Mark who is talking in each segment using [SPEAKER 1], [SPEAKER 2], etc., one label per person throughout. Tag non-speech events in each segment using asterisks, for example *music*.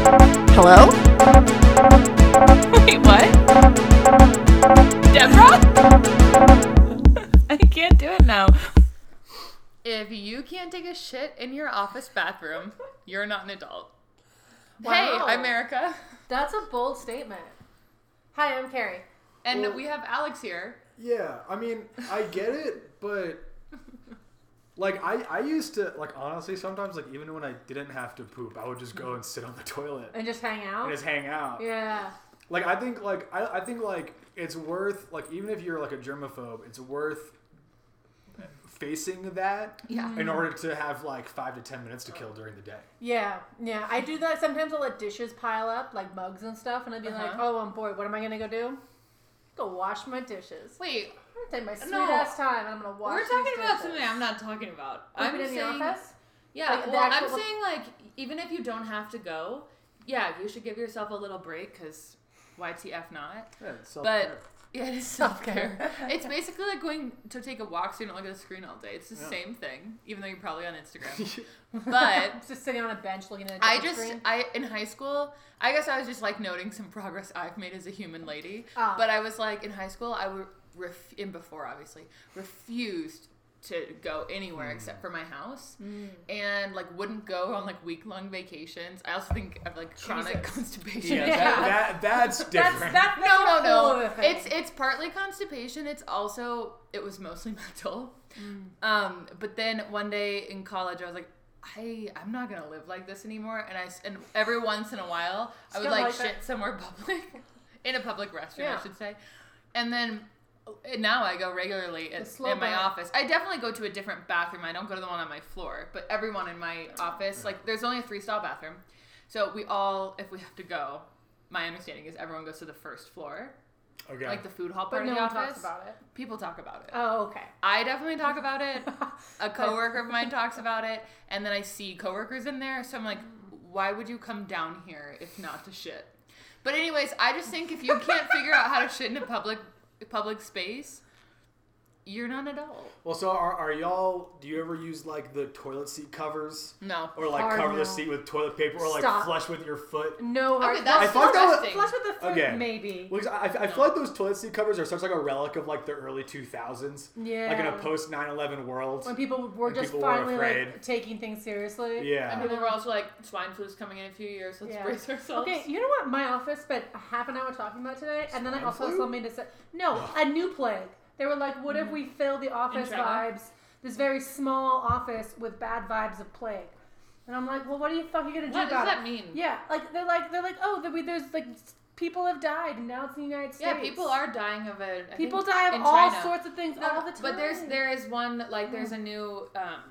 [SPEAKER 1] Hello?
[SPEAKER 2] Wait, what? Deborah? I can't do it now.
[SPEAKER 3] If you can't take a shit in your office bathroom, you're not an adult.
[SPEAKER 4] Wow.
[SPEAKER 3] Hey, America.
[SPEAKER 4] That's a bold statement. Hi, I'm Carrie.
[SPEAKER 3] And
[SPEAKER 5] Well-
[SPEAKER 3] we have Alex here.
[SPEAKER 5] Yeah, I mean, I get it, but like I, I used to like honestly sometimes like even when I didn't have to poop, I would just go and sit on the *laughs* toilet
[SPEAKER 4] And just hang out.
[SPEAKER 5] and just hang out.
[SPEAKER 4] Yeah.
[SPEAKER 5] Like I think like I, I think like it's worth like even if you're like a germaphobe, it's worth facing that
[SPEAKER 3] Yeah.
[SPEAKER 5] in order to have like five to ten minutes to kill during the day.
[SPEAKER 4] Yeah, yeah. I do that. Sometimes I'll let dishes pile up, like mugs and stuff, and I'll be like,
[SPEAKER 3] Uh-huh.
[SPEAKER 4] oh, I'm bored. What am I going to go do? Go wash my dishes.
[SPEAKER 3] Wait,
[SPEAKER 4] I'm going to take my sweet
[SPEAKER 3] No.
[SPEAKER 4] ass time. and I'm going to wash
[SPEAKER 3] we're talking
[SPEAKER 4] these
[SPEAKER 3] about
[SPEAKER 4] dishes.
[SPEAKER 3] something I'm not talking about.
[SPEAKER 4] Poop
[SPEAKER 3] I'm
[SPEAKER 4] it in
[SPEAKER 3] saying,
[SPEAKER 4] the office?
[SPEAKER 3] yeah.
[SPEAKER 4] Like, the
[SPEAKER 3] well,
[SPEAKER 4] actual-
[SPEAKER 3] I'm saying like even if you don't have to go, yeah, you should give yourself a little break because YTF not.
[SPEAKER 5] Yeah, it's
[SPEAKER 3] But yeah,
[SPEAKER 4] *laughs*
[SPEAKER 3] it is self care. *laughs* it's basically like going to take a walk so you don't look at the screen all day. It's the
[SPEAKER 5] Yeah.
[SPEAKER 3] same thing, even though you're probably on
[SPEAKER 5] *laughs*
[SPEAKER 3] Instagram. But
[SPEAKER 4] I'm just sitting on a bench looking at a
[SPEAKER 3] I
[SPEAKER 4] different
[SPEAKER 3] just *laughs*
[SPEAKER 4] screen.
[SPEAKER 3] I in high school, I guess I was just like noting some progress I've made as a human lady.
[SPEAKER 4] Ah.
[SPEAKER 3] But I was like in high school, I would ref- in before obviously refused to go anywhere
[SPEAKER 5] Hmm.
[SPEAKER 3] except for my house,
[SPEAKER 4] Hmm.
[SPEAKER 3] and like wouldn't go on like week long vacations. I also think of like chronic *laughs*
[SPEAKER 4] Jesus.
[SPEAKER 3] constipation.
[SPEAKER 5] yeah,
[SPEAKER 4] Yeah.
[SPEAKER 5] That, that that's different.
[SPEAKER 4] That's, that's,
[SPEAKER 3] *laughs* No,
[SPEAKER 4] that's
[SPEAKER 3] no,
[SPEAKER 4] a whole
[SPEAKER 3] no.
[SPEAKER 4] other thing.
[SPEAKER 3] It's it's partly constipation. It's also it was mostly *laughs* mental.
[SPEAKER 4] Mm.
[SPEAKER 3] Um, but then one day in college, I was like, I I'm not gonna live like this anymore. And I s- and every once in a while, I would
[SPEAKER 4] Still
[SPEAKER 3] like,
[SPEAKER 4] like that.
[SPEAKER 3] shit somewhere public, *laughs* in a public restroom,
[SPEAKER 4] Yeah.
[SPEAKER 3] I should say. And then and now I go regularly at,
[SPEAKER 4] slow
[SPEAKER 3] in my
[SPEAKER 4] burn.
[SPEAKER 3] office. I definitely go to a different bathroom. I don't go to the one on my floor, but everyone in my office, like there's only a three stall bathroom, so we all if we have to go. My understanding is everyone goes to the first floor
[SPEAKER 5] okay.
[SPEAKER 3] like the food hall part
[SPEAKER 4] but no
[SPEAKER 3] of the
[SPEAKER 4] one
[SPEAKER 3] office.
[SPEAKER 4] talks about it.
[SPEAKER 3] People talk about it.
[SPEAKER 4] Oh, okay. *laughs*
[SPEAKER 3] I definitely talk about it. A coworker of mine talks about it, and then I see coworkers in there, so I'm like, why would you come down here if not to shit? But anyways, I just think if you can't figure out how to shit in a public public space, you're not an adult.
[SPEAKER 5] well, so are, are y'all? Do you ever use like the toilet seat covers?
[SPEAKER 3] No.
[SPEAKER 5] Or like
[SPEAKER 4] Hard
[SPEAKER 5] cover
[SPEAKER 4] no.
[SPEAKER 5] the seat with toilet paper, or like
[SPEAKER 4] Stop.
[SPEAKER 5] flush with your foot.
[SPEAKER 4] No hard
[SPEAKER 3] Okay, that's
[SPEAKER 5] I thought that was-
[SPEAKER 3] disgusting.
[SPEAKER 4] Flush with the foot,
[SPEAKER 5] Okay.
[SPEAKER 4] maybe.
[SPEAKER 5] Well, 'cause I, I feel like those toilet seat covers are such like a relic of like the early 2000s. Like in a
[SPEAKER 4] Yeah.
[SPEAKER 5] post 9/11 world.
[SPEAKER 4] When people were
[SPEAKER 5] When
[SPEAKER 4] just
[SPEAKER 5] people were
[SPEAKER 4] finally like
[SPEAKER 5] afraid.
[SPEAKER 4] taking things seriously.
[SPEAKER 3] And
[SPEAKER 5] yeah.
[SPEAKER 3] people were also like, swine flu's coming in a few years, let's
[SPEAKER 4] Yeah.
[SPEAKER 3] brace ourselves.
[SPEAKER 4] Okay, you know what? My office spent half an hour talking about today, and then I
[SPEAKER 5] Swine
[SPEAKER 4] also
[SPEAKER 5] flu?
[SPEAKER 4] something to say. No, a new plague. They were like, "What if
[SPEAKER 5] Mm.
[SPEAKER 4] we fill the office
[SPEAKER 3] Andromeda?
[SPEAKER 4] vibes, this very small office, with bad vibes of plague?" And I'm like, "Well, what are you fucking gonna do
[SPEAKER 3] What
[SPEAKER 4] about
[SPEAKER 3] does that
[SPEAKER 4] it?"
[SPEAKER 3] mean?
[SPEAKER 4] Yeah, like they're like they're like, "Oh, there- we, there's like s- people have died, and now it's in the United States."
[SPEAKER 3] Yeah, people are dying of it. I
[SPEAKER 4] People
[SPEAKER 3] think,
[SPEAKER 4] die of
[SPEAKER 3] in
[SPEAKER 4] all
[SPEAKER 3] China.
[SPEAKER 4] sorts of things
[SPEAKER 3] No,
[SPEAKER 4] all the time.
[SPEAKER 3] But there's there is one like there's a new um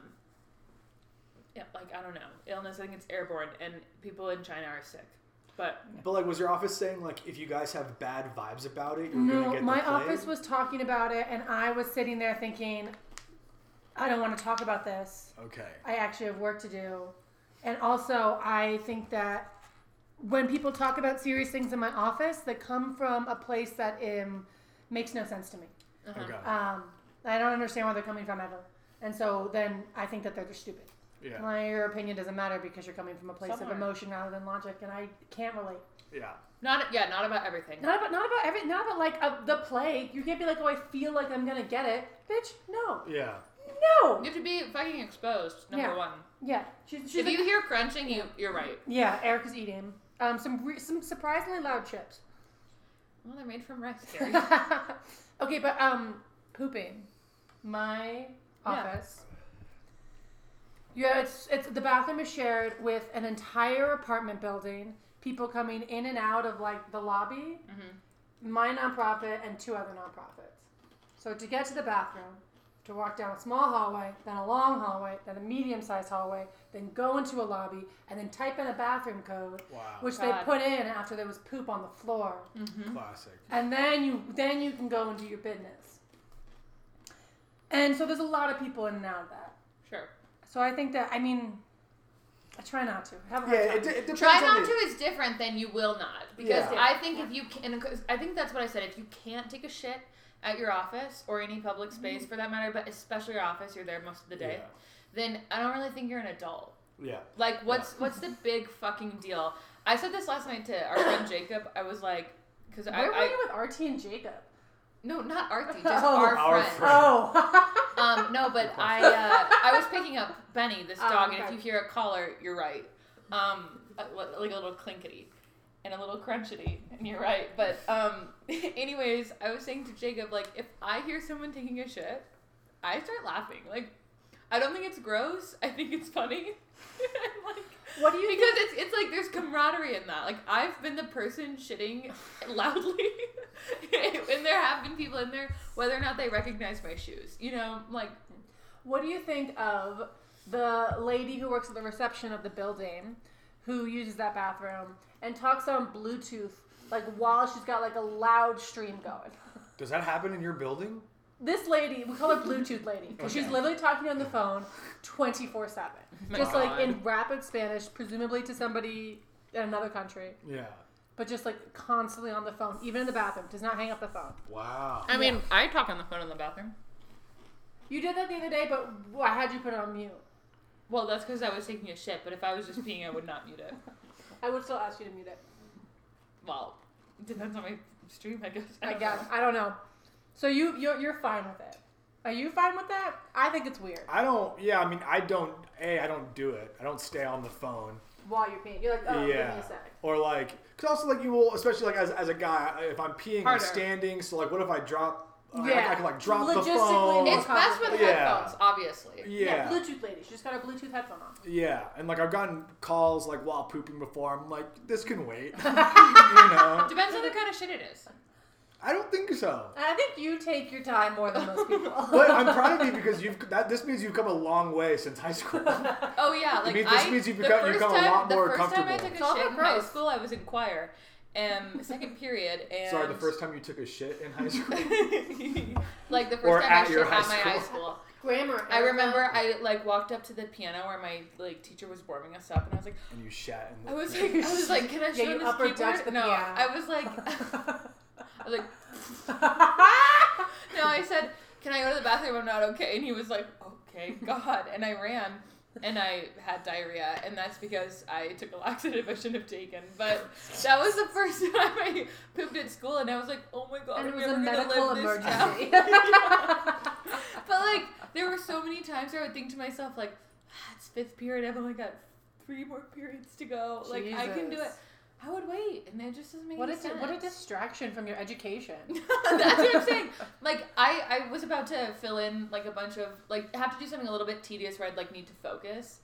[SPEAKER 3] yeah, like I don't know illness. I think it's airborne, and people in China are sick. But
[SPEAKER 5] But like, was your office saying like if you guys have bad vibes about it, you're gonna
[SPEAKER 4] No,
[SPEAKER 5] get
[SPEAKER 4] my
[SPEAKER 5] the plague?
[SPEAKER 4] office was talking about it, and I was sitting there thinking, I don't want to talk about this.
[SPEAKER 5] Okay.
[SPEAKER 4] I actually have work to do. And also, I think that when people talk about serious things in my office, they come from a place that um, makes no sense to me.
[SPEAKER 3] uh-huh.
[SPEAKER 5] Okay.
[SPEAKER 4] Um, I don't understand where they're coming from ever. And so then I think that they're just stupid.
[SPEAKER 5] yeah.
[SPEAKER 4] My your opinion doesn't matter because you're coming from a place
[SPEAKER 3] Somewhere.
[SPEAKER 4] of emotion rather than logic, and I can't relate.
[SPEAKER 5] Yeah.
[SPEAKER 3] not yeah, not about everything.
[SPEAKER 4] Not about not about every not about like uh, the plague. You can't be like, oh, I feel like I'm gonna get it, bitch. No,
[SPEAKER 5] Yeah.
[SPEAKER 4] no.
[SPEAKER 3] You have to be fucking exposed. Number
[SPEAKER 4] Yeah.
[SPEAKER 3] one.
[SPEAKER 4] Yeah, she, she's
[SPEAKER 3] If
[SPEAKER 4] like,
[SPEAKER 3] you hear crunching, you you're right.
[SPEAKER 4] yeah. Erica's eating um some re- some surprisingly loud chips.
[SPEAKER 3] Well, they're made from *laughs* rice. Gary.
[SPEAKER 4] okay, but um, pooping. My office. Yeah. it's it's the bathroom is shared with an entire apartment building. People coming in and out of like the lobby, my nonprofit and two other nonprofits. So to get to the bathroom, to walk down a small hallway, then a long hallway, then a medium-sized hallway, then go into a lobby, and then type in a bathroom code,
[SPEAKER 5] Wow.
[SPEAKER 4] which
[SPEAKER 3] God.
[SPEAKER 4] they put in after there was poop on the floor
[SPEAKER 5] Classic.
[SPEAKER 4] and then you then you can go and do your business. And so there's a lot of people in and out of that.
[SPEAKER 3] sure.
[SPEAKER 4] So I think that I mean, I try not to. I have a hard
[SPEAKER 5] Yeah.
[SPEAKER 4] time.
[SPEAKER 5] It, d- it depends
[SPEAKER 3] Try
[SPEAKER 5] on
[SPEAKER 3] not
[SPEAKER 5] the-
[SPEAKER 3] to is different than you will not because
[SPEAKER 5] Yeah.
[SPEAKER 3] I think if you can, and 'cause I think that's what I said. If you can't take a shit at your office or any public space for that matter, but especially your office, you're there most of the day.
[SPEAKER 5] Yeah.
[SPEAKER 3] Then I don't really think you're an adult.
[SPEAKER 5] Yeah.
[SPEAKER 3] Like what's what's the big fucking deal? I said this last night to our friend Jacob. I was like, because I,
[SPEAKER 4] Where were
[SPEAKER 3] I
[SPEAKER 4] you with Artie and Jacob?
[SPEAKER 3] no, not
[SPEAKER 4] *laughs*
[SPEAKER 3] Artie, just
[SPEAKER 4] Oh,
[SPEAKER 3] our,
[SPEAKER 5] our
[SPEAKER 3] friend.
[SPEAKER 4] *laughs*
[SPEAKER 5] friend.
[SPEAKER 4] Oh.
[SPEAKER 3] Um, no,
[SPEAKER 4] *laughs*
[SPEAKER 3] but I uh, I was picking up Benny, this
[SPEAKER 4] Oh,
[SPEAKER 3] dog, and if
[SPEAKER 4] okay.
[SPEAKER 3] you hear a collar, you're right. Um, uh, li- like a little clinkety and a little crunchety, and you're right. But um, *laughs* anyways, I was saying to Jacob, like, if I hear someone taking a shit, I start laughing. Like, I don't think it's gross. I think it's funny. *laughs* And, like,
[SPEAKER 4] what do you
[SPEAKER 3] because it's it's like there's camaraderie in that. Like I've been the person shitting *laughs* loudly, and there have been people in there, whether or not they recognize my shoes. You know, like
[SPEAKER 4] What do you think of the lady who works at the reception of the building who uses that bathroom and talks on Bluetooth like while she's got like a loud stream going? *laughs*
[SPEAKER 5] Does that happen in your building?
[SPEAKER 4] This lady, we *laughs* call her Bluetooth lady because she's
[SPEAKER 5] Okay.
[SPEAKER 4] literally talking on the phone 24 7.
[SPEAKER 3] My
[SPEAKER 4] Just like in
[SPEAKER 5] God.
[SPEAKER 4] rapid Spanish, presumably to somebody in another country,
[SPEAKER 5] Yeah.
[SPEAKER 4] but just like constantly on the phone, even in the bathroom, does not hang up the phone.
[SPEAKER 5] Wow.
[SPEAKER 3] I mean, I talk on the phone in the bathroom.
[SPEAKER 4] You did that the other day, but I had you put it on mute.
[SPEAKER 3] Well, that's because I was taking a shit. But if I was just peeing, I would not mute it.
[SPEAKER 4] I would still ask you to mute it.
[SPEAKER 3] Well, depends on my stream, I guess.
[SPEAKER 4] I
[SPEAKER 3] don't
[SPEAKER 4] guess
[SPEAKER 3] know.
[SPEAKER 4] I don't know. So you you're, you're fine with it. Are you fine with that? I think it's weird.
[SPEAKER 5] I don't. Yeah, I mean, I don't. A, I don't do it. I don't stay on the phone.
[SPEAKER 4] While you're peeing, you're like, oh, give
[SPEAKER 5] yeah.
[SPEAKER 4] me a sec.
[SPEAKER 5] Or like, because also like you will, especially like as, as a guy, if I'm peeing, I'm
[SPEAKER 3] Harder.
[SPEAKER 5] standing. So like, what if I drop? uh,
[SPEAKER 4] Yeah.
[SPEAKER 5] I, I can like drop the
[SPEAKER 4] Logistically,
[SPEAKER 5] phone.
[SPEAKER 4] it's-
[SPEAKER 3] It's best with
[SPEAKER 5] Yeah.
[SPEAKER 3] headphones, obviously.
[SPEAKER 4] Yeah.
[SPEAKER 5] yeah.
[SPEAKER 4] Bluetooth lady. She just got a Bluetooth headphone on.
[SPEAKER 5] Yeah, and like I've gotten calls like while pooping before. I'm like, this
[SPEAKER 3] *laughs*
[SPEAKER 5] can wait. you know,
[SPEAKER 3] Depends on the kind of shit it is.
[SPEAKER 5] I don't think so.
[SPEAKER 4] And I think you take your time more than most people.
[SPEAKER 5] But I'm proud of you because you've that. This means you've come a long way since
[SPEAKER 3] *laughs*
[SPEAKER 5] high school.
[SPEAKER 3] Oh yeah, like
[SPEAKER 5] means- this
[SPEAKER 3] I,
[SPEAKER 5] means you've
[SPEAKER 3] the
[SPEAKER 5] become-
[SPEAKER 3] first
[SPEAKER 5] you've become a
[SPEAKER 3] time,
[SPEAKER 5] lot more
[SPEAKER 3] the first Time I
[SPEAKER 5] comfortable.
[SPEAKER 3] took a
[SPEAKER 4] It's all
[SPEAKER 3] shit
[SPEAKER 4] about
[SPEAKER 3] in high
[SPEAKER 4] growth.
[SPEAKER 3] school, I was in choir, um, second
[SPEAKER 5] *laughs*
[SPEAKER 3] period, and
[SPEAKER 5] Sorry, the first
[SPEAKER 3] *laughs*
[SPEAKER 5] time you took a shit in high school. *laughs*
[SPEAKER 3] like the first
[SPEAKER 5] Or
[SPEAKER 3] time
[SPEAKER 5] at
[SPEAKER 3] I shit
[SPEAKER 5] your
[SPEAKER 3] at
[SPEAKER 5] high
[SPEAKER 3] my high
[SPEAKER 5] school.
[SPEAKER 3] school.
[SPEAKER 4] *laughs* *laughs* Grammar.
[SPEAKER 3] I remember I like walked up to the piano where my like teacher was warming us up, and I was like,
[SPEAKER 5] and you shat in the.
[SPEAKER 3] I was like, I was like, can I
[SPEAKER 4] Yeah,
[SPEAKER 3] show
[SPEAKER 4] you
[SPEAKER 3] this
[SPEAKER 4] upper
[SPEAKER 3] keyboard?
[SPEAKER 4] dutch the
[SPEAKER 3] no,
[SPEAKER 4] piano.
[SPEAKER 3] I was
[SPEAKER 4] *laughs*
[SPEAKER 3] like, *laughs* I was like, no, I said, can I go to the bathroom? I'm not okay, and he was like, okay, *laughs* God, and I ran. And I had diarrhea, and that's because I took a laxative I shouldn't have taken. But that was the first *laughs* time I pooped at school, and I was like, "Oh my god!"
[SPEAKER 4] and it
[SPEAKER 3] I'm
[SPEAKER 4] was a
[SPEAKER 3] never gonna
[SPEAKER 4] medical
[SPEAKER 3] live this down.
[SPEAKER 4] emergency.
[SPEAKER 3] *laughs*
[SPEAKER 4] *laughs*
[SPEAKER 3] But like, there were so many times where I would think to myself, like, ah, it's fifth period. I've only got three more periods to go. Like, I can do it.
[SPEAKER 4] Jesus.
[SPEAKER 3] I would wait, and that just doesn't make
[SPEAKER 4] What
[SPEAKER 3] any
[SPEAKER 4] a
[SPEAKER 3] sense.
[SPEAKER 4] what a distraction from
[SPEAKER 3] *laughs*
[SPEAKER 4] your education.
[SPEAKER 3] That's what I'm saying. Like, I I was about to fill in like a bunch of like have to do something a little bit tedious where I'd like need to focus,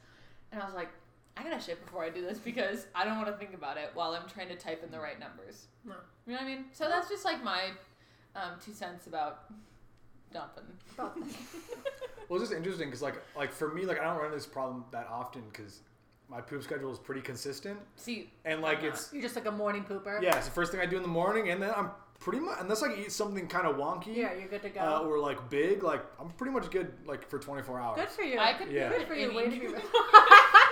[SPEAKER 3] and I was like, I gotta shit before I do this because I don't want to think about it while I'm trying to type in the right numbers.
[SPEAKER 4] No.
[SPEAKER 3] You know what I mean? So that's just like my um, two cents about dumping.
[SPEAKER 5] Well, it's just interesting because like like for me like I don't run into this problem that often because my poop schedule is pretty consistent
[SPEAKER 3] See,
[SPEAKER 5] and like
[SPEAKER 3] I'm not.
[SPEAKER 5] it's
[SPEAKER 4] You're just like a morning pooper.
[SPEAKER 5] yeah it's the first thing I do in the morning and then I'm pretty much unless I eat something kind of wonky
[SPEAKER 4] Yeah, you're good to go.
[SPEAKER 5] uh, or like big like I'm pretty much good like for 24 hours.
[SPEAKER 4] good for you.
[SPEAKER 3] I could
[SPEAKER 5] Yeah.
[SPEAKER 3] poop
[SPEAKER 4] Good
[SPEAKER 3] at
[SPEAKER 4] for you.
[SPEAKER 3] any-
[SPEAKER 4] Way to
[SPEAKER 3] *laughs*
[SPEAKER 4] be.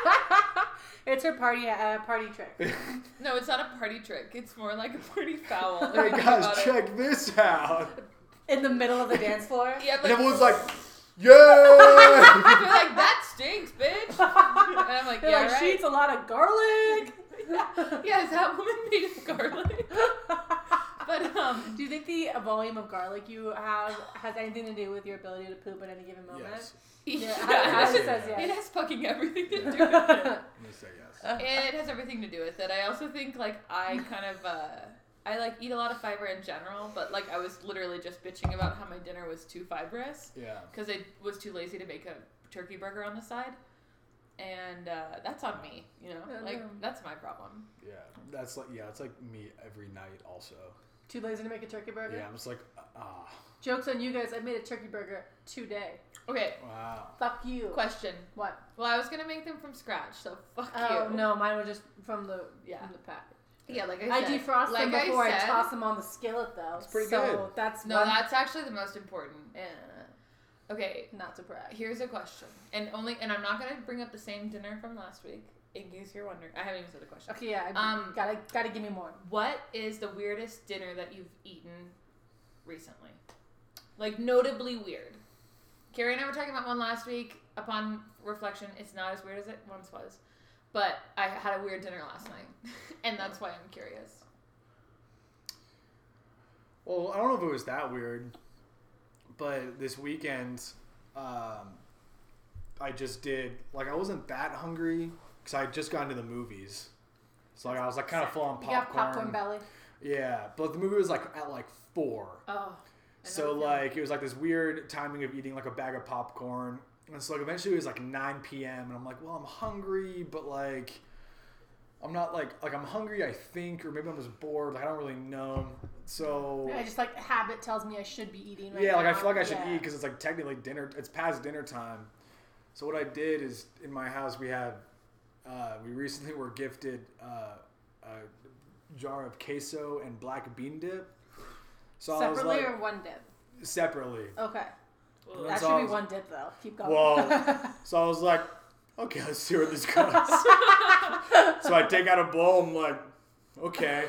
[SPEAKER 4] *laughs* it's her party uh, party trick.
[SPEAKER 3] No, it's not a party trick. It's more like a
[SPEAKER 4] *laughs*
[SPEAKER 3] party foul.
[SPEAKER 5] *laughs* Hey
[SPEAKER 3] Like, think about
[SPEAKER 5] guys,
[SPEAKER 3] it.
[SPEAKER 5] check this out.
[SPEAKER 4] In the middle of the dance floor.
[SPEAKER 3] Yeah,
[SPEAKER 5] And
[SPEAKER 3] but
[SPEAKER 5] everyone's like, yeah.
[SPEAKER 3] They're like that stinks,
[SPEAKER 4] *laughs*
[SPEAKER 3] bitch. And I'm like, *laughs*
[SPEAKER 4] They're
[SPEAKER 3] yeah,
[SPEAKER 4] like, she
[SPEAKER 3] right.
[SPEAKER 4] eats a lot of garlic.
[SPEAKER 3] *laughs* Yeah, is that woman made of garlic? but um,
[SPEAKER 4] Do you think the volume of garlic you have has anything to do with your ability to poop at any given *laughs* moment?
[SPEAKER 5] yes.
[SPEAKER 3] yeah, *laughs*
[SPEAKER 4] I- I
[SPEAKER 3] it,
[SPEAKER 4] says
[SPEAKER 3] has,
[SPEAKER 4] yes.
[SPEAKER 3] it has fucking everything *laughs* to do
[SPEAKER 4] *laughs*
[SPEAKER 3] with it.
[SPEAKER 5] I'm gonna say yes.
[SPEAKER 3] It has everything to do with it. I also think like I kind of uh, I like eat a lot of fiber in general, but like I was literally just bitching about how my dinner was too fibrous.
[SPEAKER 5] Yeah.
[SPEAKER 3] because I was too lazy to make a turkey burger on the side, and uh, that's on me. You know,
[SPEAKER 4] Yeah,
[SPEAKER 3] like
[SPEAKER 4] Oh, no.
[SPEAKER 3] that's my problem.
[SPEAKER 5] Yeah. That's like yeah. It's like me every night also.
[SPEAKER 4] Too lazy to make a turkey burger.
[SPEAKER 5] Yeah. I'm just like ah
[SPEAKER 4] Jokes on you guys. I made a turkey burger today.
[SPEAKER 3] Okay,
[SPEAKER 5] wow.
[SPEAKER 4] Fuck you.
[SPEAKER 3] question.
[SPEAKER 4] What?
[SPEAKER 3] Well, I was gonna make them from scratch, so fuck
[SPEAKER 4] Oh
[SPEAKER 3] you.
[SPEAKER 4] no, mine were just from the
[SPEAKER 3] Yeah.
[SPEAKER 4] from the pack.
[SPEAKER 3] Yeah, like I
[SPEAKER 4] I
[SPEAKER 3] said,
[SPEAKER 4] defrost
[SPEAKER 3] like
[SPEAKER 4] them before I,
[SPEAKER 3] said-
[SPEAKER 4] toss them on the skillet though.
[SPEAKER 5] That's pretty
[SPEAKER 4] so
[SPEAKER 5] good.
[SPEAKER 4] That's
[SPEAKER 3] No,
[SPEAKER 4] one-
[SPEAKER 3] that's actually the most important.
[SPEAKER 4] Eh,
[SPEAKER 3] Okay,
[SPEAKER 4] not surprised.
[SPEAKER 3] here's a question, and only, and I'm not gonna bring up the same dinner from last week in case you're wondering. I haven't even said the question.
[SPEAKER 4] Okay, yeah. I
[SPEAKER 3] Um,
[SPEAKER 4] gotta gotta give me more.
[SPEAKER 3] What is the weirdest dinner that you've eaten recently? Like notably weird. Carrie and I were talking about one last week. Upon reflection, it's not as weird as it once was. But I had a weird dinner last night, *laughs* and that's why I'm curious.
[SPEAKER 5] Well, I don't know if it was that weird, but this weekend, um, I just did like I wasn't that hungry because I had just gotten to the movies, so like, I was like kind of full on
[SPEAKER 4] You got
[SPEAKER 5] popcorn.
[SPEAKER 4] popcorn belly.
[SPEAKER 5] yeah, but the movie was like at like four,
[SPEAKER 3] Oh.
[SPEAKER 5] so like it was like this weird timing of eating like a bag of popcorn, and so like eventually it was like nine p.m. and I'm like, well, I'm hungry, but like. I'm not like like I'm hungry. I think, or maybe I'm just bored. Like I don't really know. So
[SPEAKER 4] I just like habit tells me I should be eating. Right
[SPEAKER 5] yeah, like I
[SPEAKER 4] now.
[SPEAKER 5] feel like I should eat 'cause
[SPEAKER 4] Yeah.
[SPEAKER 5] eat because it's like technically dinner. It's past dinner time. So what I did is in my house we have, uh, we recently were gifted uh, a jar of queso and black bean dip. So
[SPEAKER 4] Separately
[SPEAKER 5] I was
[SPEAKER 4] or one dip?
[SPEAKER 5] like separately.
[SPEAKER 4] Okay,
[SPEAKER 5] And
[SPEAKER 4] that
[SPEAKER 5] so
[SPEAKER 4] should
[SPEAKER 5] I
[SPEAKER 4] be
[SPEAKER 5] was-
[SPEAKER 4] one dip though. Keep going.
[SPEAKER 5] Whoa. So I was like, okay, let's see where this goes. *laughs* so I take out a bowl. I'm like, okay,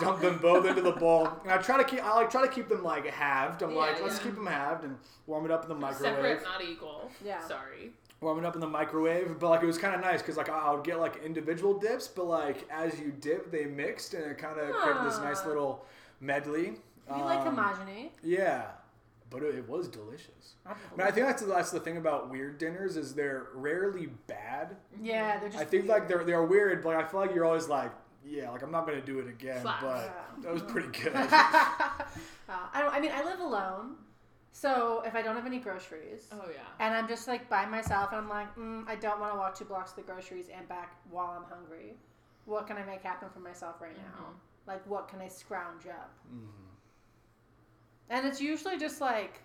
[SPEAKER 5] dump them both into the bowl. And I try to keep, I like try to keep them like halved. I'm
[SPEAKER 3] Yeah,
[SPEAKER 5] like, let's
[SPEAKER 3] yeah.
[SPEAKER 5] keep them halved and warm it up in the microwave.
[SPEAKER 3] Separate, not equal.
[SPEAKER 4] Yeah.
[SPEAKER 3] Sorry.
[SPEAKER 5] warming up in the microwave but like it was kind of nice because like I, I would get like individual dips but like as you dip they mixed and it kind of created this nice
[SPEAKER 4] Ah.
[SPEAKER 5] little medley
[SPEAKER 4] you like
[SPEAKER 5] Um,
[SPEAKER 4] homogeny?
[SPEAKER 5] yeah but it, it was delicious I, mean, I think that's the, that's the thing about weird dinners is they're rarely bad
[SPEAKER 4] Yeah, they're just.
[SPEAKER 5] i think
[SPEAKER 4] weird.
[SPEAKER 5] like they're, they're weird but i feel like you're always like yeah like i'm not gonna do it again
[SPEAKER 3] Slaps.
[SPEAKER 5] but that was pretty
[SPEAKER 4] *laughs*
[SPEAKER 5] good Mm-hmm.
[SPEAKER 4] Uh, I don't. I mean, I live alone, so if I don't have any groceries.
[SPEAKER 3] Oh yeah.
[SPEAKER 4] And I'm just like by myself, and I'm like, mm, I don't want to walk two blocks to the groceries and back while I'm hungry. What can I make happen for myself right now?
[SPEAKER 3] Mm-hmm.
[SPEAKER 4] Like, what can I scrounge up? And it's usually just like,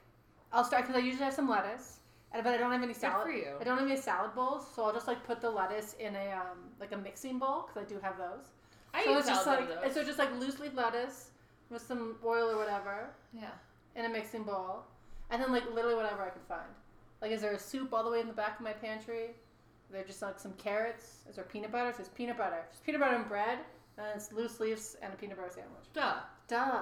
[SPEAKER 4] I'll start because I usually have some lettuce, and- but I don't have any salad.
[SPEAKER 3] for you.
[SPEAKER 4] I don't have any salad bowls, so I'll just like put the lettuce in a um, like a mixing bowl because I do have those.
[SPEAKER 3] I
[SPEAKER 4] so
[SPEAKER 3] eat
[SPEAKER 4] it's just
[SPEAKER 3] salad
[SPEAKER 4] like
[SPEAKER 3] though.
[SPEAKER 4] so just like loose leaf lettuce with some oil or whatever
[SPEAKER 3] yeah.
[SPEAKER 4] in a mixing bowl, and then like literally whatever I can find. Like, is there a soup all the way in the back of my pantry? Are there just like some carrots? Is there peanut butter? If There's peanut butter. If There's peanut butter and bread, and it's loose leaves and a peanut butter sandwich.
[SPEAKER 3] Duh.
[SPEAKER 4] Duh.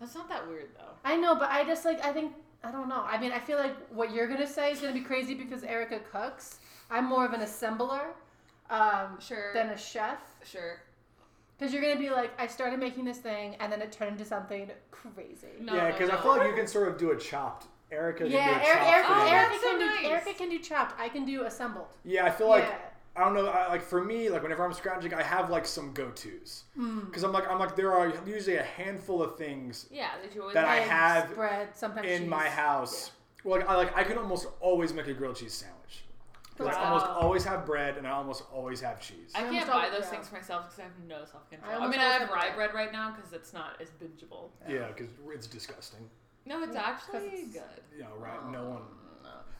[SPEAKER 3] That's not that weird though.
[SPEAKER 4] I know, but I just like I think I don't know. I mean, I feel like what you're gonna say is gonna be crazy because Erica cooks. I'm more of an assembler um,
[SPEAKER 3] Sure.
[SPEAKER 4] than a chef.
[SPEAKER 3] Sure.
[SPEAKER 4] Because you're gonna be like, I started making this thing, and then it turned into something crazy.
[SPEAKER 3] No.
[SPEAKER 5] yeah
[SPEAKER 3] no,
[SPEAKER 5] because
[SPEAKER 3] no.
[SPEAKER 5] i feel like you can sort of do a chopped erica can do
[SPEAKER 4] Yeah,
[SPEAKER 5] a
[SPEAKER 4] Eric,
[SPEAKER 5] chopped
[SPEAKER 4] Eric,
[SPEAKER 5] for
[SPEAKER 3] Eric- Oh,
[SPEAKER 4] Erica,
[SPEAKER 5] me.
[SPEAKER 3] that's so
[SPEAKER 4] can do,
[SPEAKER 3] nice.
[SPEAKER 4] Erica can do chopped. I can do assembled.
[SPEAKER 5] yeah i feel like
[SPEAKER 4] yeah.
[SPEAKER 5] I don't know. I, like for me, like whenever I'm scrounging, I have like some go tos
[SPEAKER 4] Mm.
[SPEAKER 5] because I'm like I'm like there are usually a handful of things
[SPEAKER 3] Yeah. Did you always
[SPEAKER 5] That I
[SPEAKER 4] Eggs,
[SPEAKER 5] have
[SPEAKER 4] bread, sometimes
[SPEAKER 5] in
[SPEAKER 4] cheese.
[SPEAKER 5] my house. Well, like I like I can almost always make a grilled cheese sandwich. 'Cause I
[SPEAKER 3] Wow.
[SPEAKER 5] almost
[SPEAKER 4] um,
[SPEAKER 5] always have bread and I almost always have cheese.
[SPEAKER 3] I
[SPEAKER 4] I
[SPEAKER 3] can't
[SPEAKER 4] almost
[SPEAKER 3] buy
[SPEAKER 4] always-
[SPEAKER 3] those
[SPEAKER 4] yeah.
[SPEAKER 3] things for myself because I have no self
[SPEAKER 4] I
[SPEAKER 3] control. I,
[SPEAKER 4] almost
[SPEAKER 3] mean, I
[SPEAKER 4] always
[SPEAKER 3] have
[SPEAKER 4] have
[SPEAKER 3] rye
[SPEAKER 4] bread.
[SPEAKER 3] bread right now because it's not as bingeable.
[SPEAKER 5] yeah, because it's disgusting.
[SPEAKER 3] No, it's actually
[SPEAKER 4] it's-
[SPEAKER 3] good. *laughs*
[SPEAKER 5] You know, right? No one.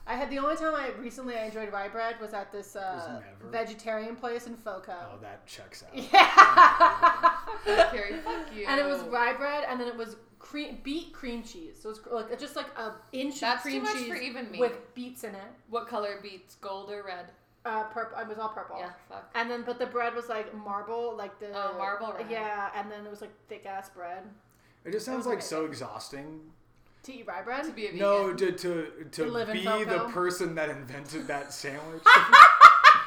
[SPEAKER 4] I had the only time I recently I enjoyed rye bread was at this uh,
[SPEAKER 5] It was never.
[SPEAKER 4] vegetarian place in Foco. *laughs*
[SPEAKER 5] Oh, that checks out.
[SPEAKER 4] Yeah.
[SPEAKER 3] Carrie, fuck you.
[SPEAKER 4] and it was rye bread, and then it was cream beet cream cheese. So it's like just like a inch of
[SPEAKER 3] That's
[SPEAKER 4] cream
[SPEAKER 3] too much
[SPEAKER 4] cheese
[SPEAKER 3] for even me.
[SPEAKER 4] with beets in it.
[SPEAKER 3] What color beets gold or red?
[SPEAKER 4] Uh, purple. It was all purple.
[SPEAKER 3] Yeah, fuck.
[SPEAKER 4] And then, but the bread was like marble, like the
[SPEAKER 3] Oh, marble rye.
[SPEAKER 4] Yeah, and then it was like thick ass bread.
[SPEAKER 5] It just sounds
[SPEAKER 4] was
[SPEAKER 5] like
[SPEAKER 4] amazing.
[SPEAKER 5] so exhausting.
[SPEAKER 4] To eat rye bread?
[SPEAKER 3] To be a vegan.
[SPEAKER 5] No, to to, to
[SPEAKER 4] live in
[SPEAKER 5] be the
[SPEAKER 4] Foco.
[SPEAKER 5] person that invented that sandwich.
[SPEAKER 4] *laughs*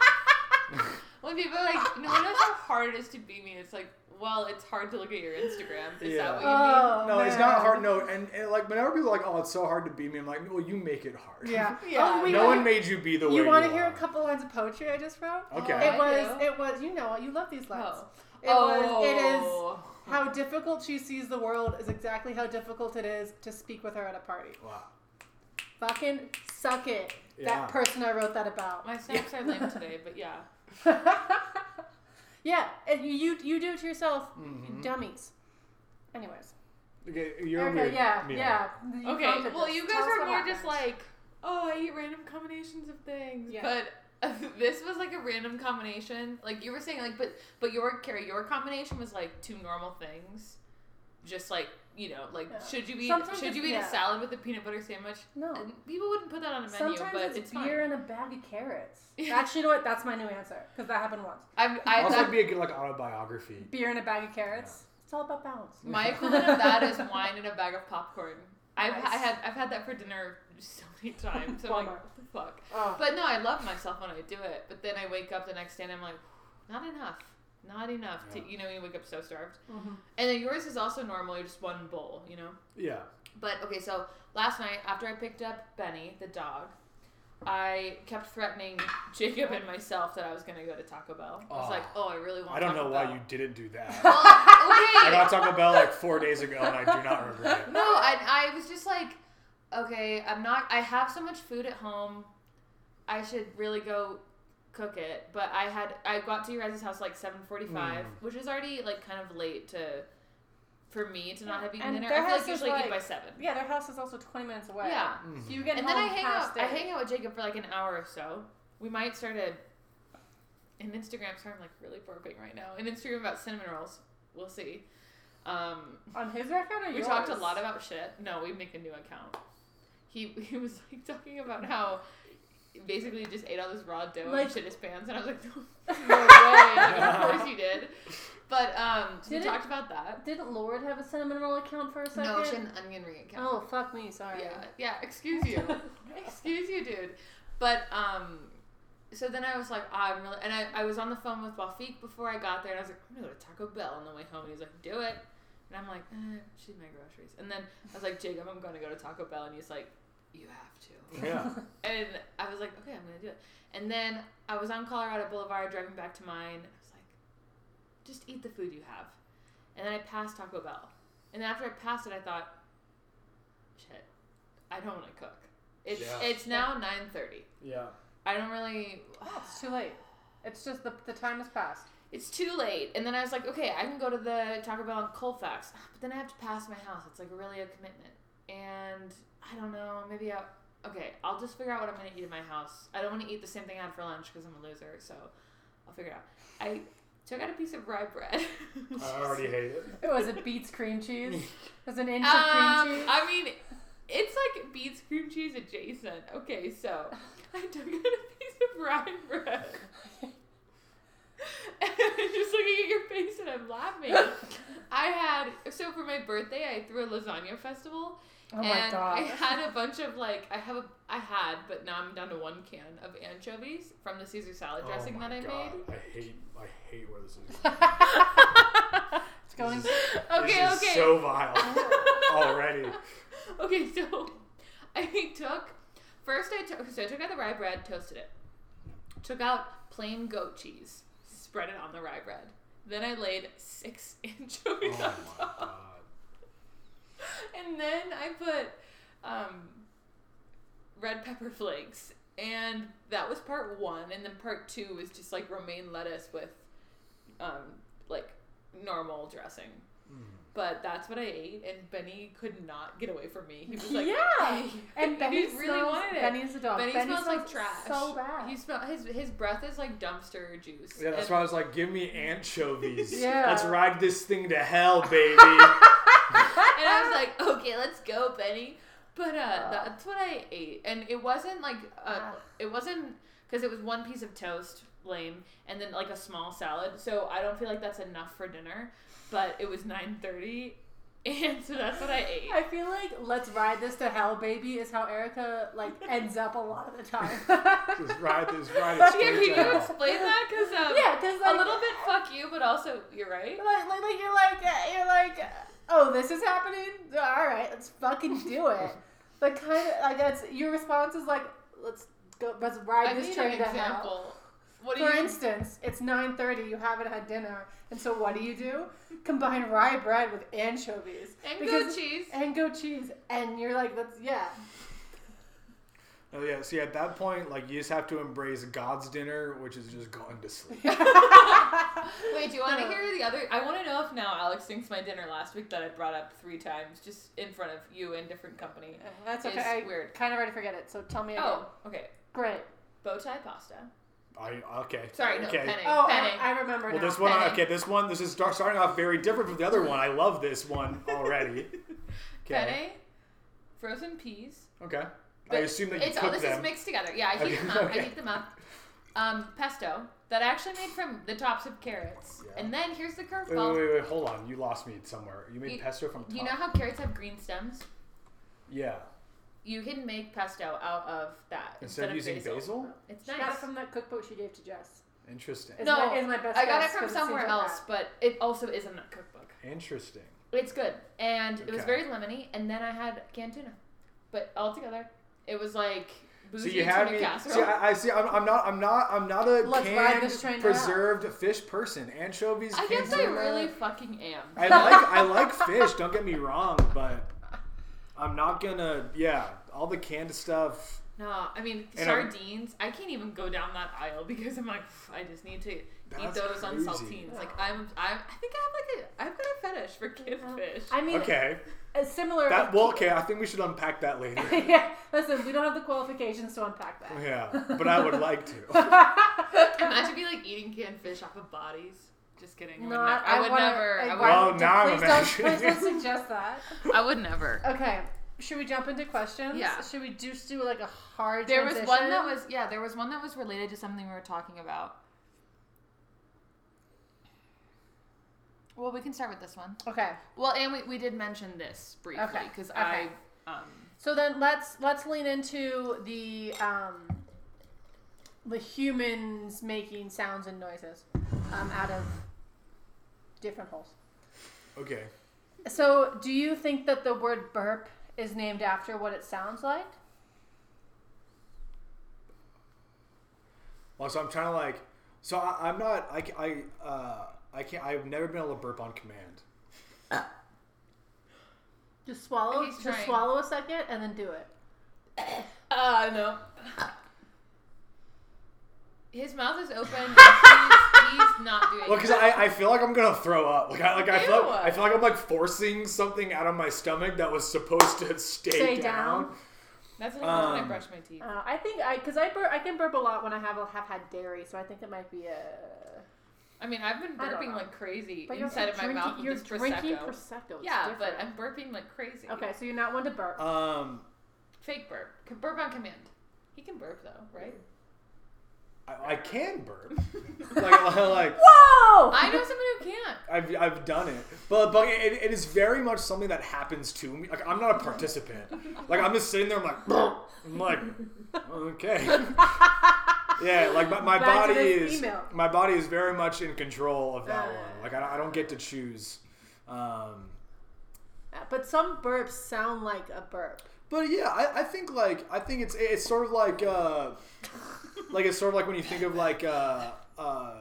[SPEAKER 3] When people are like, no one knows how hard it is to be me. It's like, well, it's hard to look at your Instagram. Is
[SPEAKER 5] Yeah.
[SPEAKER 3] that what you
[SPEAKER 4] Oh,
[SPEAKER 5] No, it's
[SPEAKER 4] man.
[SPEAKER 5] not hard. No, and, and like whenever people are like, "Oh, it's so hard to be me," I'm like, "Well, you make it
[SPEAKER 3] *laughs*
[SPEAKER 5] hard."
[SPEAKER 4] Yeah.
[SPEAKER 3] Yeah.
[SPEAKER 4] Oh, we
[SPEAKER 5] no
[SPEAKER 4] wanna-
[SPEAKER 5] one made you be the way
[SPEAKER 4] you want to hear
[SPEAKER 5] are.
[SPEAKER 4] a couple lines of poetry I just wrote?
[SPEAKER 5] Okay.
[SPEAKER 3] Oh,
[SPEAKER 4] It
[SPEAKER 3] I
[SPEAKER 4] was.
[SPEAKER 3] do.
[SPEAKER 4] It was. You know, you love these
[SPEAKER 3] mean?
[SPEAKER 4] lines.
[SPEAKER 3] Oh.
[SPEAKER 4] It was. It is. How difficult she sees the world is exactly how difficult it is to speak with her at a party.
[SPEAKER 5] Wow.
[SPEAKER 4] Fucking suck it.
[SPEAKER 5] Yeah.
[SPEAKER 4] That person I wrote that about.
[SPEAKER 3] My snaps are lame today, but yeah.
[SPEAKER 4] *laughs* yeah, and you you, you do it to yourself,
[SPEAKER 3] Mm-hmm.
[SPEAKER 4] you dummies. Anyways,
[SPEAKER 5] Okay, you're
[SPEAKER 4] Erica,
[SPEAKER 5] weird.
[SPEAKER 4] yeah,
[SPEAKER 5] Mia.
[SPEAKER 4] yeah. you
[SPEAKER 3] Okay,
[SPEAKER 4] prompted
[SPEAKER 3] well,
[SPEAKER 4] this.
[SPEAKER 3] you
[SPEAKER 4] Tell
[SPEAKER 3] guys
[SPEAKER 4] us
[SPEAKER 3] are
[SPEAKER 4] what
[SPEAKER 3] more just
[SPEAKER 4] happened.
[SPEAKER 3] like, oh, I eat random combinations of things.
[SPEAKER 4] Yeah.
[SPEAKER 3] But *laughs* this was like a random combination. Like you were saying, like, but but your Carrie, your combination was like two normal things. Just like you know, like
[SPEAKER 4] Yeah.
[SPEAKER 3] should you eat
[SPEAKER 4] Sometimes
[SPEAKER 3] should you
[SPEAKER 4] it's-
[SPEAKER 3] eat
[SPEAKER 4] yeah.
[SPEAKER 3] a salad with a peanut butter sandwich?
[SPEAKER 4] No.
[SPEAKER 3] And people wouldn't put that on a menu,
[SPEAKER 4] Sometimes
[SPEAKER 3] but
[SPEAKER 4] it's,
[SPEAKER 3] it's,
[SPEAKER 4] beer
[SPEAKER 3] fine.
[SPEAKER 4] and a bag
[SPEAKER 3] *laughs*
[SPEAKER 4] of carrots. Actually, you know what? That's my new answer because that happened once.
[SPEAKER 3] I've, I
[SPEAKER 5] also,
[SPEAKER 3] that,
[SPEAKER 5] it'd be a good like autobiography.
[SPEAKER 4] Beer and a bag of carrots. It's all about balance.
[SPEAKER 3] *laughs* My equivalent *laughs* of that is wine and a bag of popcorn. I've
[SPEAKER 4] Nice.
[SPEAKER 3] I had I've had that for dinner so many times. I'm like,
[SPEAKER 4] Bummer.
[SPEAKER 3] what the fuck?
[SPEAKER 4] Oh.
[SPEAKER 3] But no, I love myself when I do it. But then I wake up the next day and I'm like, Not enough. Not enough
[SPEAKER 5] Yeah.
[SPEAKER 3] to you know you wake up so starved.
[SPEAKER 4] Mhm.
[SPEAKER 3] And then yours is also normal. You just one bowl, you know.
[SPEAKER 5] Yeah.
[SPEAKER 3] But okay, so last night after I picked up Benny the dog, I kept threatening *laughs* Jacob and myself that I was gonna go to Taco Bell. I was
[SPEAKER 5] Oh.
[SPEAKER 3] like, oh, I really want.
[SPEAKER 5] I don't
[SPEAKER 3] Taco
[SPEAKER 5] know why
[SPEAKER 3] Bell. *laughs*
[SPEAKER 5] you didn't do that. *laughs* I
[SPEAKER 3] Well,
[SPEAKER 5] got Taco Bell like four days ago, and I do not regret
[SPEAKER 3] okay.
[SPEAKER 5] it.
[SPEAKER 3] No, I, I was just like, okay, I'm not. I have so much food at home. I should really go cook it. But I had I got to your guys' house like 7:45,
[SPEAKER 5] Mm.
[SPEAKER 3] which is already like kind of late to for me to not have eaten
[SPEAKER 4] And
[SPEAKER 3] dinner. I
[SPEAKER 4] their
[SPEAKER 3] feel
[SPEAKER 4] house
[SPEAKER 3] like
[SPEAKER 4] is,
[SPEAKER 3] usually eat
[SPEAKER 4] like-
[SPEAKER 3] by seven.
[SPEAKER 4] Yeah, their house is also 20 minutes away.
[SPEAKER 3] Yeah.
[SPEAKER 5] Mm-hmm.
[SPEAKER 4] So you get
[SPEAKER 3] and then
[SPEAKER 4] home
[SPEAKER 3] I hang out.
[SPEAKER 4] past
[SPEAKER 3] I
[SPEAKER 4] it.
[SPEAKER 3] hang out with Jacob for like an hour or so. We might start a an Instagram. Sorry, I'm like really burping right now. An Instagram about cinnamon rolls. We'll see. Um,
[SPEAKER 4] on his record or
[SPEAKER 3] we
[SPEAKER 4] yours?
[SPEAKER 3] talked a lot about shit. No, we make a new account. He *laughs* he was like talking about how he basically just ate all this raw dough
[SPEAKER 4] Like-
[SPEAKER 3] and shit his pants, and I was like, *laughs*
[SPEAKER 4] *laughs*
[SPEAKER 3] no, no way. Like, of course he did. But um,
[SPEAKER 4] Did
[SPEAKER 3] we
[SPEAKER 4] it-
[SPEAKER 3] talked about that.
[SPEAKER 4] Didn't Lord have a cinnamon roll account for a second?
[SPEAKER 3] No, she had an onion ring account.
[SPEAKER 4] Oh, fuck me, sorry.
[SPEAKER 3] Yeah, yeah. Excuse you.
[SPEAKER 4] *laughs*
[SPEAKER 3] *laughs* excuse you, dude. But um, so then I was like, "Ah, I'm really, and I, I was on the phone with Wafik before I got there, and I was like, I'm gonna go to Taco Bell on the way home, and he's like, do it, and I'm like, eh, she's my groceries, and then I was like, Jacob, I'm gonna go to Taco Bell, and he's like, you have to,
[SPEAKER 5] Yeah.
[SPEAKER 3] and I was like, okay, I'm gonna do it, and then I was on Colorado Boulevard driving back to mine, and I was like, just eat the food you have, and then I passed Taco Bell, and then after I passed it, I thought, shit, I don't want to cook. It's
[SPEAKER 5] Yeah.
[SPEAKER 3] it's now nine thirty.
[SPEAKER 5] Yeah.
[SPEAKER 3] I don't really.
[SPEAKER 4] *laughs*
[SPEAKER 3] *sighs*
[SPEAKER 4] Oh, it's too late. It's just the, the time has passed.
[SPEAKER 3] It's too late. And then I was like, okay, I can go to the Taco Bell in Colfax, Ah, but then I have to pass my house. It's like really a commitment. And I don't know. Maybe I. Okay, I'll just figure out what I'm gonna eat at my house. I don't want to eat the same thing I had for lunch because I'm a loser. So I'll figure it out. I took out a piece of rye bread.
[SPEAKER 5] *laughs* I already hate it.
[SPEAKER 4] It was it beets cream cheese. It was an inch of
[SPEAKER 3] *laughs*
[SPEAKER 4] cream
[SPEAKER 3] Um,
[SPEAKER 4] cheese.
[SPEAKER 3] I mean, it's like beets cream cheese adjacent. Okay,
[SPEAKER 4] *laughs*
[SPEAKER 3] so I took out a piece of rye bread. *laughs* And I'm just looking at your face and I'm laughing. I had so for my birthday I threw a lasagna festival
[SPEAKER 4] oh my
[SPEAKER 3] and
[SPEAKER 4] god.
[SPEAKER 3] I had a bunch of like I have a I had but now I'm down to one can of anchovies from the Caesar salad dressing that I *laughs* made.
[SPEAKER 5] Oh I hate. I hate where this
[SPEAKER 3] *laughs*
[SPEAKER 5] is.
[SPEAKER 4] *laughs* it's going.
[SPEAKER 5] This is,
[SPEAKER 3] Okay,
[SPEAKER 5] this is
[SPEAKER 3] okay.
[SPEAKER 5] So vile *laughs*
[SPEAKER 3] *laughs*
[SPEAKER 5] already. Oh
[SPEAKER 3] Okay, so *laughs* I took first I took so I took out the rye bread, toasted it. Took out plain goat cheese, spread it on the rye bread. Then I laid six *laughs*
[SPEAKER 5] Oh *laughs*
[SPEAKER 3] anchovies
[SPEAKER 5] my
[SPEAKER 3] on top,
[SPEAKER 5] god.
[SPEAKER 3] and then I put um, red pepper flakes, and that was part one. And then part two was just like romaine lettuce with um, like normal dressing.
[SPEAKER 5] Mm.
[SPEAKER 3] But that's what I ate, and Benny could not get away from me. He was like,
[SPEAKER 4] yeah.
[SPEAKER 3] "Hey."
[SPEAKER 4] And
[SPEAKER 3] He
[SPEAKER 4] Benny
[SPEAKER 3] just really
[SPEAKER 4] smells,
[SPEAKER 3] wanted it.
[SPEAKER 4] Benny's a dog.
[SPEAKER 3] Benny, smells, like trash.
[SPEAKER 4] So bad.
[SPEAKER 3] He smell his his breath is like dumpster juice.
[SPEAKER 5] Yeah, that's
[SPEAKER 3] And-
[SPEAKER 5] why I was like, give me *laughs* anchovies.
[SPEAKER 4] Yeah.
[SPEAKER 5] Let's ride this thing to hell, baby.
[SPEAKER 3] And I was
[SPEAKER 4] Ah.
[SPEAKER 3] like, okay, let's go, Benny. But uh, that's what I ate, and it wasn't like uh,
[SPEAKER 4] Ah.
[SPEAKER 3] it wasn't because it was one piece of toast, lame, and then like a small salad. So I don't feel like that's enough for dinner. But it was nine thirty, *laughs* and so that's
[SPEAKER 4] *laughs*
[SPEAKER 3] what I ate.
[SPEAKER 4] I feel like "Let's ride this to hell, baby" is how Erica
[SPEAKER 3] *laughs*
[SPEAKER 4] like ends up a lot of the time. yeah, *laughs*
[SPEAKER 5] Just ride this, ride it
[SPEAKER 3] Yeah, can
[SPEAKER 5] straight to
[SPEAKER 3] you
[SPEAKER 5] hell.
[SPEAKER 3] explain that? Because um,
[SPEAKER 4] because
[SPEAKER 3] a little bit fuck you, but also you're right.
[SPEAKER 4] like, like, like you're like uh, you're like uh, oh this is happening all right let's fucking do it
[SPEAKER 3] *laughs*
[SPEAKER 4] but kind of like that's your response is like let's go let's ride
[SPEAKER 3] I
[SPEAKER 4] this
[SPEAKER 3] need an
[SPEAKER 4] train to hell
[SPEAKER 3] example. What do
[SPEAKER 4] for
[SPEAKER 3] you?
[SPEAKER 4] instance it's 9.30 you haven't had dinner and so what do you do combine rye bread with anchovies
[SPEAKER 3] and goat
[SPEAKER 4] because-
[SPEAKER 3] cheese.
[SPEAKER 4] and goat cheese and you're like that's
[SPEAKER 3] *laughs*
[SPEAKER 4] yeah *laughs*
[SPEAKER 5] Oh, yeah, see, at that point, like, you just have to embrace God's dinner, which is just going to sleep.
[SPEAKER 3] Wait, do you
[SPEAKER 4] *laughs*
[SPEAKER 3] want to hear the other? I want to know if now Alex thinks my dinner last week that I brought up three times, just in front of you in different company.
[SPEAKER 4] that's
[SPEAKER 3] It's
[SPEAKER 4] okay
[SPEAKER 3] weird.
[SPEAKER 4] kind of already forget it so tell me again
[SPEAKER 3] Oh, okay.
[SPEAKER 4] great
[SPEAKER 3] Bow tie pasta.
[SPEAKER 5] I, okay.
[SPEAKER 3] Sorry, no,
[SPEAKER 5] okay.
[SPEAKER 3] penny.
[SPEAKER 4] oh
[SPEAKER 3] penny.
[SPEAKER 4] I, I remember
[SPEAKER 5] Well,
[SPEAKER 4] now
[SPEAKER 5] this one,
[SPEAKER 3] Penny.
[SPEAKER 5] okay, this one, this is star- starting off very different from the other one. I love this one
[SPEAKER 3] *laughs*
[SPEAKER 5] already. Okay.
[SPEAKER 3] Penne, frozen peas.
[SPEAKER 5] Okay. I
[SPEAKER 3] But
[SPEAKER 5] assume that you
[SPEAKER 3] It's all
[SPEAKER 5] cook
[SPEAKER 3] this
[SPEAKER 5] them.
[SPEAKER 3] is mixed together. Yeah, I heat
[SPEAKER 5] Okay,
[SPEAKER 3] them up. I
[SPEAKER 5] okay.
[SPEAKER 3] heat them up. Um, pesto that I actually made from the tops of carrots.
[SPEAKER 5] Yeah.
[SPEAKER 3] And then here's the
[SPEAKER 5] Wait, wait,
[SPEAKER 3] curveball.
[SPEAKER 5] wait, wait, hold on. You lost me somewhere. You made
[SPEAKER 3] You-
[SPEAKER 5] pesto from top.
[SPEAKER 3] You know how carrots have green stems?
[SPEAKER 5] yeah.
[SPEAKER 3] You can make pesto out of that
[SPEAKER 5] Instead, of using basil?
[SPEAKER 3] It's
[SPEAKER 4] she got
[SPEAKER 3] nice.
[SPEAKER 4] it from that cookbook she gave to Jess
[SPEAKER 5] Interesting.
[SPEAKER 4] It's
[SPEAKER 3] no,
[SPEAKER 4] my- it's my best
[SPEAKER 3] I got it
[SPEAKER 4] guess 'cause
[SPEAKER 3] from
[SPEAKER 4] it seems
[SPEAKER 3] somewhere
[SPEAKER 4] like
[SPEAKER 3] else,
[SPEAKER 4] that.
[SPEAKER 3] but it also is in a cookbook.
[SPEAKER 5] Interesting.
[SPEAKER 3] It's good, and it was
[SPEAKER 5] Okay.
[SPEAKER 3] very lemony. And then I had canned tuna, but all together, it was like
[SPEAKER 5] So
[SPEAKER 3] bougie
[SPEAKER 5] you had
[SPEAKER 3] tuna
[SPEAKER 5] me.
[SPEAKER 3] casserole.
[SPEAKER 5] See, I, I see. I'm, I'm not. I'm not. I'm not a
[SPEAKER 4] Let's ride this train
[SPEAKER 5] canned
[SPEAKER 4] out.
[SPEAKER 5] preserved fish person. Anchovies.
[SPEAKER 3] I
[SPEAKER 5] canned
[SPEAKER 3] guess I
[SPEAKER 5] tuna.
[SPEAKER 3] really fucking am. *laughs*
[SPEAKER 5] I like. I like fish. Don't get me wrong, but I'm not gonna. Yeah, all the canned stuff.
[SPEAKER 3] No, I mean
[SPEAKER 5] And I'm-
[SPEAKER 3] sardines. I can't even go down that aisle because I'm like, "Pff, I just need to eat
[SPEAKER 5] That's
[SPEAKER 3] those on
[SPEAKER 5] crazy.
[SPEAKER 3] saltines. Like I'm, I'm, I think I have like a, I've got a fetish for kid fish.
[SPEAKER 4] I mean,
[SPEAKER 5] Okay.
[SPEAKER 4] a similar. *laughs*
[SPEAKER 5] That. Well, okay. I think we should unpack that later.
[SPEAKER 4] yeah, listen, we don't have the qualifications to unpack that.
[SPEAKER 5] Yeah, but I would like to.
[SPEAKER 3] Imagine be like eating canned fish off of bodies. Just kidding. I would
[SPEAKER 4] Not,
[SPEAKER 3] nev- I would
[SPEAKER 4] wanna-
[SPEAKER 3] never. I
[SPEAKER 4] like,
[SPEAKER 3] would,
[SPEAKER 4] why
[SPEAKER 5] Well,
[SPEAKER 4] would-
[SPEAKER 5] now I'm
[SPEAKER 4] please don't, please
[SPEAKER 5] imagining. *laughs*
[SPEAKER 4] don't suggest that.
[SPEAKER 3] I would never.
[SPEAKER 4] Okay, should we jump into questions?
[SPEAKER 3] Yeah.
[SPEAKER 4] Should we just do like a hard?
[SPEAKER 3] There was one that
[SPEAKER 4] transition?
[SPEAKER 3] was yeah. There was one that was related to something we were talking about. Well, we can start with this one.
[SPEAKER 4] Okay,
[SPEAKER 3] Well, and we, we did mention this briefly
[SPEAKER 4] Okay,
[SPEAKER 3] because
[SPEAKER 4] okay.
[SPEAKER 3] I um
[SPEAKER 4] so then let's let's lean into the um, the humans making sounds and noises um, out of different holes.
[SPEAKER 5] Okay.
[SPEAKER 4] So, do you think that the word burp is named after what it sounds like?
[SPEAKER 5] Well, so I'm trying to like. So I, I'm not. I. ca- I. Uh, I can't. I've never been able to burp on command.
[SPEAKER 4] Just swallow.
[SPEAKER 3] He's
[SPEAKER 4] Just
[SPEAKER 3] trying.
[SPEAKER 4] swallow a second and then do it.
[SPEAKER 3] uh no. His mouth is open. and he's, he's not doing.
[SPEAKER 5] Well, because I, I feel like I'm gonna throw up. Like I like I feel
[SPEAKER 3] Ew.
[SPEAKER 5] like, I feel like I'm like forcing something out of my stomach that was supposed to stay,
[SPEAKER 4] Stay
[SPEAKER 5] down.
[SPEAKER 4] down.
[SPEAKER 3] That's what happens when I
[SPEAKER 5] Um,
[SPEAKER 3] brush my teeth.
[SPEAKER 4] Uh, I think I because I burp, I can burp a lot when I have have had dairy, so I think it might be a.
[SPEAKER 3] I mean, I've been
[SPEAKER 4] I don't
[SPEAKER 3] burping
[SPEAKER 4] know.
[SPEAKER 3] like crazy
[SPEAKER 4] But you're
[SPEAKER 3] inside of my
[SPEAKER 4] drinking,
[SPEAKER 3] mouth with
[SPEAKER 4] You're
[SPEAKER 3] this
[SPEAKER 4] drinking
[SPEAKER 3] prosecco.
[SPEAKER 4] prosecco. It's
[SPEAKER 3] yeah, but
[SPEAKER 4] different.
[SPEAKER 3] I'm burping like crazy.
[SPEAKER 4] okay. So you're not one to burp.
[SPEAKER 5] Um,
[SPEAKER 3] Fake burp. Can burp on command. He can burp though, right?
[SPEAKER 5] I, I can burp. *laughs* like like
[SPEAKER 4] Whoa!
[SPEAKER 3] Oh.
[SPEAKER 5] *laughs*
[SPEAKER 3] I
[SPEAKER 4] *laughs*
[SPEAKER 3] know someone who can't.
[SPEAKER 5] I've, I've done it, but but it, it is very much something that happens to me. Like I'm not a participant. Like I'm just sitting there. I'm like, "Burp." I'm like, okay. *laughs* yeah, like my, my
[SPEAKER 4] Back to
[SPEAKER 5] body
[SPEAKER 4] this
[SPEAKER 5] is
[SPEAKER 4] email.
[SPEAKER 5] my body is very much in control of that
[SPEAKER 4] Uh.
[SPEAKER 5] one. Like I, don't- I don't get to choose. Um,
[SPEAKER 4] Uh, But some burps sound like a burp.
[SPEAKER 5] But yeah, I, I think like I think it's it's sort of like uh, like it's sort of like when you think of like uh, uh,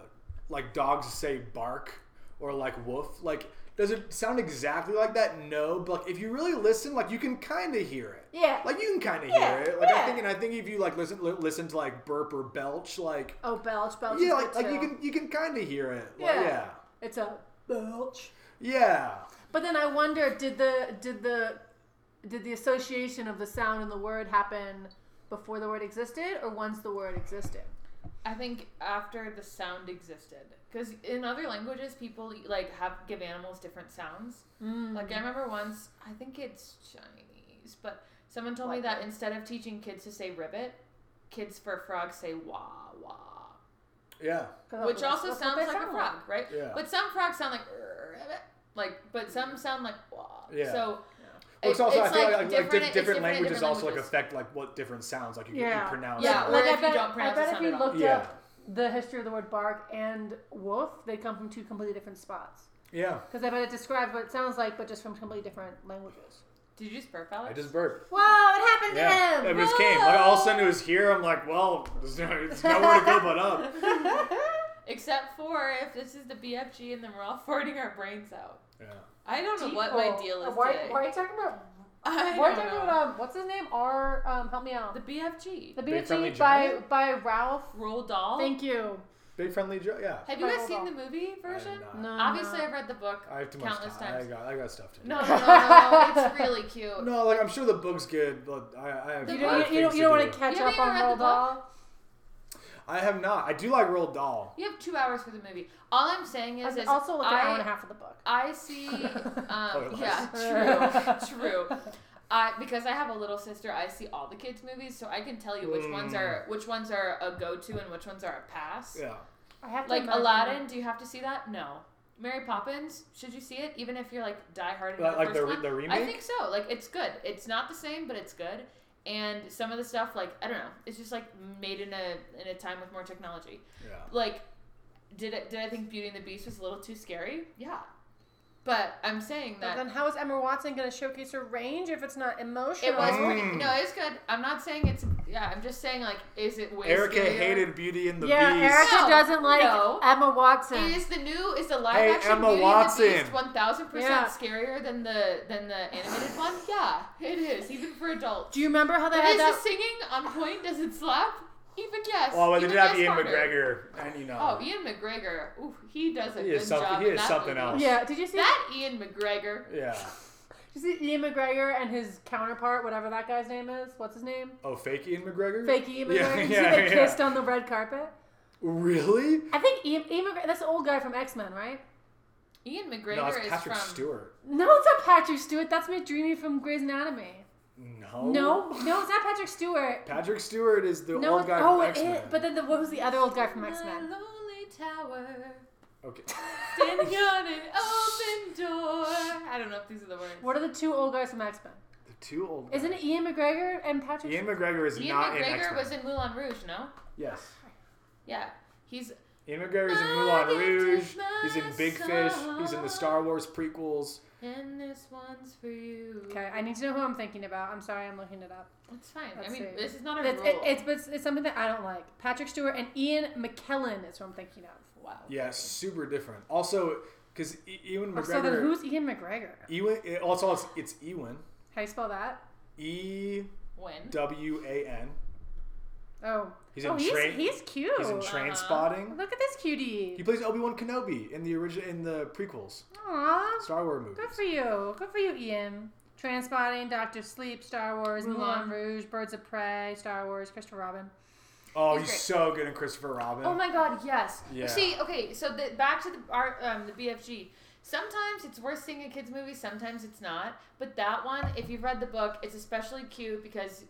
[SPEAKER 5] like dogs say bark or like woof. Like, does it sound exactly like that? No, but like, if you really listen, like you can kind of hear it.
[SPEAKER 4] Yeah.
[SPEAKER 5] Like you can kind of
[SPEAKER 4] Yeah,
[SPEAKER 5] hear it. Like
[SPEAKER 4] yeah.
[SPEAKER 5] I think, and I think if you like listen li- listen to like burp or belch, like
[SPEAKER 4] oh, belch, belch. is
[SPEAKER 5] yeah, like,
[SPEAKER 4] good
[SPEAKER 5] like you
[SPEAKER 4] too.
[SPEAKER 5] can you can kind of hear it. Like,
[SPEAKER 4] Yeah.
[SPEAKER 5] yeah,
[SPEAKER 4] It's a belch.
[SPEAKER 5] yeah.
[SPEAKER 4] But then I wonder, did the did the did the association of the sound and the word happen before the word existed, or once the word existed?
[SPEAKER 3] I think after the sound existed, because in other languages, people like have give animals different sounds. Like I remember once, I think it's Chinese, but someone told me
[SPEAKER 4] Like
[SPEAKER 3] that instead of teaching kids to say ribbit, kids for frogs say wah wah,
[SPEAKER 5] Yeah,
[SPEAKER 4] 'Cause that's
[SPEAKER 3] which
[SPEAKER 4] what-
[SPEAKER 3] also
[SPEAKER 4] that's what
[SPEAKER 3] sounds
[SPEAKER 4] they
[SPEAKER 3] like a
[SPEAKER 4] sound
[SPEAKER 3] frog, right?
[SPEAKER 5] Yeah.
[SPEAKER 3] But some frogs sound like ribbit, like but some sound like wah.
[SPEAKER 5] Yeah.
[SPEAKER 3] So
[SPEAKER 5] Well, it's also I feel like, like,
[SPEAKER 3] different-
[SPEAKER 5] diff-
[SPEAKER 3] it's
[SPEAKER 5] different
[SPEAKER 3] in
[SPEAKER 5] languages also like affect like what different sounds like you, can
[SPEAKER 4] Yeah.
[SPEAKER 5] you pronounce.
[SPEAKER 3] Yeah,
[SPEAKER 5] it.
[SPEAKER 3] or
[SPEAKER 4] like
[SPEAKER 3] if
[SPEAKER 4] I
[SPEAKER 3] you
[SPEAKER 4] bet,
[SPEAKER 3] don't pronounce
[SPEAKER 4] I
[SPEAKER 3] the
[SPEAKER 4] bet if
[SPEAKER 3] sound
[SPEAKER 4] you
[SPEAKER 3] at all.
[SPEAKER 4] looked
[SPEAKER 5] Yeah.
[SPEAKER 4] up the history of the word bark and woof, they come from two completely different spots.
[SPEAKER 5] yeah.
[SPEAKER 4] Because I bet it describes what it sounds like, but just from completely different languages.
[SPEAKER 3] Did you just burp, Alex?
[SPEAKER 5] I just burped.
[SPEAKER 4] Whoa, it happened
[SPEAKER 5] Yeah,
[SPEAKER 4] to
[SPEAKER 5] it
[SPEAKER 4] him!
[SPEAKER 5] just came. Like all of a sudden, it was here. I'm like, well, there's, no, there's nowhere to go but up.
[SPEAKER 4] *laughs*
[SPEAKER 3] Except for if this is the BFG and then we're all *laughs* farting our brains out.
[SPEAKER 5] Yeah.
[SPEAKER 3] I don't know what my deal is
[SPEAKER 4] Why,
[SPEAKER 3] today.
[SPEAKER 4] why are you talking about,
[SPEAKER 3] *laughs* I
[SPEAKER 4] why are you
[SPEAKER 3] don't
[SPEAKER 4] talking
[SPEAKER 3] know.
[SPEAKER 4] about um, what's his name? R, um, help me out.
[SPEAKER 3] the BFG.
[SPEAKER 4] The
[SPEAKER 5] Big Friendly
[SPEAKER 4] BFG by,
[SPEAKER 5] Giant?
[SPEAKER 4] by Ralph.
[SPEAKER 3] Roll doll.
[SPEAKER 4] Thank you.
[SPEAKER 5] Big friendly Joe. Yeah.
[SPEAKER 3] Have you
[SPEAKER 4] by
[SPEAKER 3] guys
[SPEAKER 4] Roald
[SPEAKER 3] seen
[SPEAKER 4] Dahl.
[SPEAKER 3] the movie version?
[SPEAKER 5] I,
[SPEAKER 4] No.
[SPEAKER 3] Obviously,
[SPEAKER 4] no.
[SPEAKER 3] I've read the book
[SPEAKER 5] I have too much
[SPEAKER 3] countless
[SPEAKER 5] time.
[SPEAKER 3] times.
[SPEAKER 5] I got, I got stuff to do. *laughs*
[SPEAKER 3] No, no, no, no. It's really cute.
[SPEAKER 5] No, like I'm sure the book's good, but I, I have.
[SPEAKER 3] The
[SPEAKER 4] You
[SPEAKER 5] other
[SPEAKER 4] don't, you, you
[SPEAKER 5] things
[SPEAKER 4] don't, you don't
[SPEAKER 5] to
[SPEAKER 4] want to
[SPEAKER 5] do.
[SPEAKER 4] catch
[SPEAKER 3] You
[SPEAKER 4] up
[SPEAKER 3] haven't
[SPEAKER 4] on
[SPEAKER 3] even read
[SPEAKER 4] Roald
[SPEAKER 3] the book?
[SPEAKER 4] Dahl?
[SPEAKER 5] I have not. I do like Roald Dahl.
[SPEAKER 3] You have two hours for the movie. All I'm saying is, is
[SPEAKER 4] Also, look at hour and a
[SPEAKER 3] I,
[SPEAKER 4] half of the book.
[SPEAKER 3] I see.
[SPEAKER 5] *laughs*
[SPEAKER 3] Um, *laughs*
[SPEAKER 4] *laughs*
[SPEAKER 5] Otherwise. *laughs*
[SPEAKER 3] yeah, true, true. I, because I have a little sister, I see all the kids' movies, so I can tell you which ones
[SPEAKER 5] Mm.
[SPEAKER 3] are which ones are a go-to and which ones are a pass.
[SPEAKER 5] Yeah.
[SPEAKER 4] I have to
[SPEAKER 3] Like
[SPEAKER 4] imagine-
[SPEAKER 3] Aladdin, do you have to see that? No. Mary Poppins, should you see it? Even if you're like diehard
[SPEAKER 5] Like-
[SPEAKER 3] about
[SPEAKER 5] like
[SPEAKER 3] the
[SPEAKER 5] the
[SPEAKER 3] first
[SPEAKER 5] re-
[SPEAKER 3] one?
[SPEAKER 5] the
[SPEAKER 3] I
[SPEAKER 5] remake?
[SPEAKER 3] think so. Like it's good. It's not the same, but it's good. And some of the stuff, like I don't know, it's just like made in a in a time with more technology.
[SPEAKER 5] Yeah.
[SPEAKER 3] Like did it did I think Beauty and the Beast was a little too scary? Yeah. But I'm saying
[SPEAKER 4] But
[SPEAKER 3] that
[SPEAKER 4] then how is Emma Watson going to showcase her range if it's not emotional?
[SPEAKER 3] it was pretty,
[SPEAKER 5] Mm.
[SPEAKER 3] no, it's good. I'm not saying it's yeah, I'm just saying like is it way
[SPEAKER 5] Erica
[SPEAKER 3] scarier?
[SPEAKER 5] hated Beauty and the
[SPEAKER 4] yeah,
[SPEAKER 5] Beast.
[SPEAKER 4] Erica
[SPEAKER 3] No,
[SPEAKER 4] doesn't like
[SPEAKER 3] no.
[SPEAKER 4] Emma Watson.
[SPEAKER 3] Is the new is the live
[SPEAKER 5] Hey,
[SPEAKER 3] action
[SPEAKER 5] Emma
[SPEAKER 3] Beauty
[SPEAKER 5] Watson.
[SPEAKER 3] and the Beast one thousand
[SPEAKER 4] Yeah.
[SPEAKER 3] percent scarier than the than the animated one? Yeah, it is, even for adults.
[SPEAKER 4] Do you remember how they
[SPEAKER 3] But
[SPEAKER 4] had
[SPEAKER 3] is
[SPEAKER 4] that?
[SPEAKER 3] the singing on point? Does it slap? Even yes.
[SPEAKER 5] Well, but they
[SPEAKER 3] even
[SPEAKER 5] did have
[SPEAKER 3] that's
[SPEAKER 5] Ian
[SPEAKER 3] harder.
[SPEAKER 5] McGregor, and you know,
[SPEAKER 3] Oh, Ian McGregor. Ooh, he does a
[SPEAKER 5] He
[SPEAKER 3] good
[SPEAKER 5] is something-
[SPEAKER 3] job.
[SPEAKER 5] he
[SPEAKER 3] in
[SPEAKER 5] is
[SPEAKER 3] that
[SPEAKER 5] something
[SPEAKER 3] movie.
[SPEAKER 5] else.
[SPEAKER 4] yeah, did you see?
[SPEAKER 3] That Ian McGregor.
[SPEAKER 5] yeah.
[SPEAKER 4] Did you see Ian McGregor and his counterpart, whatever that guy's name is? What's his name?
[SPEAKER 3] Mm-hmm.
[SPEAKER 4] McGregor.
[SPEAKER 5] Oh, Fake
[SPEAKER 4] Fake Ian McGregor.
[SPEAKER 5] Yeah,
[SPEAKER 4] Did you
[SPEAKER 5] yeah,
[SPEAKER 4] see they
[SPEAKER 5] yeah.
[SPEAKER 4] kissed on the red carpet?
[SPEAKER 5] Really?
[SPEAKER 4] I think Ian, Ian McGregor. That's the old guy from X Men, right?
[SPEAKER 3] Ian McGregor
[SPEAKER 5] no, it's
[SPEAKER 3] is
[SPEAKER 5] Patrick
[SPEAKER 3] from.
[SPEAKER 5] Stewart.
[SPEAKER 4] No, it's not Patrick Stewart. That's McDreamy from Grey's Anatomy.
[SPEAKER 5] No.
[SPEAKER 4] No, no, it's not Patrick Stewart.
[SPEAKER 5] Patrick Stewart is Oh. the
[SPEAKER 4] No,
[SPEAKER 5] old
[SPEAKER 4] it's,
[SPEAKER 5] guy
[SPEAKER 4] oh,
[SPEAKER 5] from
[SPEAKER 4] it
[SPEAKER 5] X Men.
[SPEAKER 4] is. But then the, what was the other old guy from
[SPEAKER 3] My
[SPEAKER 4] X Men?
[SPEAKER 3] lonely tower,
[SPEAKER 4] *laughs*
[SPEAKER 5] okay.
[SPEAKER 3] standing on an open door. I don't know if these are the words.
[SPEAKER 4] What are the two old guys from X Men?
[SPEAKER 5] The two old.
[SPEAKER 4] Isn't it Ian McGregor and Patrick?
[SPEAKER 5] Ian McGregor is
[SPEAKER 3] Ian
[SPEAKER 5] not in X
[SPEAKER 3] McGregor
[SPEAKER 5] Men.
[SPEAKER 3] was in Moulin Rouge, no?
[SPEAKER 5] Yes.
[SPEAKER 3] Yeah, he's
[SPEAKER 5] Ian McGregor is in
[SPEAKER 3] I
[SPEAKER 5] Moulin
[SPEAKER 3] can
[SPEAKER 5] Rouge.
[SPEAKER 3] take my
[SPEAKER 5] He's in Big Fish. He's in the Star Wars prequels.
[SPEAKER 3] and this one's for you.
[SPEAKER 4] okay, I need to know who I'm thinking about. I'm sorry, I'm looking it up.
[SPEAKER 3] that's fine. I
[SPEAKER 4] Let's
[SPEAKER 3] mean,
[SPEAKER 4] see.
[SPEAKER 3] this is not a
[SPEAKER 4] It's,
[SPEAKER 3] rule.
[SPEAKER 4] it, it's, but it's, it's something that I don't like. Patrick Stewart and Ian McKellen is who I'm thinking of.
[SPEAKER 3] wow.
[SPEAKER 5] Yeah, super different. Also, because Ewan
[SPEAKER 4] Or Oh, So then
[SPEAKER 5] McGregor.
[SPEAKER 4] who's Ian McGregor?
[SPEAKER 5] Ewan. it- Also, it's, it's Ewan.
[SPEAKER 4] How you spell that?
[SPEAKER 5] E
[SPEAKER 3] When?
[SPEAKER 5] W A N.
[SPEAKER 4] Oh,
[SPEAKER 5] He's in
[SPEAKER 4] oh, he's,
[SPEAKER 5] train.
[SPEAKER 4] he's cute.
[SPEAKER 5] he's in Train Spotting.
[SPEAKER 4] Look at this cutie.
[SPEAKER 5] He plays Obi Wan Kenobi in the original in the prequels,
[SPEAKER 4] Aww,
[SPEAKER 5] Star Wars movies.
[SPEAKER 4] good for you. Good for you, Ian. Transpotting, Doctor Sleep, Star Wars, Moulin
[SPEAKER 3] Mulan.
[SPEAKER 4] Rouge, Birds of Prey, Star Wars, Christopher Robin.
[SPEAKER 5] Oh,
[SPEAKER 3] He's
[SPEAKER 5] he's
[SPEAKER 3] great.
[SPEAKER 5] so good in Christopher Robin.
[SPEAKER 3] Oh my god, yes.
[SPEAKER 5] Yeah.
[SPEAKER 3] See, okay, so the, back to the our, um, the BFG. Sometimes it's worth seeing a kids movie, sometimes it's not. But that one, if you've read the book, it's especially cute because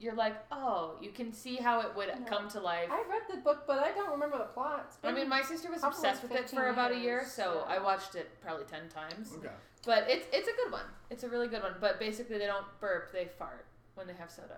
[SPEAKER 3] you're like, oh, you can see how it would
[SPEAKER 4] No.
[SPEAKER 3] come to life.
[SPEAKER 4] I read the book, but I don't remember the plot. It's
[SPEAKER 3] I mean, my sister was
[SPEAKER 4] Probably
[SPEAKER 3] obsessed with it
[SPEAKER 4] 15
[SPEAKER 3] for about a
[SPEAKER 4] years,
[SPEAKER 3] year, so
[SPEAKER 4] yeah.
[SPEAKER 3] I watched it probably ten times.
[SPEAKER 5] Okay.
[SPEAKER 3] But it's it's a good one. It's a really good one. But basically, they don't burp; they fart when they have soda.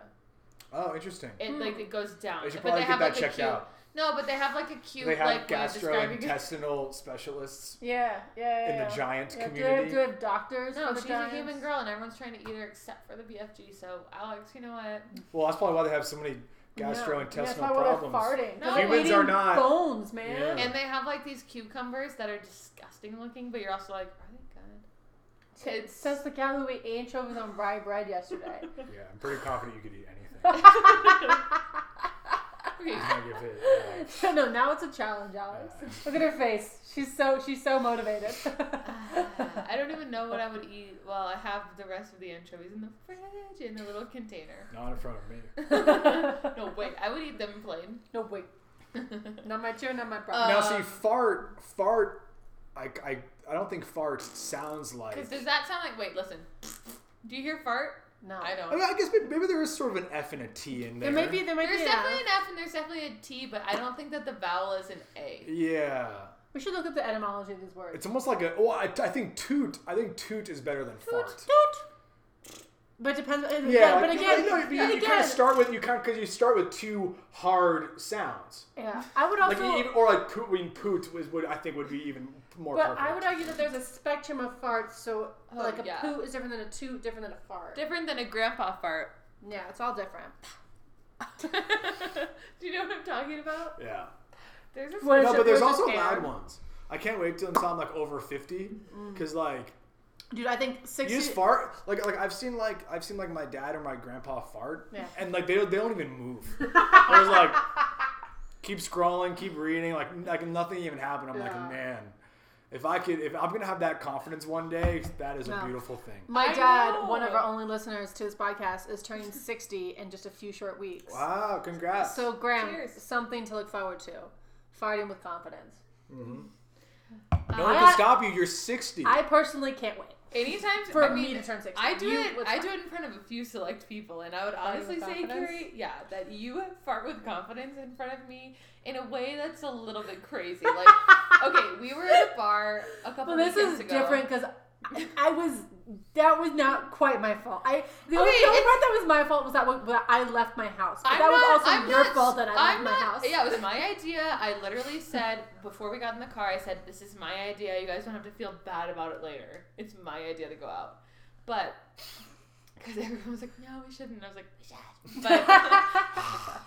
[SPEAKER 5] Oh, interesting.
[SPEAKER 3] It
[SPEAKER 4] Hmm.
[SPEAKER 3] like it goes down.
[SPEAKER 5] I should
[SPEAKER 3] but
[SPEAKER 5] probably
[SPEAKER 3] they
[SPEAKER 5] get
[SPEAKER 3] have
[SPEAKER 5] that
[SPEAKER 3] like a
[SPEAKER 5] checked
[SPEAKER 3] cute.
[SPEAKER 5] out.
[SPEAKER 3] No, but they have like a cute
[SPEAKER 5] They have
[SPEAKER 3] like way of describing it.
[SPEAKER 5] gastrointestinal specialists
[SPEAKER 4] yeah, yeah, yeah.
[SPEAKER 5] in the
[SPEAKER 4] yeah.
[SPEAKER 5] giant
[SPEAKER 4] Yeah, do, they have,
[SPEAKER 5] community.
[SPEAKER 4] do they have doctors?
[SPEAKER 3] No,
[SPEAKER 4] for the
[SPEAKER 3] she's
[SPEAKER 4] giants?
[SPEAKER 3] a human girl, and everyone's trying to eat her except for the BFG. So, Alex, you know what?
[SPEAKER 5] Well, that's probably why they have so many
[SPEAKER 4] No.
[SPEAKER 5] gastrointestinal
[SPEAKER 4] That's why we're
[SPEAKER 5] problems.
[SPEAKER 4] farting.
[SPEAKER 3] No.
[SPEAKER 4] They're
[SPEAKER 3] Humans
[SPEAKER 4] eating
[SPEAKER 5] are not-
[SPEAKER 4] bones, man.
[SPEAKER 5] Yeah.
[SPEAKER 3] And they have like these cucumbers that are disgusting looking, but you're also like, are they good?
[SPEAKER 4] It says the guy who ate anchovies on rye bread yesterday. *laughs*
[SPEAKER 5] Yeah, I'm pretty confident you could eat anything.
[SPEAKER 4] *laughs*
[SPEAKER 3] Okay,
[SPEAKER 5] I give it,
[SPEAKER 3] *laughs*
[SPEAKER 5] uh,
[SPEAKER 4] no, now it's a challenge, Alex. Look at her face. She's so she's so motivated. *laughs*
[SPEAKER 3] *laughs* I don't even know what I would eat. Well, I have the rest of the anchovies in the fridge in a little container.
[SPEAKER 5] uh, not in front of me.
[SPEAKER 3] No, wait, I would eat them plain.
[SPEAKER 4] no wait. Not my chair, not my problem.
[SPEAKER 3] Uh,
[SPEAKER 5] now, see, fart, fart. I, I, I don't think fart sounds like.
[SPEAKER 3] Because does that sound like, wait, listen. Do you hear fart?
[SPEAKER 4] no.
[SPEAKER 3] I
[SPEAKER 5] I mean,
[SPEAKER 3] don't.
[SPEAKER 5] I guess maybe, maybe there is sort of an F and a T in
[SPEAKER 4] There
[SPEAKER 5] there.
[SPEAKER 4] may be there might
[SPEAKER 3] There's
[SPEAKER 4] be an
[SPEAKER 3] definitely
[SPEAKER 4] F.
[SPEAKER 3] an F and there's definitely a T, but I don't think that the vowel is an A.
[SPEAKER 5] Yeah,
[SPEAKER 4] We should look up the etymology of these words.
[SPEAKER 5] it's almost like a. Well, I, I think toot. I think toot is better than fart.
[SPEAKER 4] But depends
[SPEAKER 5] Yeah,
[SPEAKER 4] but
[SPEAKER 5] you-
[SPEAKER 4] again,
[SPEAKER 5] no, you,
[SPEAKER 4] but
[SPEAKER 5] you
[SPEAKER 4] again
[SPEAKER 5] kind of start with you kind because you start with two hard sounds,
[SPEAKER 4] Yeah. I would
[SPEAKER 5] like
[SPEAKER 4] also
[SPEAKER 5] you even or like poot. I mean, poot was would I think would be even more.
[SPEAKER 4] But
[SPEAKER 5] perfect.
[SPEAKER 4] I would argue that there's a spectrum of farts, so
[SPEAKER 3] Oh,
[SPEAKER 4] like a
[SPEAKER 3] yeah.
[SPEAKER 4] poo is different than a toot, different than a fart.
[SPEAKER 3] Different than a grandpa fart. *laughs*
[SPEAKER 4] yeah, it's all different.
[SPEAKER 3] Do you know what I'm talking about?
[SPEAKER 5] Yeah.
[SPEAKER 3] There's this
[SPEAKER 4] What is
[SPEAKER 5] No,
[SPEAKER 4] it?
[SPEAKER 5] but there's
[SPEAKER 4] Where's
[SPEAKER 5] also
[SPEAKER 4] this
[SPEAKER 5] loud
[SPEAKER 4] hair?
[SPEAKER 5] ones. I can't wait till until I'm like over fifty,
[SPEAKER 4] Mm.
[SPEAKER 5] because like
[SPEAKER 4] Dude, I think sixty.
[SPEAKER 5] you just fart. Like like I've seen like I've seen like my dad or my grandpa fart,
[SPEAKER 4] Yeah.
[SPEAKER 5] and like they don't they don't even move. I was like, keep scrolling, keep reading, like like nothing even happened. I'm
[SPEAKER 4] Yeah.
[SPEAKER 5] like, man, if I could, if I'm gonna have that confidence one day, that is
[SPEAKER 4] No.
[SPEAKER 5] a beautiful thing.
[SPEAKER 4] My
[SPEAKER 3] I
[SPEAKER 4] dad,
[SPEAKER 3] know.
[SPEAKER 4] one of our only listeners to this podcast, is *laughs* turning sixty in just a few short weeks.
[SPEAKER 5] Wow, congrats.
[SPEAKER 4] So, Graham,
[SPEAKER 3] Cheers.
[SPEAKER 4] something to look forward to. Farting with confidence.
[SPEAKER 5] No one
[SPEAKER 4] I-
[SPEAKER 5] can stop you. You're 60.
[SPEAKER 4] I personally can't wait.
[SPEAKER 3] Anytime
[SPEAKER 4] For
[SPEAKER 3] I mean,
[SPEAKER 4] me to turn 60.
[SPEAKER 3] I do
[SPEAKER 4] You-
[SPEAKER 3] it.
[SPEAKER 4] what's
[SPEAKER 3] I
[SPEAKER 4] fine.
[SPEAKER 3] do
[SPEAKER 4] *laughs*
[SPEAKER 3] it in front of a few select people, and I would
[SPEAKER 4] Fart with
[SPEAKER 3] honestly say,
[SPEAKER 4] confidence?
[SPEAKER 3] Carrie, yeah, that you fart with confidence in front of me in a way that's a little bit crazy. Like, *laughs* okay, we were at a bar a couple
[SPEAKER 4] Well, this
[SPEAKER 3] weekends
[SPEAKER 4] is
[SPEAKER 3] ago.
[SPEAKER 4] different because I was that was not quite my fault. I the only,
[SPEAKER 3] Okay,
[SPEAKER 4] the only
[SPEAKER 3] it's-
[SPEAKER 4] part that was my fault was that, one- that I left my house. But
[SPEAKER 3] I'm
[SPEAKER 4] that
[SPEAKER 3] not-
[SPEAKER 4] was also
[SPEAKER 3] I'm
[SPEAKER 4] your
[SPEAKER 3] not-
[SPEAKER 4] fault that I left
[SPEAKER 3] I'm
[SPEAKER 4] my
[SPEAKER 3] not-
[SPEAKER 4] house. *laughs*
[SPEAKER 3] Yeah, it was my idea. I literally said before we got in the car, I said, "This is my idea. You guys don't have to feel bad about it later. It's my idea to go out." But because everyone was like, "No, we shouldn't," and I was like, "We should."
[SPEAKER 4] *laughs*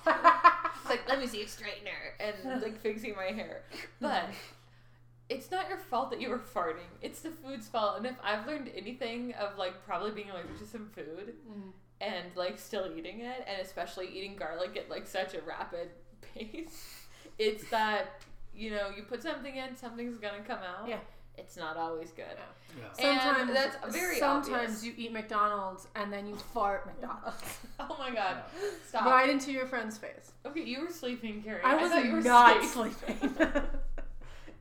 [SPEAKER 3] But it's like, "Let me see a straightener," and
[SPEAKER 4] *laughs*
[SPEAKER 3] like fixing my hair, but. It's not your fault that you were farting. It's the food's fault. And if I've learned anything of like probably being allergic to some food,
[SPEAKER 4] Mm.
[SPEAKER 3] and like still eating it, and especially eating garlic at like such a rapid *laughs* pace, it's that you know you put something in, something's gonna come out.
[SPEAKER 4] Yeah.
[SPEAKER 3] it's not always good.
[SPEAKER 5] Yeah.
[SPEAKER 3] And
[SPEAKER 4] Sometimes
[SPEAKER 3] that's very
[SPEAKER 4] sometimes
[SPEAKER 3] obvious.
[SPEAKER 4] you eat McDonald's and then you
[SPEAKER 3] *laughs*
[SPEAKER 4] fart McDonald's
[SPEAKER 3] *laughs* Oh my god, stop!
[SPEAKER 4] right into your friend's face.
[SPEAKER 3] Okay, you were sleeping, Carrie.
[SPEAKER 4] I
[SPEAKER 3] thought
[SPEAKER 4] was
[SPEAKER 3] you were *laughs*
[SPEAKER 4] *laughs* not
[SPEAKER 3] asleep.
[SPEAKER 4] sleeping.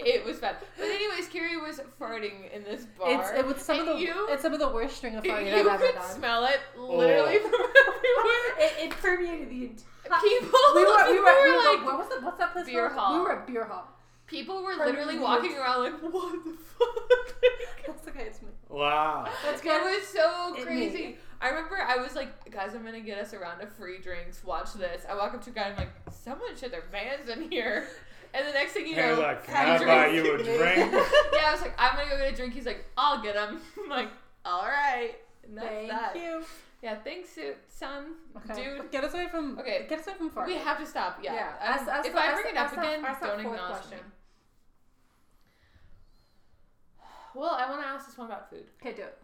[SPEAKER 3] It was bad. But anyways, Carrie was farting in this bar.
[SPEAKER 4] it's it was some of
[SPEAKER 3] and
[SPEAKER 4] the
[SPEAKER 3] you,
[SPEAKER 4] it's some of the worst string
[SPEAKER 3] *laughs*
[SPEAKER 4] of farting I've
[SPEAKER 3] you
[SPEAKER 4] ever
[SPEAKER 3] could
[SPEAKER 4] done.
[SPEAKER 3] smell it literally
[SPEAKER 5] Oh.
[SPEAKER 3] from *laughs* everywhere.
[SPEAKER 4] It, it permeated the entire.
[SPEAKER 3] People, *laughs*
[SPEAKER 4] we were, we
[SPEAKER 3] people
[SPEAKER 4] were, we were
[SPEAKER 3] like,
[SPEAKER 4] like, what was the, what's that place
[SPEAKER 3] beer
[SPEAKER 4] called?
[SPEAKER 3] hall.
[SPEAKER 4] We were at beer
[SPEAKER 3] *laughs*
[SPEAKER 4] hall.
[SPEAKER 3] people were
[SPEAKER 4] Pardon
[SPEAKER 3] literally
[SPEAKER 4] me.
[SPEAKER 3] walking around like, what the fuck?
[SPEAKER 4] That's okay, it's me.
[SPEAKER 5] Wow.
[SPEAKER 4] That's
[SPEAKER 3] It
[SPEAKER 4] good.
[SPEAKER 3] was so
[SPEAKER 4] It made
[SPEAKER 3] crazy. I remember I was like, guys, I'm gonna get us a round of free drinks. Watch this. I walk up to a guy and I'm like, someone shit their pants in here. And the next thing you
[SPEAKER 5] Hey,
[SPEAKER 3] know,
[SPEAKER 5] look,
[SPEAKER 3] free
[SPEAKER 5] can I buy
[SPEAKER 3] drinks.
[SPEAKER 5] you a drink?
[SPEAKER 3] *laughs* yeah, I was like, I'm gonna go get a drink. He's like, I'll get him. *laughs* I'm like, all right. And that's
[SPEAKER 4] Thank
[SPEAKER 3] that.
[SPEAKER 4] you.
[SPEAKER 3] Yeah, thanks, su- son,
[SPEAKER 4] Okay.
[SPEAKER 3] dude.
[SPEAKER 4] Get us away from.
[SPEAKER 3] Okay.
[SPEAKER 4] Get us away from farting.
[SPEAKER 3] We have to stop. Yeah.
[SPEAKER 4] Yeah,
[SPEAKER 3] I'm-
[SPEAKER 4] ask- ask
[SPEAKER 3] if
[SPEAKER 4] the-
[SPEAKER 3] I
[SPEAKER 4] ask
[SPEAKER 3] bring
[SPEAKER 4] the-
[SPEAKER 3] it up
[SPEAKER 4] ask the-
[SPEAKER 3] again,
[SPEAKER 4] ask that
[SPEAKER 3] don't
[SPEAKER 4] fourth
[SPEAKER 3] acknowledge me.
[SPEAKER 4] question.
[SPEAKER 3] Well, I want to ask this one about food.
[SPEAKER 4] okay, do it.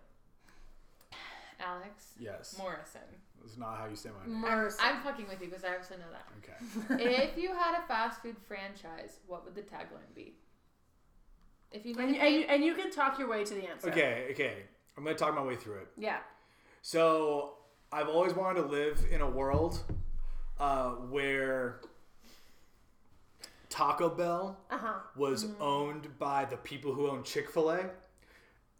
[SPEAKER 3] Alex
[SPEAKER 5] Yes.
[SPEAKER 3] Morrison.
[SPEAKER 5] That's not how you say my name.
[SPEAKER 4] Mercy.
[SPEAKER 3] I'm fucking with you because I also know that.
[SPEAKER 5] Okay.
[SPEAKER 3] if you had a fast food franchise, what would the tagline be? If you
[SPEAKER 4] and,
[SPEAKER 3] need
[SPEAKER 4] you, and, you, and you can talk your way to the answer.
[SPEAKER 5] Okay, okay. I'm going to talk my way through it.
[SPEAKER 4] Yeah.
[SPEAKER 5] So I've always wanted to live in a world uh, where Taco Bell
[SPEAKER 4] Uh
[SPEAKER 3] Uh-huh.
[SPEAKER 4] huh.
[SPEAKER 5] was owned by the people who own Chick Fil A,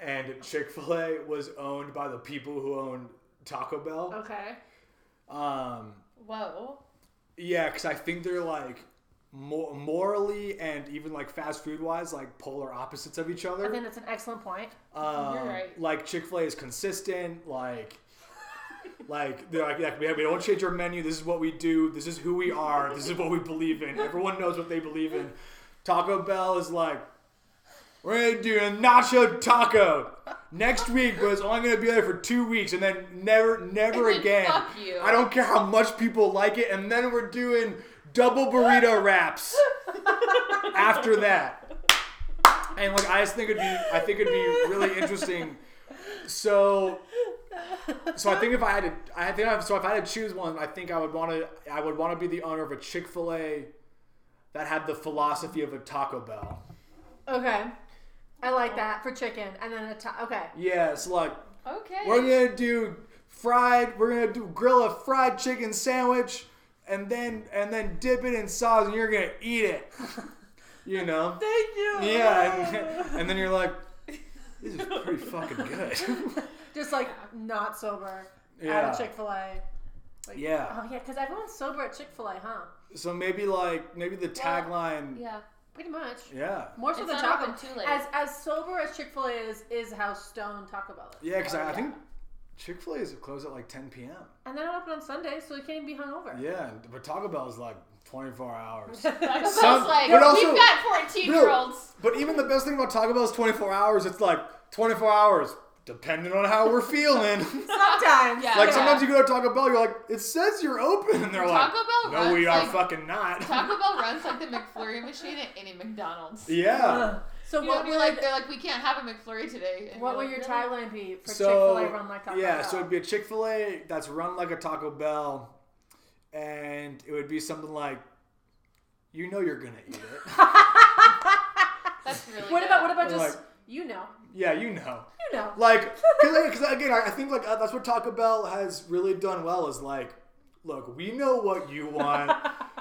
[SPEAKER 5] and Chick Fil A was owned by the people who own Taco Bell.
[SPEAKER 4] Okay.
[SPEAKER 5] Um,
[SPEAKER 3] whoa,
[SPEAKER 5] yeah, because I think they're like mo- morally and even like fast food wise, like polar opposites of each
[SPEAKER 4] I
[SPEAKER 5] other.
[SPEAKER 4] think that's an excellent point.
[SPEAKER 5] Um,
[SPEAKER 3] You're right.
[SPEAKER 5] Like Chick Fil A is consistent. Like, *laughs* like they're like, like we, we don't change our menu. This is what we do. This is who we are. This is what we believe in. Everyone knows what they believe in. Taco Bell is like, we're gonna do a nacho taco next week, but it's only gonna be there for two weeks, and then never, never
[SPEAKER 3] And then
[SPEAKER 5] again.
[SPEAKER 3] fuck you.
[SPEAKER 5] I don't care how much people like it, and then we're doing double burrito wraps
[SPEAKER 3] *laughs*
[SPEAKER 5] after that. And like I just think it'd be I think it'd be really interesting. So so I think if I had to I think I, so if I had to choose one, I think I would want to I would want to be the owner of a Chick-fil-A that had the philosophy of a Taco Bell.
[SPEAKER 4] Okay. I like that for chicken, and then a ta- okay.
[SPEAKER 5] Yeah, it's like
[SPEAKER 3] okay.
[SPEAKER 5] we're going to do fried, we're going to do grill a fried chicken sandwich and then and then dip it in sauce and you're going to eat it. *laughs* You know.
[SPEAKER 4] Thank you.
[SPEAKER 5] Yeah, and, and then you're like, this is pretty fucking good.
[SPEAKER 4] *laughs*
[SPEAKER 5] *laughs*
[SPEAKER 4] Just like not sober
[SPEAKER 5] Yeah.
[SPEAKER 4] at a Chick Fil A.
[SPEAKER 5] yeah.
[SPEAKER 4] Oh yeah, because everyone's sober at Chick Fil A, huh?
[SPEAKER 5] So maybe like maybe the tagline.
[SPEAKER 3] yeah,
[SPEAKER 4] Pretty much.
[SPEAKER 5] Yeah.
[SPEAKER 4] More so
[SPEAKER 3] It's
[SPEAKER 4] than
[SPEAKER 3] not
[SPEAKER 4] Taco.
[SPEAKER 3] open too late.
[SPEAKER 4] As as sober as Chick Fil A is, is how stoned Taco Bell is.
[SPEAKER 5] Yeah, because
[SPEAKER 3] Oh,
[SPEAKER 5] I, I
[SPEAKER 3] yeah.
[SPEAKER 5] think Chick Fil A is closed at like 10 p.m.
[SPEAKER 4] And they're not open on Sunday, so you can't even be hungover. *laughs*
[SPEAKER 5] Yeah, and- but Taco Bell is like 24 hours.
[SPEAKER 3] Taco Bell's
[SPEAKER 5] Some-
[SPEAKER 3] like
[SPEAKER 5] but also-
[SPEAKER 3] we've got fourteen year olds.
[SPEAKER 5] but even the best thing about Taco Bell is 24 hours. It's like 24 hours, depending on how
[SPEAKER 3] *laughs*
[SPEAKER 5] we're feeling. *laughs*
[SPEAKER 4] Sometimes.
[SPEAKER 3] Yeah.
[SPEAKER 5] like sometimes you go to Taco Bell, you're like, it says you're open, and they're like,
[SPEAKER 3] Taco Bell
[SPEAKER 5] no, we
[SPEAKER 3] runs,
[SPEAKER 5] are
[SPEAKER 3] like-
[SPEAKER 5] fucking not.
[SPEAKER 3] Taco Bell runs like the McFlurry machine at any McDonald's.
[SPEAKER 5] *laughs* yeah.
[SPEAKER 4] Ugh. *laughs* So
[SPEAKER 3] You know,
[SPEAKER 4] what
[SPEAKER 3] you're
[SPEAKER 4] would
[SPEAKER 3] like they're like we can't have a McFlurry today. And
[SPEAKER 4] what
[SPEAKER 3] you're
[SPEAKER 4] would
[SPEAKER 3] like,
[SPEAKER 4] your
[SPEAKER 3] "Really?"
[SPEAKER 4] tagline be for Chick Fil A run like Taco
[SPEAKER 5] yeah,
[SPEAKER 4] Bell?
[SPEAKER 5] so it'd be a Chick Fil A that's run like a Taco Bell, and it would be something like, you know, you're gonna
[SPEAKER 3] *laughs*
[SPEAKER 5] eat it.
[SPEAKER 3] That's really
[SPEAKER 4] *laughs* what
[SPEAKER 3] good.
[SPEAKER 4] about what about just
[SPEAKER 5] Like-
[SPEAKER 4] you know
[SPEAKER 5] yeah, you know,
[SPEAKER 4] you
[SPEAKER 5] *laughs*
[SPEAKER 4] know
[SPEAKER 5] like, because again, I I think like uh, that's what Taco Bell has really done well is like, look, we know what you want.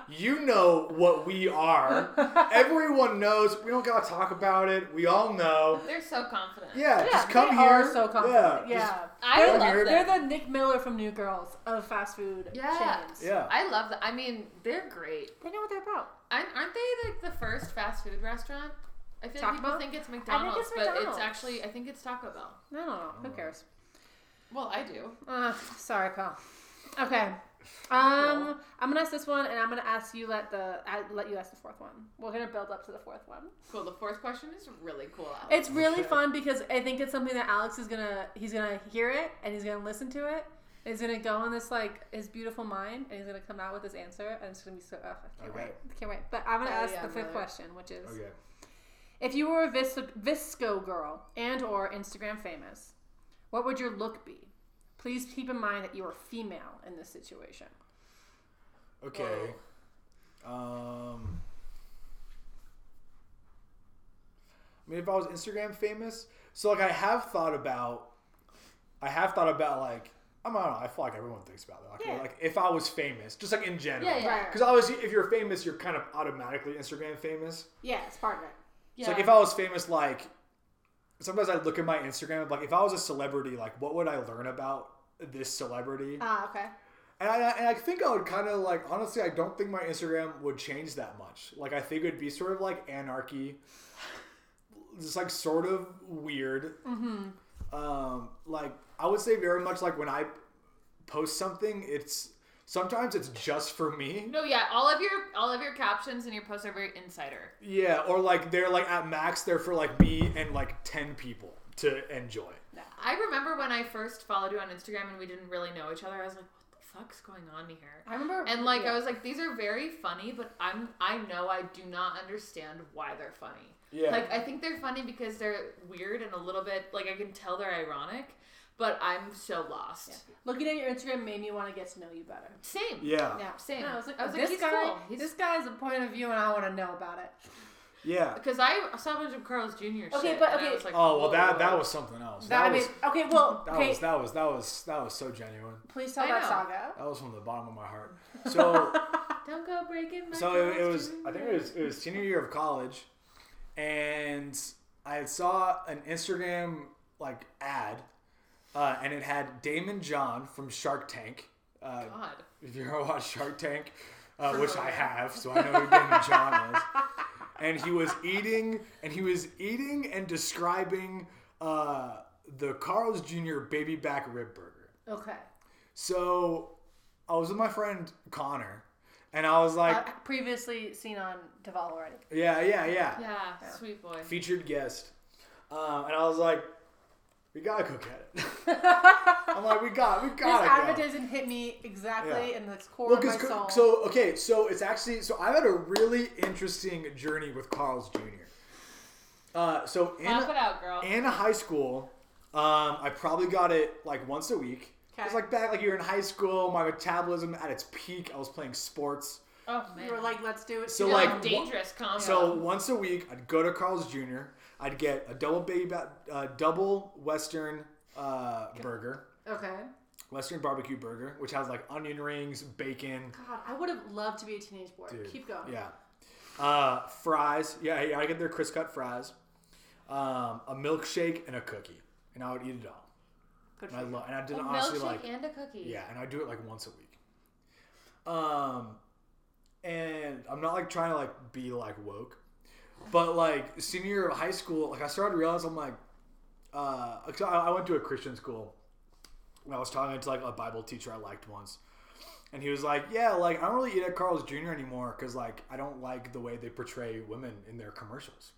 [SPEAKER 5] You know what
[SPEAKER 4] *laughs*
[SPEAKER 5] we are. Everyone knows. We don't gotta talk about it. We all know.
[SPEAKER 3] They're so confident.
[SPEAKER 5] Yeah,
[SPEAKER 4] yeah,
[SPEAKER 5] just come
[SPEAKER 4] they
[SPEAKER 5] here.
[SPEAKER 4] are so confident.
[SPEAKER 5] Yeah, just-
[SPEAKER 4] yeah.
[SPEAKER 3] I
[SPEAKER 5] They're-
[SPEAKER 3] love
[SPEAKER 5] they're
[SPEAKER 3] them.
[SPEAKER 4] They're the Nick Miller from New Girls of fast food
[SPEAKER 3] Yeah.
[SPEAKER 4] chains.
[SPEAKER 5] yeah.
[SPEAKER 3] I love that. I mean, they're great.
[SPEAKER 4] They know what they're about.
[SPEAKER 3] Aren't aren't they like the first fast food restaurant?
[SPEAKER 2] I feel
[SPEAKER 4] Taco
[SPEAKER 2] like people
[SPEAKER 4] Bell?
[SPEAKER 2] think it's
[SPEAKER 4] it's
[SPEAKER 2] McDonald's, but
[SPEAKER 4] McDonald's.
[SPEAKER 2] it's actually I think it's Taco Bell.
[SPEAKER 4] No, no, no.
[SPEAKER 5] Oh.
[SPEAKER 4] Who cares?
[SPEAKER 2] Well, I do.
[SPEAKER 4] Uh, sorry, pal. Okay. Um, I'm gonna ask this one, and I'm gonna ask you let the I, let you ask the fourth one. We're gonna build up to the fourth one.
[SPEAKER 2] Cool. The fourth question is really cool.
[SPEAKER 4] It's really
[SPEAKER 5] Okay.
[SPEAKER 4] fun because I think it's something that Alex is gonna he's gonna hear it and he's gonna listen to it. and He's gonna go in this like his beautiful mind and he's gonna come out with his answer and it's gonna be so. Oh, I can't
[SPEAKER 5] Okay.
[SPEAKER 4] wait, can't wait. But I'm gonna
[SPEAKER 2] Oh,
[SPEAKER 4] ask
[SPEAKER 2] yeah,
[SPEAKER 4] the fifth
[SPEAKER 2] another-
[SPEAKER 4] question, which is
[SPEAKER 5] Okay.
[SPEAKER 4] if you were a vis- visco girl and or Instagram famous, what would your look be? Please keep in mind that you are female in this situation.
[SPEAKER 5] Okay. Um. I mean, if I was Instagram famous, so like I have thought about, I have thought about like I don't know. I feel like everyone thinks about that. Like,
[SPEAKER 4] Yeah.
[SPEAKER 5] like if I was famous, just like in general.
[SPEAKER 2] Yeah, yeah.
[SPEAKER 5] Because obviously, if you're famous, you're kind of automatically Instagram famous.
[SPEAKER 4] Yeah, it's part of it.
[SPEAKER 5] So like if I was famous, like sometimes I look at my Instagram, like if I was a celebrity, like what would I learn about this celebrity?
[SPEAKER 3] Uh,
[SPEAKER 4] Ah, okay.
[SPEAKER 5] And I, and I think I would kind of like, honestly, I don't think my Instagram would change that much. Like, I think it would be sort of like anarchy, *laughs* just like sort of weird. Um, like, I would say very much like when I post something, it's sometimes it's just for me.
[SPEAKER 3] No, yeah, all of your all of your captions and your posts are very insider.
[SPEAKER 5] Yeah, or like they're like at max, they're for like me and like 10 people to enjoy.
[SPEAKER 3] I remember when I first followed you on Instagram and we didn't really know each other. I was like, what the fuck's going on here?
[SPEAKER 4] I remember.
[SPEAKER 3] And like
[SPEAKER 4] yeah.
[SPEAKER 3] I was like, these are very funny, but I'm I know I do not understand why they're funny.
[SPEAKER 5] Yeah.
[SPEAKER 3] Like I think they're funny because they're weird and a little bit like I can tell they're ironic, but I'm so lost.
[SPEAKER 4] looking at your Instagram made me want to get to know you better.
[SPEAKER 3] Same.
[SPEAKER 5] Yeah.
[SPEAKER 4] Yeah,
[SPEAKER 3] Same.
[SPEAKER 4] No, I was like,
[SPEAKER 3] I was like,
[SPEAKER 4] this
[SPEAKER 3] he's
[SPEAKER 4] guy,
[SPEAKER 3] cool. He's-
[SPEAKER 4] this guy's a point of view, and I want to know about it.
[SPEAKER 5] Yeah.
[SPEAKER 3] Because I saw a bunch of Carl's Jr. Okay,
[SPEAKER 4] Okay, but- okay.
[SPEAKER 3] I was like,
[SPEAKER 5] Oh, well,
[SPEAKER 3] whoa,
[SPEAKER 5] that
[SPEAKER 3] whoa,
[SPEAKER 5] that
[SPEAKER 3] whoa.
[SPEAKER 5] was something else.
[SPEAKER 4] That,
[SPEAKER 5] That,
[SPEAKER 4] I mean,
[SPEAKER 5] was,
[SPEAKER 4] okay, well,
[SPEAKER 5] that
[SPEAKER 4] okay,
[SPEAKER 5] was, that was, that was, that was so genuine.
[SPEAKER 4] please tell
[SPEAKER 3] I
[SPEAKER 4] that
[SPEAKER 3] know.
[SPEAKER 4] saga.
[SPEAKER 5] That was from the bottom of my heart.
[SPEAKER 4] *laughs*
[SPEAKER 5] So,
[SPEAKER 4] Oh
[SPEAKER 3] Don't go breaking my
[SPEAKER 5] so it, it
[SPEAKER 3] Carl's
[SPEAKER 5] was. I think it was. It was senior year of college, and I had saw an Instagram like ad, uh, and it had Damon John from Shark Tank. Uh,
[SPEAKER 3] Jr. God.
[SPEAKER 5] if you ever watched Shark Tank, uh, which I have, so I know who Damon John is. And he was eating, and he was eating and describing uh, the Carl's Jr. baby back rib burger.
[SPEAKER 4] Okay,
[SPEAKER 5] So I was with my friend Connor, and I was like,
[SPEAKER 4] uh, previously seen on Deval already.
[SPEAKER 5] yeah, yeah, yeah,
[SPEAKER 3] Yeah, sweet boy.
[SPEAKER 5] featured guest, um, and I was like, we gotta go get it. I'm like, we got, we
[SPEAKER 4] This
[SPEAKER 5] gotta go.
[SPEAKER 4] advertisement hit me exactly
[SPEAKER 5] Yeah.
[SPEAKER 4] in the core
[SPEAKER 5] Well,
[SPEAKER 4] of my
[SPEAKER 5] 'cause
[SPEAKER 4] soul.
[SPEAKER 5] Ca- so okay, so it's actually so I've had a really interesting journey with Carl's Jr. Uh, so in
[SPEAKER 3] Pop it out, girl.
[SPEAKER 5] in high school, um, I probably got it like once a week. It's
[SPEAKER 4] Okay.
[SPEAKER 5] like back like you're in high school, my metabolism at its peak. I was playing sports.
[SPEAKER 3] oh man.
[SPEAKER 4] you were like, let's do it.
[SPEAKER 5] So
[SPEAKER 3] You're
[SPEAKER 5] like
[SPEAKER 3] like dangerous combo.
[SPEAKER 5] So once a week, I'd go to Carl's Jr. I'd get a double baby, ba- uh, double Western uh, burger,
[SPEAKER 4] okay,
[SPEAKER 5] Western barbecue burger, which has like onion rings, bacon.
[SPEAKER 4] God, I would have loved to be a teenage boy.
[SPEAKER 5] Dude,
[SPEAKER 4] Keep going.
[SPEAKER 5] Yeah. Uh, fries. Yeah, yeah, I get their crisp cut fries, um, a milkshake, and a cookie, and I would eat it all.
[SPEAKER 4] Good
[SPEAKER 5] And I
[SPEAKER 4] for you.
[SPEAKER 5] love, and I did
[SPEAKER 3] a
[SPEAKER 5] not honestly
[SPEAKER 3] milkshake
[SPEAKER 5] like.
[SPEAKER 3] and a cookie.
[SPEAKER 5] Yeah, and I do it like once a week. Um, and I'm not like trying to like be like woke, but like senior year of high school, like I started to realize I'm like, uh, 'cause I I went to a Christian school. And I was talking to like a Bible teacher I liked once, and he was like, "Yeah, like I don't really eat at Carl's Jr. anymore because like I don't like the way they portray women in their commercials."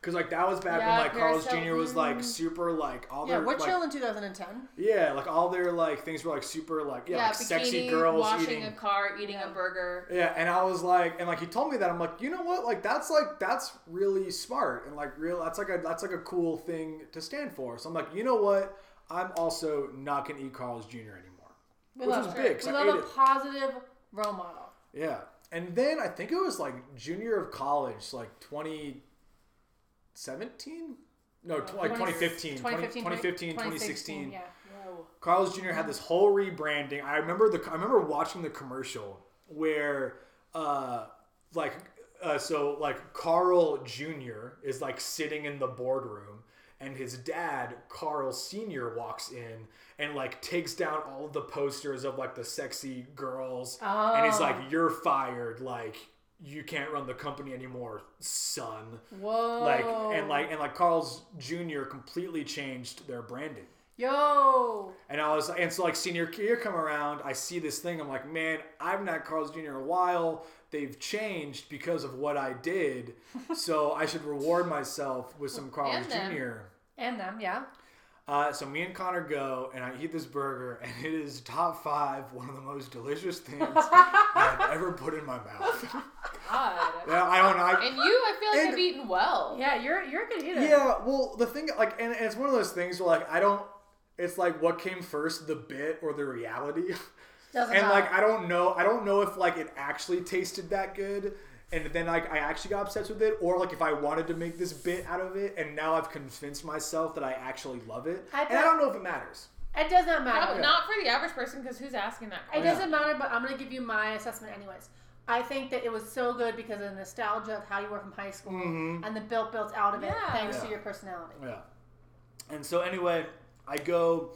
[SPEAKER 5] Because like that was back
[SPEAKER 3] Yeah,
[SPEAKER 5] when like Carl's
[SPEAKER 3] Carousel-
[SPEAKER 5] Jr. was like super like all
[SPEAKER 4] Yeah,
[SPEAKER 5] their
[SPEAKER 4] we're
[SPEAKER 5] like,
[SPEAKER 4] chill in 2010.
[SPEAKER 5] yeah, like all their like things were like super like yeah,
[SPEAKER 3] Yeah,
[SPEAKER 5] like
[SPEAKER 3] bikini,
[SPEAKER 5] sexy girls
[SPEAKER 3] washing
[SPEAKER 5] eating.
[SPEAKER 3] a car, eating
[SPEAKER 4] Yeah.
[SPEAKER 3] a burger.
[SPEAKER 5] yeah, and I was like, and like he told me that I'm like, you know what? Like that's like that's really smart and like real. That's like a that's like a cool thing to stand for. So I'm like, you know what? I'm also not gonna eat Carl's Jr. anymore,
[SPEAKER 4] We
[SPEAKER 5] which
[SPEAKER 4] love
[SPEAKER 5] was
[SPEAKER 4] her.
[SPEAKER 5] big. 'cause
[SPEAKER 4] We
[SPEAKER 5] I
[SPEAKER 4] love
[SPEAKER 5] ate
[SPEAKER 4] a
[SPEAKER 5] it.
[SPEAKER 4] positive role model.
[SPEAKER 5] Yeah, and then I think it was like junior of college, like 2017, no, tw- like 2015, 2015, 2015 2016.
[SPEAKER 4] Yeah.
[SPEAKER 3] Whoa.
[SPEAKER 5] Carl's Jr. had this whole rebranding. I remember the I remember watching the commercial where uh like uh, so like Carl Jr. is like sitting in the boardroom and his dad Carl Sr. walks in and like takes down all of the posters of like the sexy girls and he's
[SPEAKER 4] Oh.
[SPEAKER 5] like you're fired like you can't run the company anymore, son.
[SPEAKER 4] Whoa.
[SPEAKER 5] Like and like and like Carl's Jr. completely changed their branding.
[SPEAKER 4] Yo.
[SPEAKER 5] And I was, and so like senior year come around, I see this thing. I'm like, man, I've not Carl's Jr. in a while. They've changed because of what I
[SPEAKER 3] *laughs*
[SPEAKER 5] did, so I should reward myself with some Carl's
[SPEAKER 3] And them.
[SPEAKER 5] Jr.
[SPEAKER 4] And them, yeah.
[SPEAKER 5] Uh, so me and Connor go, and I eat this burger, and it is top five, one of the most delicious things
[SPEAKER 3] *laughs*
[SPEAKER 5] I've ever put in my mouth.
[SPEAKER 3] God.
[SPEAKER 5] Yeah, I don't know. I,
[SPEAKER 3] And you, I feel like
[SPEAKER 5] And-
[SPEAKER 3] have eaten well.
[SPEAKER 4] Yeah, you're you're a good eater.
[SPEAKER 5] Yeah, well, the thing, like, and, and it's one of those things where, like, I don't. It's like what came first, the bit or the reality, *laughs*
[SPEAKER 4] Doesn't
[SPEAKER 5] and
[SPEAKER 4] matter.
[SPEAKER 5] like I don't know, I don't know if like it actually tasted that good, and then like I actually got obsessed with it, or like if I wanted to make this bit out of it, and now I've convinced myself that I actually love it,
[SPEAKER 4] I
[SPEAKER 5] and I
[SPEAKER 4] bet-
[SPEAKER 5] don't know if it matters.
[SPEAKER 4] it does not matter.
[SPEAKER 3] Prob- Not for the average person, because who's asking that
[SPEAKER 4] It
[SPEAKER 3] question?
[SPEAKER 4] doesn't matter, but I'm gonna give you my assessment anyways. I think that it was so good because of the nostalgia of how you were from high school and the built built out of it
[SPEAKER 3] Yeah.
[SPEAKER 4] thanks to
[SPEAKER 5] Mm-hmm. Yeah.
[SPEAKER 4] your personality.
[SPEAKER 5] Yeah. And so anyway, I go,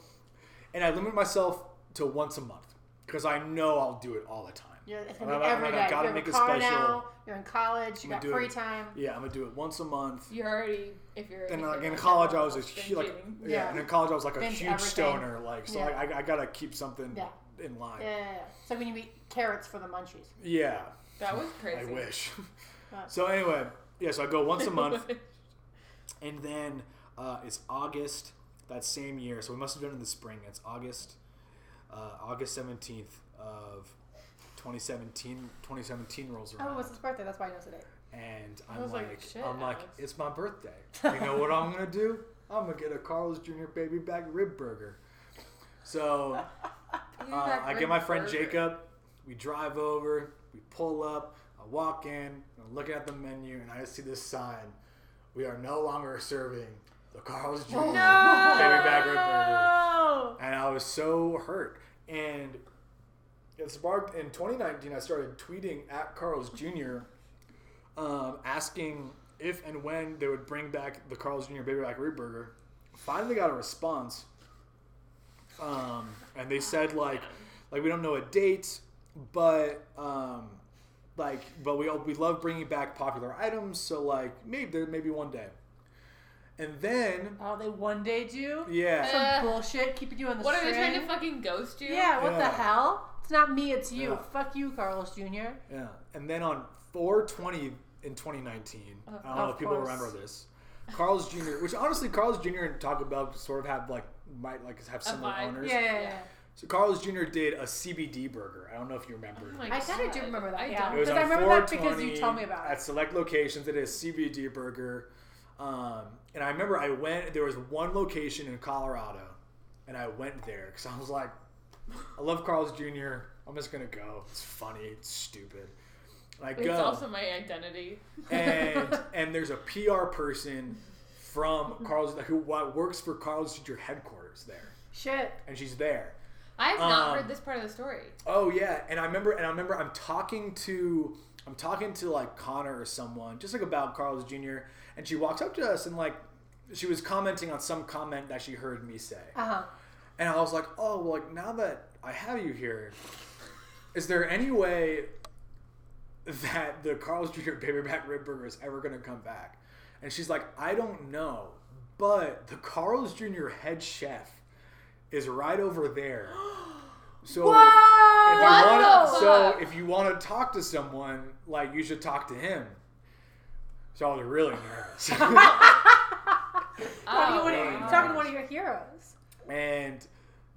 [SPEAKER 5] and I limit myself to once a month because I know I'll do it all the time.
[SPEAKER 4] You're, it's
[SPEAKER 5] I'm
[SPEAKER 4] gonna be
[SPEAKER 5] gonna- I'm
[SPEAKER 4] every
[SPEAKER 5] gonna-
[SPEAKER 4] day.
[SPEAKER 5] gotta
[SPEAKER 4] You're in
[SPEAKER 5] make
[SPEAKER 4] a
[SPEAKER 5] it
[SPEAKER 4] car
[SPEAKER 5] special.
[SPEAKER 4] now. You're in college. You
[SPEAKER 5] I'm
[SPEAKER 4] got
[SPEAKER 5] gonna do
[SPEAKER 4] free
[SPEAKER 5] it.
[SPEAKER 4] time.
[SPEAKER 5] Yeah, I'm gonna do it once a month.
[SPEAKER 3] You're already, if you're
[SPEAKER 5] And
[SPEAKER 3] if
[SPEAKER 5] like
[SPEAKER 3] you're
[SPEAKER 5] in
[SPEAKER 3] not
[SPEAKER 5] college, I
[SPEAKER 3] that
[SPEAKER 5] was a
[SPEAKER 3] binge
[SPEAKER 5] huge like
[SPEAKER 3] eating.
[SPEAKER 5] yeah.
[SPEAKER 4] Yeah.
[SPEAKER 5] And in college, I was like a
[SPEAKER 4] Binge
[SPEAKER 5] huge
[SPEAKER 4] everything.
[SPEAKER 5] stoner. Like so,
[SPEAKER 4] Yeah.
[SPEAKER 5] like I, I gotta keep something
[SPEAKER 4] Yeah.
[SPEAKER 5] in line.
[SPEAKER 4] Yeah, yeah, yeah. So when you eat carrots for the munchies.
[SPEAKER 5] Yeah,
[SPEAKER 3] That was
[SPEAKER 5] I
[SPEAKER 3] crazy.
[SPEAKER 5] wish. *laughs* Uh,
[SPEAKER 4] Wow.
[SPEAKER 5] so anyway, yeah. So I go
[SPEAKER 3] *laughs*
[SPEAKER 5] once a month, and then uh, it's August that same year. So we must have done it in the spring. It's August, uh, August seventeenth of. 2017 2017 rolls
[SPEAKER 4] Oh, it
[SPEAKER 5] around
[SPEAKER 4] was his birthday. That's why I know today.
[SPEAKER 5] and
[SPEAKER 3] I
[SPEAKER 5] I'm
[SPEAKER 3] was like,
[SPEAKER 5] like,
[SPEAKER 3] "Shit,
[SPEAKER 5] I'm like
[SPEAKER 3] Alex."
[SPEAKER 5] it's my birthday you know what I'm gonna do I'm gonna get a Carl's Jr. baby back rib burger
[SPEAKER 3] *laughs*
[SPEAKER 5] so
[SPEAKER 3] You
[SPEAKER 5] Uh,
[SPEAKER 3] got
[SPEAKER 5] I
[SPEAKER 3] good
[SPEAKER 5] get my friend
[SPEAKER 3] burger.
[SPEAKER 5] Jacob. We drive over. We pull up. I walk in. I'm looking at the menu, and I see this sign: "We are no longer serving the Carl's Jr. Baby Back Rib Burger."
[SPEAKER 4] Oh.
[SPEAKER 5] And I was so hurt. And it sparked in 2019. I started tweeting at Carl's Jr. Um, asking if and when they would bring back the Carl's Jr. Baby Back Rib Burger. Finally got a response. Um, and they said like, like we don't know a date, but um, like, but we we love bringing back popular items. So like, maybe there maybe one day. And then
[SPEAKER 4] Oh, they one dayed you?
[SPEAKER 5] yeah,
[SPEAKER 4] Some
[SPEAKER 3] Uh,
[SPEAKER 4] bullshit keeping you on the
[SPEAKER 3] What are
[SPEAKER 4] string.
[SPEAKER 3] they trying to fucking ghost you?
[SPEAKER 4] Yeah, what
[SPEAKER 5] Yeah.
[SPEAKER 4] the hell? It's not me, it's you.
[SPEAKER 5] Yeah.
[SPEAKER 4] Fuck you, Carlos Jr.
[SPEAKER 5] Yeah, and then on 420 in 2019, I don't know
[SPEAKER 4] Uh, Of
[SPEAKER 5] if people
[SPEAKER 4] course.
[SPEAKER 5] remember this. Carl's Jr., which honestly, Carl's Jr. and Taco Bell sort of have like might like have similar
[SPEAKER 3] vibe.
[SPEAKER 5] owners.
[SPEAKER 4] yeah, yeah,
[SPEAKER 3] Yeah.
[SPEAKER 5] So Carl's Jr. did a CBD burger. I don't know if you remember.
[SPEAKER 3] Oh my
[SPEAKER 4] I kind of do
[SPEAKER 3] God.
[SPEAKER 4] remember that.
[SPEAKER 3] I
[SPEAKER 4] yeah,
[SPEAKER 3] don't.
[SPEAKER 5] It was
[SPEAKER 4] because
[SPEAKER 5] on
[SPEAKER 4] I remember that because
[SPEAKER 5] 420
[SPEAKER 4] you told me about
[SPEAKER 5] At
[SPEAKER 4] it.
[SPEAKER 5] select locations, it is CBD burger. Um, and I remember I went. There was one location in Colorado, and I went there because I was like, I love Carl's Jr. I'm just gonna go. It's funny. It's stupid. And I
[SPEAKER 3] It's
[SPEAKER 5] go
[SPEAKER 3] also my identity.
[SPEAKER 5] and and there's a PR person from Carl's who what works for Carl's Jr. headquarters there,
[SPEAKER 4] Shit.
[SPEAKER 5] and she's there.
[SPEAKER 3] I have not
[SPEAKER 5] Um,
[SPEAKER 3] heard this part of the story.
[SPEAKER 5] Oh yeah, and I remember and I remember I'm talking to I'm talking to like Connor or someone just like about Carl's Jr. and she walks up to us and like she was commenting on some comment that she heard me say,
[SPEAKER 4] Uh huh.
[SPEAKER 5] and I was like, oh well, like now that I have you here, is there any way that the Carl's Jr. Paperback Rib Burger is ever going to come back? And she's like, I don't know, but the Carl's Jr. head chef is right over
[SPEAKER 3] *gasps*
[SPEAKER 5] there. So, Oh. if you
[SPEAKER 3] What
[SPEAKER 5] wanna-
[SPEAKER 3] the
[SPEAKER 4] *laughs*
[SPEAKER 5] so
[SPEAKER 3] fuck?
[SPEAKER 5] if you want to talk to someone, like you should talk to him. So I was really
[SPEAKER 3] *laughs*
[SPEAKER 5] nervous. *laughs*
[SPEAKER 4] Talking, to
[SPEAKER 3] Um,
[SPEAKER 4] one of your,
[SPEAKER 5] wow.
[SPEAKER 4] talking to one of your heroes.
[SPEAKER 5] and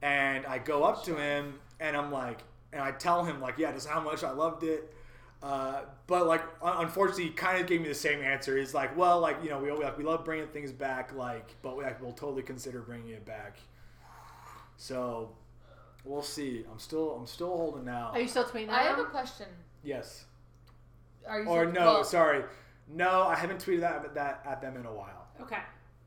[SPEAKER 5] and I go up to him and I'm like, and I tell him like, yeah, just how much I loved it. Uh, but like, un- unfortunately, he kind of gave me the same answer. He's like, well, like you know, we we, like, we love bringing things back, like, but we, like, we'll totally consider bringing it back. So we'll see. I'm still I'm still holding out.
[SPEAKER 4] Are you Um, still tweeting?
[SPEAKER 3] I
[SPEAKER 4] at
[SPEAKER 3] have a
[SPEAKER 4] him?
[SPEAKER 3] question.
[SPEAKER 5] yes.
[SPEAKER 3] Are you
[SPEAKER 5] Or
[SPEAKER 3] such-
[SPEAKER 5] no,
[SPEAKER 3] well,
[SPEAKER 5] sorry, no, I haven't tweeted that that at them in a while.
[SPEAKER 4] Okay.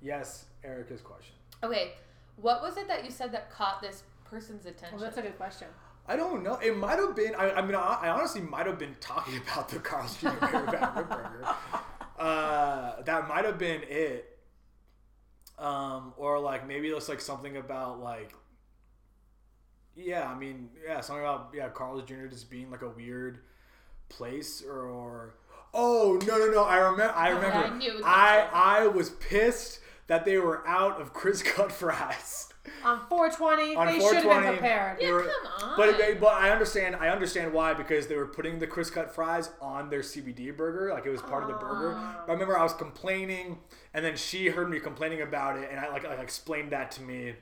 [SPEAKER 5] Yes, Erica's question.
[SPEAKER 3] Okay, what was it that you said that caught this person's attention?
[SPEAKER 4] Well, that's a good question.
[SPEAKER 5] I don't know. It might have been. I, I mean, I, I honestly might have been talking about the Carl's Jr. Paperback Rib Burger.
[SPEAKER 6] *laughs*
[SPEAKER 5] Uh, that might have been it. Um, or like maybe it's like something about like. Yeah, I mean, yeah, something about yeah Carl's Jr. just being like a weird place or, or oh no no no I remember I
[SPEAKER 6] Oh, yeah,
[SPEAKER 5] remember
[SPEAKER 6] I knew it was
[SPEAKER 5] I
[SPEAKER 6] Cutfries.
[SPEAKER 5] I was pissed that they were out of Chris Cut Fries.
[SPEAKER 4] On 420,
[SPEAKER 5] On
[SPEAKER 4] they should have been
[SPEAKER 5] 420.
[SPEAKER 4] prepared.
[SPEAKER 5] They
[SPEAKER 3] Yeah,
[SPEAKER 5] were-
[SPEAKER 3] come on.
[SPEAKER 5] But it- but I understand I understand why because they were putting the Chris Cut fries on their CBD burger like it was part of the burger.
[SPEAKER 3] Oh.
[SPEAKER 5] But I remember I was complaining and then she heard me complaining about it and I like, like explained that to me.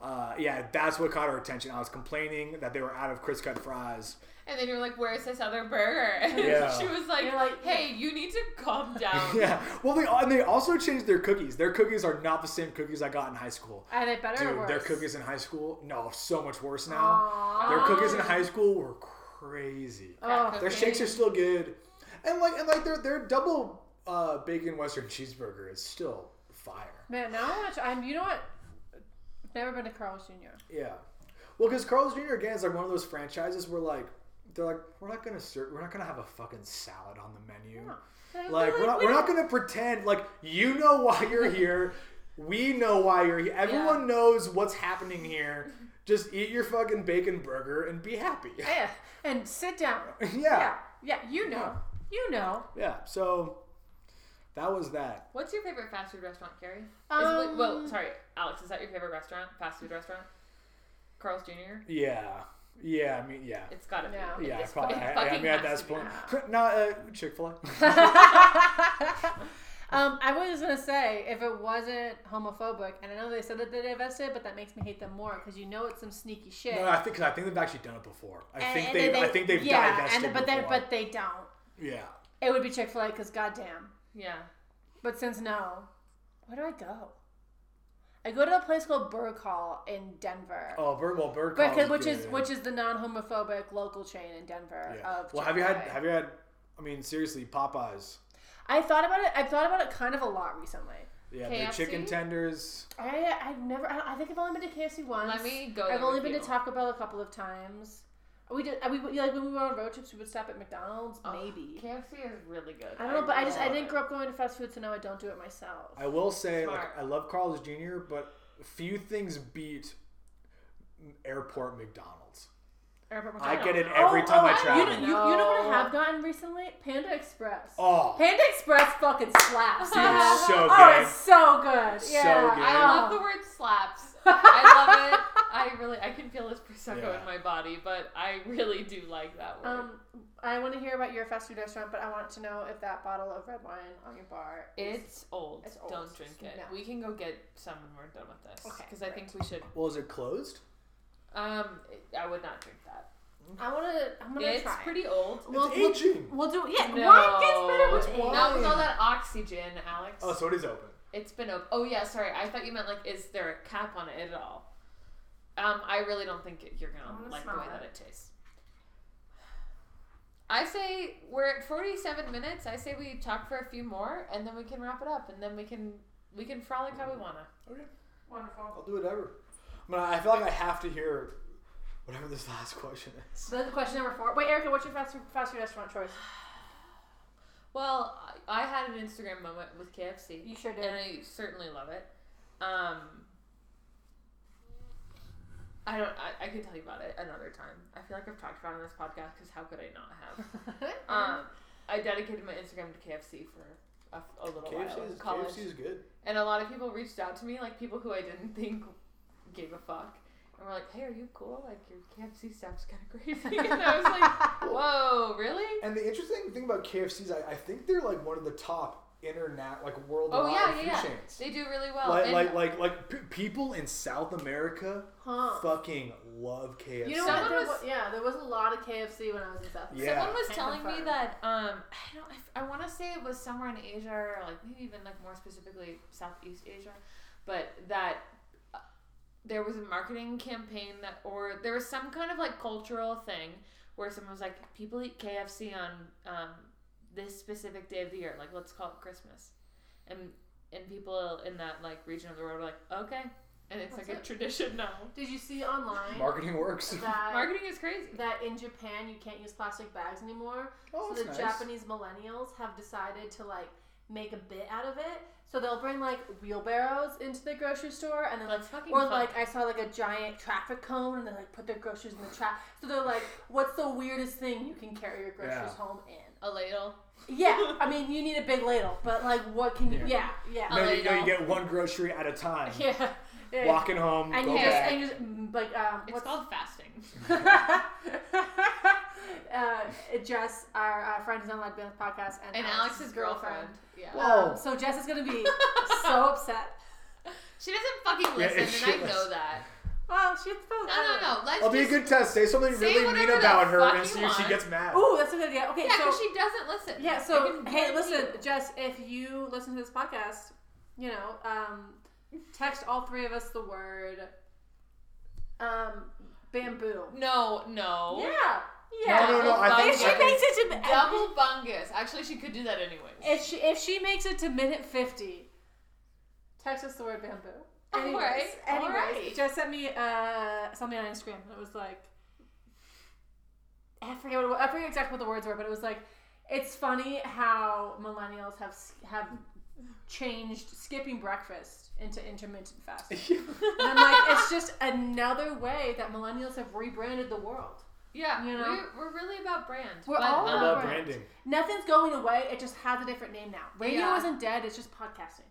[SPEAKER 5] Uh, yeah, that's what caught her attention. I was complaining that they were out of Chris Cut fries. *laughs*
[SPEAKER 3] and then you're like, "Where's this other burger?" *laughs* And
[SPEAKER 5] Yeah.
[SPEAKER 3] she was like,
[SPEAKER 4] You're like,
[SPEAKER 3] "Hey, you need to
[SPEAKER 5] *laughs*
[SPEAKER 3] calm down."
[SPEAKER 5] Yeah, well they and they also changed their cookies. Their cookies are not the same cookies I got in high school.
[SPEAKER 4] Are they better or
[SPEAKER 5] Dude,
[SPEAKER 4] worse? Oh.
[SPEAKER 5] their cookies in high school, no, so much worse now.
[SPEAKER 4] Aw.
[SPEAKER 5] Their cookies in high school were crazy.
[SPEAKER 4] Oh,
[SPEAKER 5] Their shakes are still good, and like and like their their double uh, bacon western cheeseburger is still fire.
[SPEAKER 4] man, now I want to. I'm. You know what? I've Never been to Carl's Jr.
[SPEAKER 5] Yeah, well, because Carl's Jr. again is like one of those franchises where like they're like we're not gonna serve we're not gonna have a fucking salad on the menu. Like we're not we're not gonna pretend like you know why you're here. We know why you're here. Everyone knows what's happening here. Just eat your fucking bacon burger and be happy.
[SPEAKER 4] Yeah, and sit down.
[SPEAKER 5] *laughs* yeah.
[SPEAKER 4] Yeah, yeah. You know, you know. *laughs*
[SPEAKER 5] Yeah. So that was that.
[SPEAKER 3] What's your favorite fast food restaurant, Carrie? Is,
[SPEAKER 4] Um,
[SPEAKER 3] well, sorry, Alex. Is that your favorite restaurant? Fast food restaurant? Carl's Jr.
[SPEAKER 5] Yeah. Yeah, I mean, yeah.
[SPEAKER 3] It's gotta be.
[SPEAKER 4] No.
[SPEAKER 3] At
[SPEAKER 5] Yeah,
[SPEAKER 3] this
[SPEAKER 5] probably.
[SPEAKER 3] point, it
[SPEAKER 5] I, I
[SPEAKER 3] fucking
[SPEAKER 5] mean, at
[SPEAKER 3] has to
[SPEAKER 5] that
[SPEAKER 3] be.
[SPEAKER 5] point, no, uh,
[SPEAKER 4] *laughs*
[SPEAKER 5] Chick Fil A.
[SPEAKER 4] um, I was gonna say if it wasn't homophobic, and I know they said that they divested, but that makes me hate them more because you know it's some sneaky shit.
[SPEAKER 5] no, I think 'cause I think they've actually done it before. I
[SPEAKER 4] And-
[SPEAKER 5] think
[SPEAKER 4] and
[SPEAKER 5] they,
[SPEAKER 4] then
[SPEAKER 5] I think they've
[SPEAKER 4] yeah,
[SPEAKER 5] divested
[SPEAKER 4] and, but they,
[SPEAKER 5] before.
[SPEAKER 4] but they don't.
[SPEAKER 5] yeah,
[SPEAKER 4] It would be Chick Fil A because goddamn.
[SPEAKER 3] Yeah.
[SPEAKER 4] But since no, where do I go? I go to a place called Burg Hall in Denver.
[SPEAKER 5] oh, Bird, well, Bird Call
[SPEAKER 4] Because, which
[SPEAKER 5] good.
[SPEAKER 4] is which is the non-homophobic local chain in Denver.
[SPEAKER 5] Yeah.
[SPEAKER 4] Of
[SPEAKER 5] Well, have you had?
[SPEAKER 4] Chick-fil-A.
[SPEAKER 5] Have you had? I mean, seriously, Popeyes.
[SPEAKER 4] I thought about it. I thought about it kind of a lot recently.
[SPEAKER 5] Yeah, their chicken
[SPEAKER 3] KFC?
[SPEAKER 5] tenders.
[SPEAKER 4] I I've never. I, I think I've only been to KFC once.
[SPEAKER 3] Let me go.
[SPEAKER 4] I've
[SPEAKER 3] there
[SPEAKER 4] only
[SPEAKER 3] with
[SPEAKER 4] been
[SPEAKER 3] you.
[SPEAKER 4] to Taco Bell a couple of times. We did. We would- like when we were on road trips, we would stop at McDonald's.
[SPEAKER 3] Oh,
[SPEAKER 4] maybe.
[SPEAKER 3] KFC is really good.
[SPEAKER 4] I don't know, but I just I
[SPEAKER 3] love
[SPEAKER 4] didn't
[SPEAKER 3] it.
[SPEAKER 4] grow up going to fast food, so now I don't do it myself.
[SPEAKER 5] I will say,
[SPEAKER 3] Smart.
[SPEAKER 5] like, I love Carl's Jr., but few things beat airport McDonald's.
[SPEAKER 4] Airport
[SPEAKER 5] I
[SPEAKER 4] McDonald's.
[SPEAKER 5] get it
[SPEAKER 4] Oh,
[SPEAKER 5] every time
[SPEAKER 4] oh,
[SPEAKER 5] I
[SPEAKER 4] know.
[SPEAKER 5] travel.
[SPEAKER 4] You, know- you, you know what
[SPEAKER 3] No.
[SPEAKER 4] I have gotten recently? Panda Express.
[SPEAKER 5] oh,
[SPEAKER 4] Panda Express fucking slaps.
[SPEAKER 5] Dude,
[SPEAKER 4] man.
[SPEAKER 5] it's so
[SPEAKER 4] Oh,
[SPEAKER 5] good.
[SPEAKER 4] it's so good.
[SPEAKER 5] So
[SPEAKER 4] Yeah.
[SPEAKER 5] good.
[SPEAKER 3] I
[SPEAKER 5] Yeah.
[SPEAKER 3] love
[SPEAKER 4] *laughs*
[SPEAKER 3] the word slaps. I love it. I really, I can feel this prosecco
[SPEAKER 5] Yeah.
[SPEAKER 3] in my body, but I really do like that word.
[SPEAKER 4] Um, I want to hear about your fast food restaurant, but I want to know if that bottle of red wine on your bar is.
[SPEAKER 3] it's old.
[SPEAKER 4] it's old.
[SPEAKER 3] Don't drink it.
[SPEAKER 4] No.
[SPEAKER 3] We can go get some when we're done with this.
[SPEAKER 4] Okay,
[SPEAKER 3] Because I think we should.
[SPEAKER 5] Well, is it closed?
[SPEAKER 3] Um, it- I would not drink that.
[SPEAKER 4] I want to. I'm gonna
[SPEAKER 3] it's
[SPEAKER 4] try.
[SPEAKER 3] pretty old.
[SPEAKER 4] We'll,
[SPEAKER 5] it's
[SPEAKER 4] we'll,
[SPEAKER 5] aging.
[SPEAKER 4] we'll do. Yeah,
[SPEAKER 3] No.
[SPEAKER 4] wine gets better with
[SPEAKER 5] It's
[SPEAKER 4] age.
[SPEAKER 5] wine.
[SPEAKER 3] Not with all that oxygen, Alex.
[SPEAKER 5] Oh, so it is open.
[SPEAKER 3] It's been open. Oh yeah, sorry. I thought you meant like, is there a cap on it at all? Um, I really don't think it- you're
[SPEAKER 4] I'm
[SPEAKER 3] gonna,
[SPEAKER 4] gonna
[SPEAKER 3] like the way
[SPEAKER 4] smell
[SPEAKER 3] that it tastes. I say we're at 47 minutes. I say we talk for a few more, and then we can wrap it up, and then we can we can frolic how we wanna.
[SPEAKER 5] Okay,
[SPEAKER 4] Wonderful.
[SPEAKER 5] I'll do whatever. I mean, I feel like I have to hear whatever this last question is.
[SPEAKER 4] So then question number four. Wait, Erica, what's your fast food, fast food restaurant choice?
[SPEAKER 3] Well, I I had an Instagram moment with KFC.
[SPEAKER 4] You sure
[SPEAKER 3] and
[SPEAKER 4] did.
[SPEAKER 3] I certainly love it. Um, I don't. I, I could tell you about it another time. I feel like I've talked about it on this podcast because how could I not have?
[SPEAKER 4] *laughs*
[SPEAKER 3] Um, I dedicated my Instagram to KFC for a, a little while
[SPEAKER 5] KFC
[SPEAKER 3] in
[SPEAKER 5] is,
[SPEAKER 3] college,
[SPEAKER 5] KFC is good.
[SPEAKER 3] and a lot of people reached out to me, like people who I didn't *laughs* think gave a fuck, and were like, "Hey, are you cool? Like your KFC stuff's kind of *laughs* crazy."
[SPEAKER 4] *laughs*
[SPEAKER 3] and I was
[SPEAKER 5] *laughs*
[SPEAKER 3] like, "Whoa, really?"
[SPEAKER 5] And the interesting thing about KFC is I, I think they're like one of the top internet, like worldwide
[SPEAKER 3] Oh yeah, yeah,
[SPEAKER 5] food
[SPEAKER 3] yeah.
[SPEAKER 5] chains.
[SPEAKER 3] They do really well.
[SPEAKER 5] like,
[SPEAKER 3] And-
[SPEAKER 5] like, like, like, p- people in South America
[SPEAKER 4] Huh.
[SPEAKER 5] fucking love KFC.
[SPEAKER 4] You know
[SPEAKER 3] Someone
[SPEAKER 4] what? There
[SPEAKER 3] was-
[SPEAKER 4] was, yeah, there was a lot of KFC when I was in South.
[SPEAKER 5] Yeah.
[SPEAKER 3] Someone was
[SPEAKER 4] Can't
[SPEAKER 3] telling me
[SPEAKER 4] confirm.
[SPEAKER 3] that um, I don't. I, want to say it was somewhere in Asia or like maybe even like more specifically Southeast Asia, but that uh, there was a marketing campaign that or there was some kind of like cultural thing where someone was like, people eat KFC on um, this specific day of the year, like let's call it Christmas, and and people in that like region of the world were like, okay, and it's
[SPEAKER 4] That's
[SPEAKER 3] like
[SPEAKER 4] it.
[SPEAKER 3] a tradition now.
[SPEAKER 4] Did you see online
[SPEAKER 5] Marketing works. *laughs*
[SPEAKER 4] that
[SPEAKER 3] Marketing is crazy.
[SPEAKER 4] that in Japan you can't use plastic bags anymore?
[SPEAKER 5] Oh,
[SPEAKER 4] so
[SPEAKER 5] that's
[SPEAKER 4] the
[SPEAKER 5] nice.
[SPEAKER 4] Japanese millennials have decided to like make a bit out of it. So they'll bring like wheelbarrows into the grocery store and then like
[SPEAKER 3] That's fucking
[SPEAKER 4] or
[SPEAKER 3] fun.
[SPEAKER 4] like I saw like a giant traffic cone and they like put their groceries in the trap. So they're like, what's the weirdest thing you can carry your groceries
[SPEAKER 5] Yeah.
[SPEAKER 4] home in?
[SPEAKER 3] a ladle.
[SPEAKER 4] Yeah, I mean you need a big ladle, but like what can you? Yeah,
[SPEAKER 5] Yeah.
[SPEAKER 4] yeah,
[SPEAKER 3] Oh,
[SPEAKER 5] No,
[SPEAKER 3] there
[SPEAKER 5] you,
[SPEAKER 3] you
[SPEAKER 5] no, you
[SPEAKER 3] go.
[SPEAKER 5] get one grocery at a time.
[SPEAKER 4] *laughs* yeah. yeah.
[SPEAKER 5] Walking home,
[SPEAKER 4] and
[SPEAKER 5] go
[SPEAKER 4] you just
[SPEAKER 5] back.
[SPEAKER 4] and you just mm, like um,
[SPEAKER 3] It's
[SPEAKER 4] what's
[SPEAKER 3] called fasting.
[SPEAKER 4] *laughs* uh, Jess, our uh, friend who's on Live Beyond podcast, and,
[SPEAKER 3] And Alex's girlfriend. Yeah.
[SPEAKER 5] Well-
[SPEAKER 4] Um,
[SPEAKER 5] Whoa.
[SPEAKER 4] so Jess is gonna be
[SPEAKER 3] *laughs*
[SPEAKER 4] so upset.
[SPEAKER 3] She doesn't fucking
[SPEAKER 5] Yeah,
[SPEAKER 3] listen,
[SPEAKER 5] *laughs* it's
[SPEAKER 3] and I
[SPEAKER 5] shitless.
[SPEAKER 3] know that.
[SPEAKER 4] Well, she's supposed.
[SPEAKER 3] No, no, no. Let's
[SPEAKER 5] I'll be a
[SPEAKER 3] just.
[SPEAKER 5] good test. Say something
[SPEAKER 3] Say
[SPEAKER 5] really mean
[SPEAKER 3] whatever the
[SPEAKER 5] about her
[SPEAKER 3] fuck you
[SPEAKER 5] and see if she
[SPEAKER 3] want.
[SPEAKER 5] gets mad.
[SPEAKER 4] Ooh, that's a good idea. Okay,
[SPEAKER 3] Yeah, because
[SPEAKER 4] so
[SPEAKER 3] she doesn't listen.
[SPEAKER 4] yeah,
[SPEAKER 3] I
[SPEAKER 4] so
[SPEAKER 3] can
[SPEAKER 4] hey,
[SPEAKER 3] guarantee
[SPEAKER 4] listen,
[SPEAKER 3] you.
[SPEAKER 4] Jess, if you listen to this podcast, you know, um, text all three of us the word, um, bamboo.
[SPEAKER 3] No, no.
[SPEAKER 4] Yeah, yeah.
[SPEAKER 5] No, no, no, I
[SPEAKER 4] If
[SPEAKER 5] think
[SPEAKER 4] she
[SPEAKER 5] that-
[SPEAKER 4] makes it to
[SPEAKER 3] Double bungus. Actually, she could do that anyways.
[SPEAKER 4] If she if she makes it to minute fifty, text us the word bamboo.
[SPEAKER 3] *laughs* All
[SPEAKER 4] Anyways,
[SPEAKER 3] right, all
[SPEAKER 4] anyways,
[SPEAKER 3] right.
[SPEAKER 4] just sent me uh, something on Instagram and it was like, I forget what it wa- I forget exactly what the words were, but it was like, it's funny how millennials have s- have changed skipping breakfast into intermittent fasting. and I'm like,
[SPEAKER 3] *laughs*
[SPEAKER 4] it's just another way that millennials have rebranded the world.
[SPEAKER 3] Yeah,
[SPEAKER 4] You know?
[SPEAKER 3] we're, we're really about brand.
[SPEAKER 4] We're all
[SPEAKER 5] *laughs* All
[SPEAKER 3] um,
[SPEAKER 5] about
[SPEAKER 4] Alright.
[SPEAKER 5] branding.
[SPEAKER 4] Nothing's going away; it just has a different name now. Radio
[SPEAKER 3] Yeah.
[SPEAKER 4] isn't dead; it's just podcasting.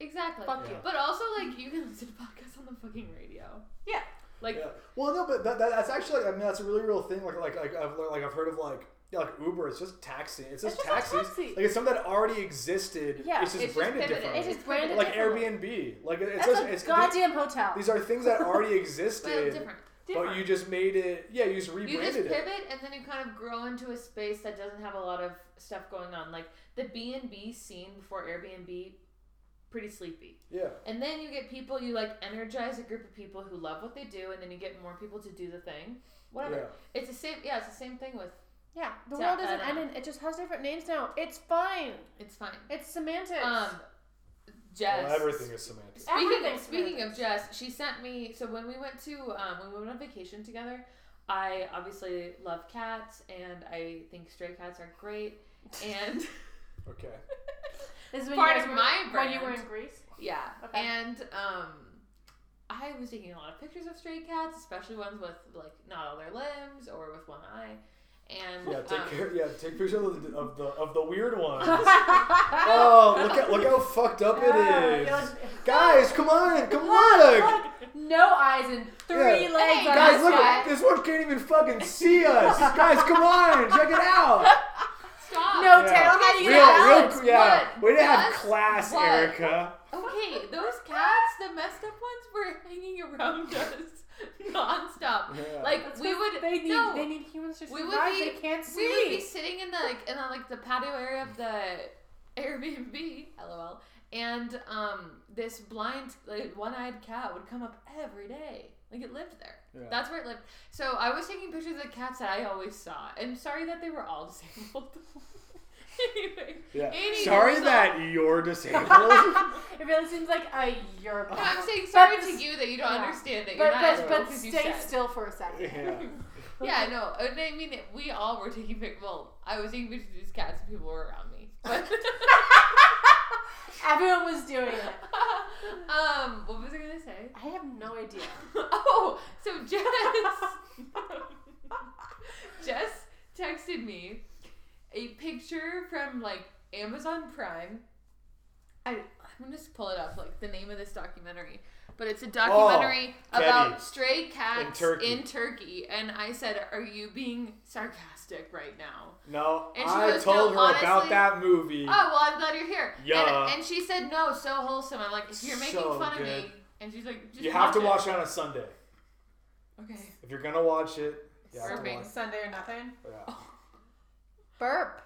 [SPEAKER 3] exactly.
[SPEAKER 4] Fuck
[SPEAKER 5] Yeah. you.
[SPEAKER 3] But also, like, you can listen to podcasts on the fucking radio.
[SPEAKER 4] Yeah.
[SPEAKER 3] Like,
[SPEAKER 5] Yeah. Well, no, but that, that, that's actually, I mean, that's a really real thing. Like, like, like I've learned, like I've heard of like, yeah, like Uber. It's just taxi. It's just,
[SPEAKER 4] just a
[SPEAKER 5] taxis.
[SPEAKER 4] taxi.
[SPEAKER 5] Like it's something that already existed.
[SPEAKER 4] Yeah,
[SPEAKER 5] it's
[SPEAKER 3] it's
[SPEAKER 5] just
[SPEAKER 3] just
[SPEAKER 5] branded
[SPEAKER 3] pivoted.
[SPEAKER 5] differently.
[SPEAKER 4] It's just branded
[SPEAKER 5] like
[SPEAKER 4] differently.
[SPEAKER 5] Airbnb. Like it's
[SPEAKER 4] That's
[SPEAKER 5] just,
[SPEAKER 4] a
[SPEAKER 5] it's
[SPEAKER 4] goddamn hotel.
[SPEAKER 5] These are things that already
[SPEAKER 3] well,
[SPEAKER 5] existed,
[SPEAKER 3] different.
[SPEAKER 5] but you just made it. Yeah, you just
[SPEAKER 3] You
[SPEAKER 5] rebranded
[SPEAKER 3] just
[SPEAKER 5] it.
[SPEAKER 3] pivot, and then you kind of grow into a space that doesn't have a lot of stuff going on. Like, the B&B scene before Airbnb, pretty sleepy.
[SPEAKER 5] Yeah.
[SPEAKER 3] And then you get people, you like energize a group of people who love what they do, and then you get more people to do the thing. Whatever. It's the same, yeah, it's the same thing with
[SPEAKER 4] yeah, the
[SPEAKER 3] So,
[SPEAKER 4] world
[SPEAKER 3] I
[SPEAKER 4] isn't
[SPEAKER 3] don't know.
[SPEAKER 4] ending. It just has different names now. It's fine.
[SPEAKER 3] it's fine.
[SPEAKER 4] It's semantics.
[SPEAKER 3] Um, Jess.
[SPEAKER 5] Well, everything is semantics.
[SPEAKER 3] Speaking,
[SPEAKER 4] Everything's
[SPEAKER 3] speaking
[SPEAKER 4] random.
[SPEAKER 3] of Jess, she sent me. So when we went to um, when we went on vacation together, I obviously love cats and I think stray cats are great.
[SPEAKER 4] *laughs*
[SPEAKER 3] And
[SPEAKER 5] Okay.
[SPEAKER 4] This is when
[SPEAKER 3] part
[SPEAKER 4] you guys
[SPEAKER 3] of
[SPEAKER 4] were-
[SPEAKER 3] my
[SPEAKER 4] when you were in
[SPEAKER 3] brand.
[SPEAKER 4] Greece.
[SPEAKER 3] yeah,
[SPEAKER 4] Okay.
[SPEAKER 3] and um, I was taking a lot of pictures of stray cats, especially ones with like not all their limbs or with one eye. And
[SPEAKER 5] Yeah. Take
[SPEAKER 3] um, *laughs*
[SPEAKER 5] care. Yeah. Take pictures of the of the, of the weird ones. oh, look at look how fucked up
[SPEAKER 4] *laughs*
[SPEAKER 5] *laughs* it is.
[SPEAKER 4] Uh,
[SPEAKER 5] Guys, come on, come on!
[SPEAKER 4] look, no eyes and three
[SPEAKER 5] Yeah.
[SPEAKER 4] legs.
[SPEAKER 3] Hey,
[SPEAKER 4] on
[SPEAKER 5] Guys,
[SPEAKER 4] this
[SPEAKER 5] look,
[SPEAKER 4] guy.
[SPEAKER 5] this one can't even fucking see us. Guys, come on, check it out.
[SPEAKER 3] *laughs* Stop.
[SPEAKER 4] *laughs* No
[SPEAKER 5] Yeah.
[SPEAKER 4] tail. How do you
[SPEAKER 5] Real,
[SPEAKER 4] get out?
[SPEAKER 5] real, yeah.
[SPEAKER 3] what
[SPEAKER 5] We didn't have
[SPEAKER 3] does
[SPEAKER 5] class,
[SPEAKER 3] what?
[SPEAKER 5] Erica.
[SPEAKER 3] Okay, those cats, the messed up ones, were hanging around *laughs* us nonstop. *laughs*
[SPEAKER 5] Yeah.
[SPEAKER 3] Like
[SPEAKER 4] That's
[SPEAKER 3] we
[SPEAKER 4] 'cause
[SPEAKER 3] would
[SPEAKER 4] They need.
[SPEAKER 3] no,
[SPEAKER 4] They need humans to
[SPEAKER 3] we would
[SPEAKER 4] survive.
[SPEAKER 3] be-
[SPEAKER 4] they can't
[SPEAKER 3] we would be
[SPEAKER 4] see.
[SPEAKER 3] sitting in the like in the, like the patio area of the *laughs* Airbnb, *laughs* lol, and um this blind like one-eyed cat would come up every day. Like it lived there.
[SPEAKER 5] Yeah.
[SPEAKER 3] That's where it lived. So I was taking pictures of the cats that I always saw. And sorry that they were all *laughs* disabled. anyway,
[SPEAKER 5] Yeah.
[SPEAKER 3] any
[SPEAKER 5] Sorry
[SPEAKER 3] result-
[SPEAKER 5] that you're disabled. *laughs*
[SPEAKER 4] it really seems like a Europe.
[SPEAKER 3] No,
[SPEAKER 4] *laughs*
[SPEAKER 3] I'm saying sorry
[SPEAKER 4] But-
[SPEAKER 3] to you that you don't
[SPEAKER 4] yeah.
[SPEAKER 3] understand that you're
[SPEAKER 4] But
[SPEAKER 3] not
[SPEAKER 4] but,
[SPEAKER 3] as
[SPEAKER 4] but
[SPEAKER 3] woke as you
[SPEAKER 4] stay
[SPEAKER 3] said.
[SPEAKER 4] still for a second.
[SPEAKER 5] yeah.
[SPEAKER 3] Yeah, no, and I mean we all were taking pictures. Well, I was taking pictures of these cats, and people were around me. But *laughs*
[SPEAKER 4] Everyone was doing it.
[SPEAKER 3] *laughs* um, what was I gonna say? *laughs*
[SPEAKER 4] I have no idea.
[SPEAKER 3] oh, so Jess, *laughs* Jess texted me a picture from like Amazon Prime. I I'm gonna just pull it up, like the name of this documentary. But it's a documentary
[SPEAKER 5] Teddy.
[SPEAKER 3] about stray cats
[SPEAKER 5] Oh, Turkey.
[SPEAKER 3] in Turkey, and I said, "Are you being sarcastic right now?"
[SPEAKER 5] No,
[SPEAKER 3] And she
[SPEAKER 5] I
[SPEAKER 3] goes,
[SPEAKER 5] told
[SPEAKER 3] "No,
[SPEAKER 5] her
[SPEAKER 3] honestly-
[SPEAKER 5] about that movie.
[SPEAKER 3] Oh well, I'm glad you're here.
[SPEAKER 5] Yeah.
[SPEAKER 3] And, and she said no, so wholesome. I'm like, if you're making
[SPEAKER 5] So
[SPEAKER 3] fun of me,
[SPEAKER 5] good.
[SPEAKER 3] and she's like, just
[SPEAKER 5] you have to
[SPEAKER 3] it.
[SPEAKER 5] watch it on a Sunday
[SPEAKER 3] Okay.
[SPEAKER 5] if you're gonna watch it. You have to
[SPEAKER 3] Burping.
[SPEAKER 5] watch
[SPEAKER 4] Sunday or nothing.
[SPEAKER 5] it. Yeah.
[SPEAKER 4] Burp.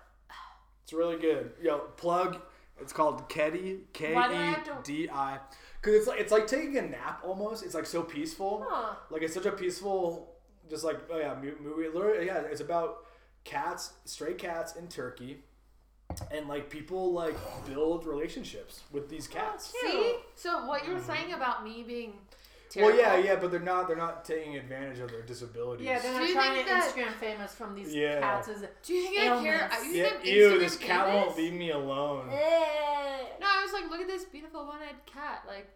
[SPEAKER 5] It's really good. Yo, plug. It's called Kedi. K
[SPEAKER 3] Why do I have to-
[SPEAKER 5] E D I. Because it's like it's like taking a nap almost. It's like so peaceful.
[SPEAKER 3] Oh.
[SPEAKER 4] Huh.
[SPEAKER 5] Like it's such a peaceful, just like oh yeah, mu- movie. Literally, yeah, it's about cats, stray cats in Turkey, and like people like build relationships with these cats.
[SPEAKER 4] cute.
[SPEAKER 3] See, so what you were saying about me being
[SPEAKER 5] Mm-hmm. well,
[SPEAKER 3] terrible?
[SPEAKER 5] yeah, yeah, but they're not they're not taking advantage of their disabilities.
[SPEAKER 4] Yeah, they're
[SPEAKER 3] Do
[SPEAKER 4] not
[SPEAKER 3] you
[SPEAKER 4] trying to
[SPEAKER 3] think that-
[SPEAKER 4] Instagram famous from these
[SPEAKER 5] Yeah.
[SPEAKER 4] cats. As,
[SPEAKER 3] Do you think I care?
[SPEAKER 4] Ailments.
[SPEAKER 3] You
[SPEAKER 5] Yeah,
[SPEAKER 3] think I'm
[SPEAKER 5] ew,
[SPEAKER 3] Instagram
[SPEAKER 5] this cat
[SPEAKER 3] famous?
[SPEAKER 5] Oh.
[SPEAKER 4] Eh.
[SPEAKER 5] *laughs* won't leave me alone.
[SPEAKER 2] beautiful one-eyed cat. Like,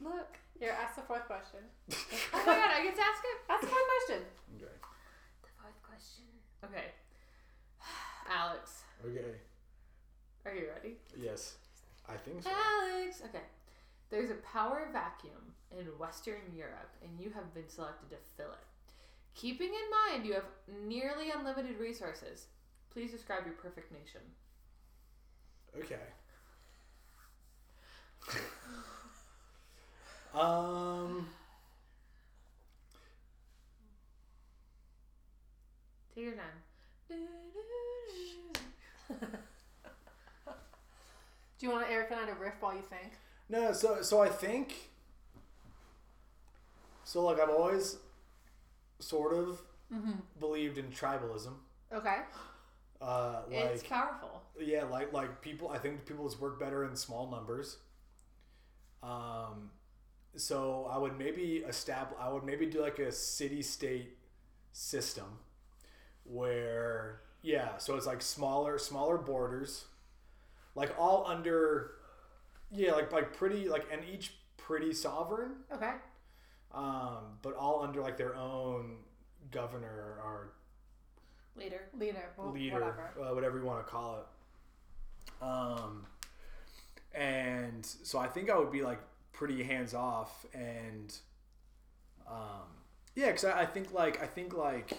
[SPEAKER 2] look.
[SPEAKER 4] Here, ask the fourth question.
[SPEAKER 2] Oh my god, I get to ask it.
[SPEAKER 4] Ask the fourth question.
[SPEAKER 5] Okay.
[SPEAKER 2] The fourth question. Okay. Alex,
[SPEAKER 5] Okay.
[SPEAKER 2] are you ready?
[SPEAKER 5] Yes. I think so.
[SPEAKER 3] Ah.
[SPEAKER 2] Alex. Okay. There's a power vacuum in Western Europe, and you have been selected to fill it. Keeping in mind you have nearly unlimited resources, please describe your perfect nation.
[SPEAKER 5] Okay. *laughs* um.
[SPEAKER 2] Take your time.
[SPEAKER 4] Do you want Eric and I to riff while you think?
[SPEAKER 5] No, so so I think so like I've always sort of believed in tribalism.
[SPEAKER 4] Okay.
[SPEAKER 5] Uh
[SPEAKER 2] It's
[SPEAKER 5] like
[SPEAKER 2] powerful.
[SPEAKER 5] yeah, like like people I think people just work better in small numbers. Um so I would maybe establish I would maybe do like a city state system where yeah, so it's like smaller smaller borders like all under yeah, like like pretty like and each pretty sovereign
[SPEAKER 4] Okay.
[SPEAKER 5] um, but all under like their own governor or
[SPEAKER 2] Later.
[SPEAKER 4] Leader. Well,
[SPEAKER 5] leader, *laughs*
[SPEAKER 4] Whatever.
[SPEAKER 5] Uh, whatever you want to call it. Um, and so I think I would be like pretty hands off, and um, yeah, because I, I think like I think like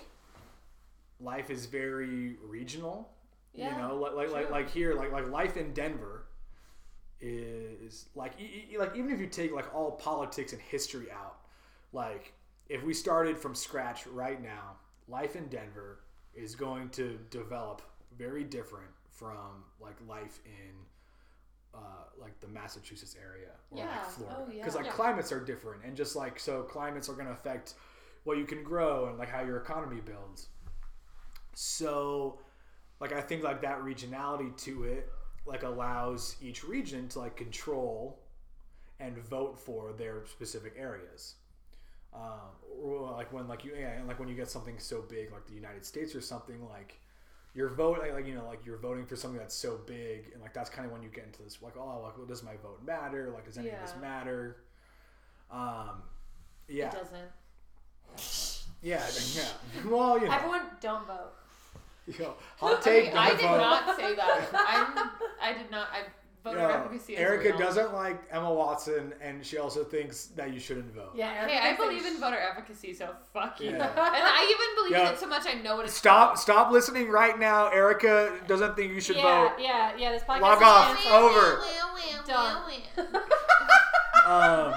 [SPEAKER 5] life is very regional.
[SPEAKER 2] Yeah,
[SPEAKER 5] you know, like like, like
[SPEAKER 2] true.
[SPEAKER 5] like here, like like life in Denver is like e- e- like even if you take like all politics and history out, like if we started from scratch right now, life in Denver is going to develop very different from like life in uh, like the Massachusetts area or
[SPEAKER 2] Yeah.
[SPEAKER 5] like Florida
[SPEAKER 2] Oh, yeah.
[SPEAKER 5] because like
[SPEAKER 2] Yeah.
[SPEAKER 5] climates are different and just like so climates are going to affect what you can grow and like how your economy builds. So like I think like that regionality to it like allows each region to like control and vote for their specific areas. Um, or like when like you yeah, and like when you get something so big like the United States or something like you're voting like you know like you're voting for something that's so big and like that's kind of when you get into this like oh like well, does my vote matter like does any of
[SPEAKER 2] Yeah.
[SPEAKER 5] this matter um yeah
[SPEAKER 2] It doesn't.
[SPEAKER 5] yeah yeah *laughs* well you know,
[SPEAKER 4] Everyone, don't vote.
[SPEAKER 5] you know hot
[SPEAKER 2] Okay,
[SPEAKER 5] take
[SPEAKER 2] *laughs* I
[SPEAKER 5] don't
[SPEAKER 2] did
[SPEAKER 5] vote.
[SPEAKER 2] not say that. I'm, I did not. I voted
[SPEAKER 5] Yeah,
[SPEAKER 2] advocacy. as
[SPEAKER 5] Erica
[SPEAKER 2] well.
[SPEAKER 5] doesn't like Emma Watson, and she also thinks that you shouldn't vote.
[SPEAKER 4] Yeah. Eric
[SPEAKER 2] Hey, I
[SPEAKER 4] thinks they
[SPEAKER 2] believe in
[SPEAKER 4] sh-
[SPEAKER 2] voter advocacy, so fuck you.
[SPEAKER 5] Yeah.
[SPEAKER 2] *laughs* And I even believe
[SPEAKER 5] Yeah.
[SPEAKER 2] in it so much I know what it's
[SPEAKER 5] Stop! Stop listening right now. Erica doesn't think you should
[SPEAKER 4] Yeah,
[SPEAKER 5] vote.
[SPEAKER 4] yeah, yeah. This podcast.
[SPEAKER 5] Log
[SPEAKER 4] is
[SPEAKER 5] off.
[SPEAKER 4] canceled.
[SPEAKER 5] Over.
[SPEAKER 2] Done.
[SPEAKER 5] Um,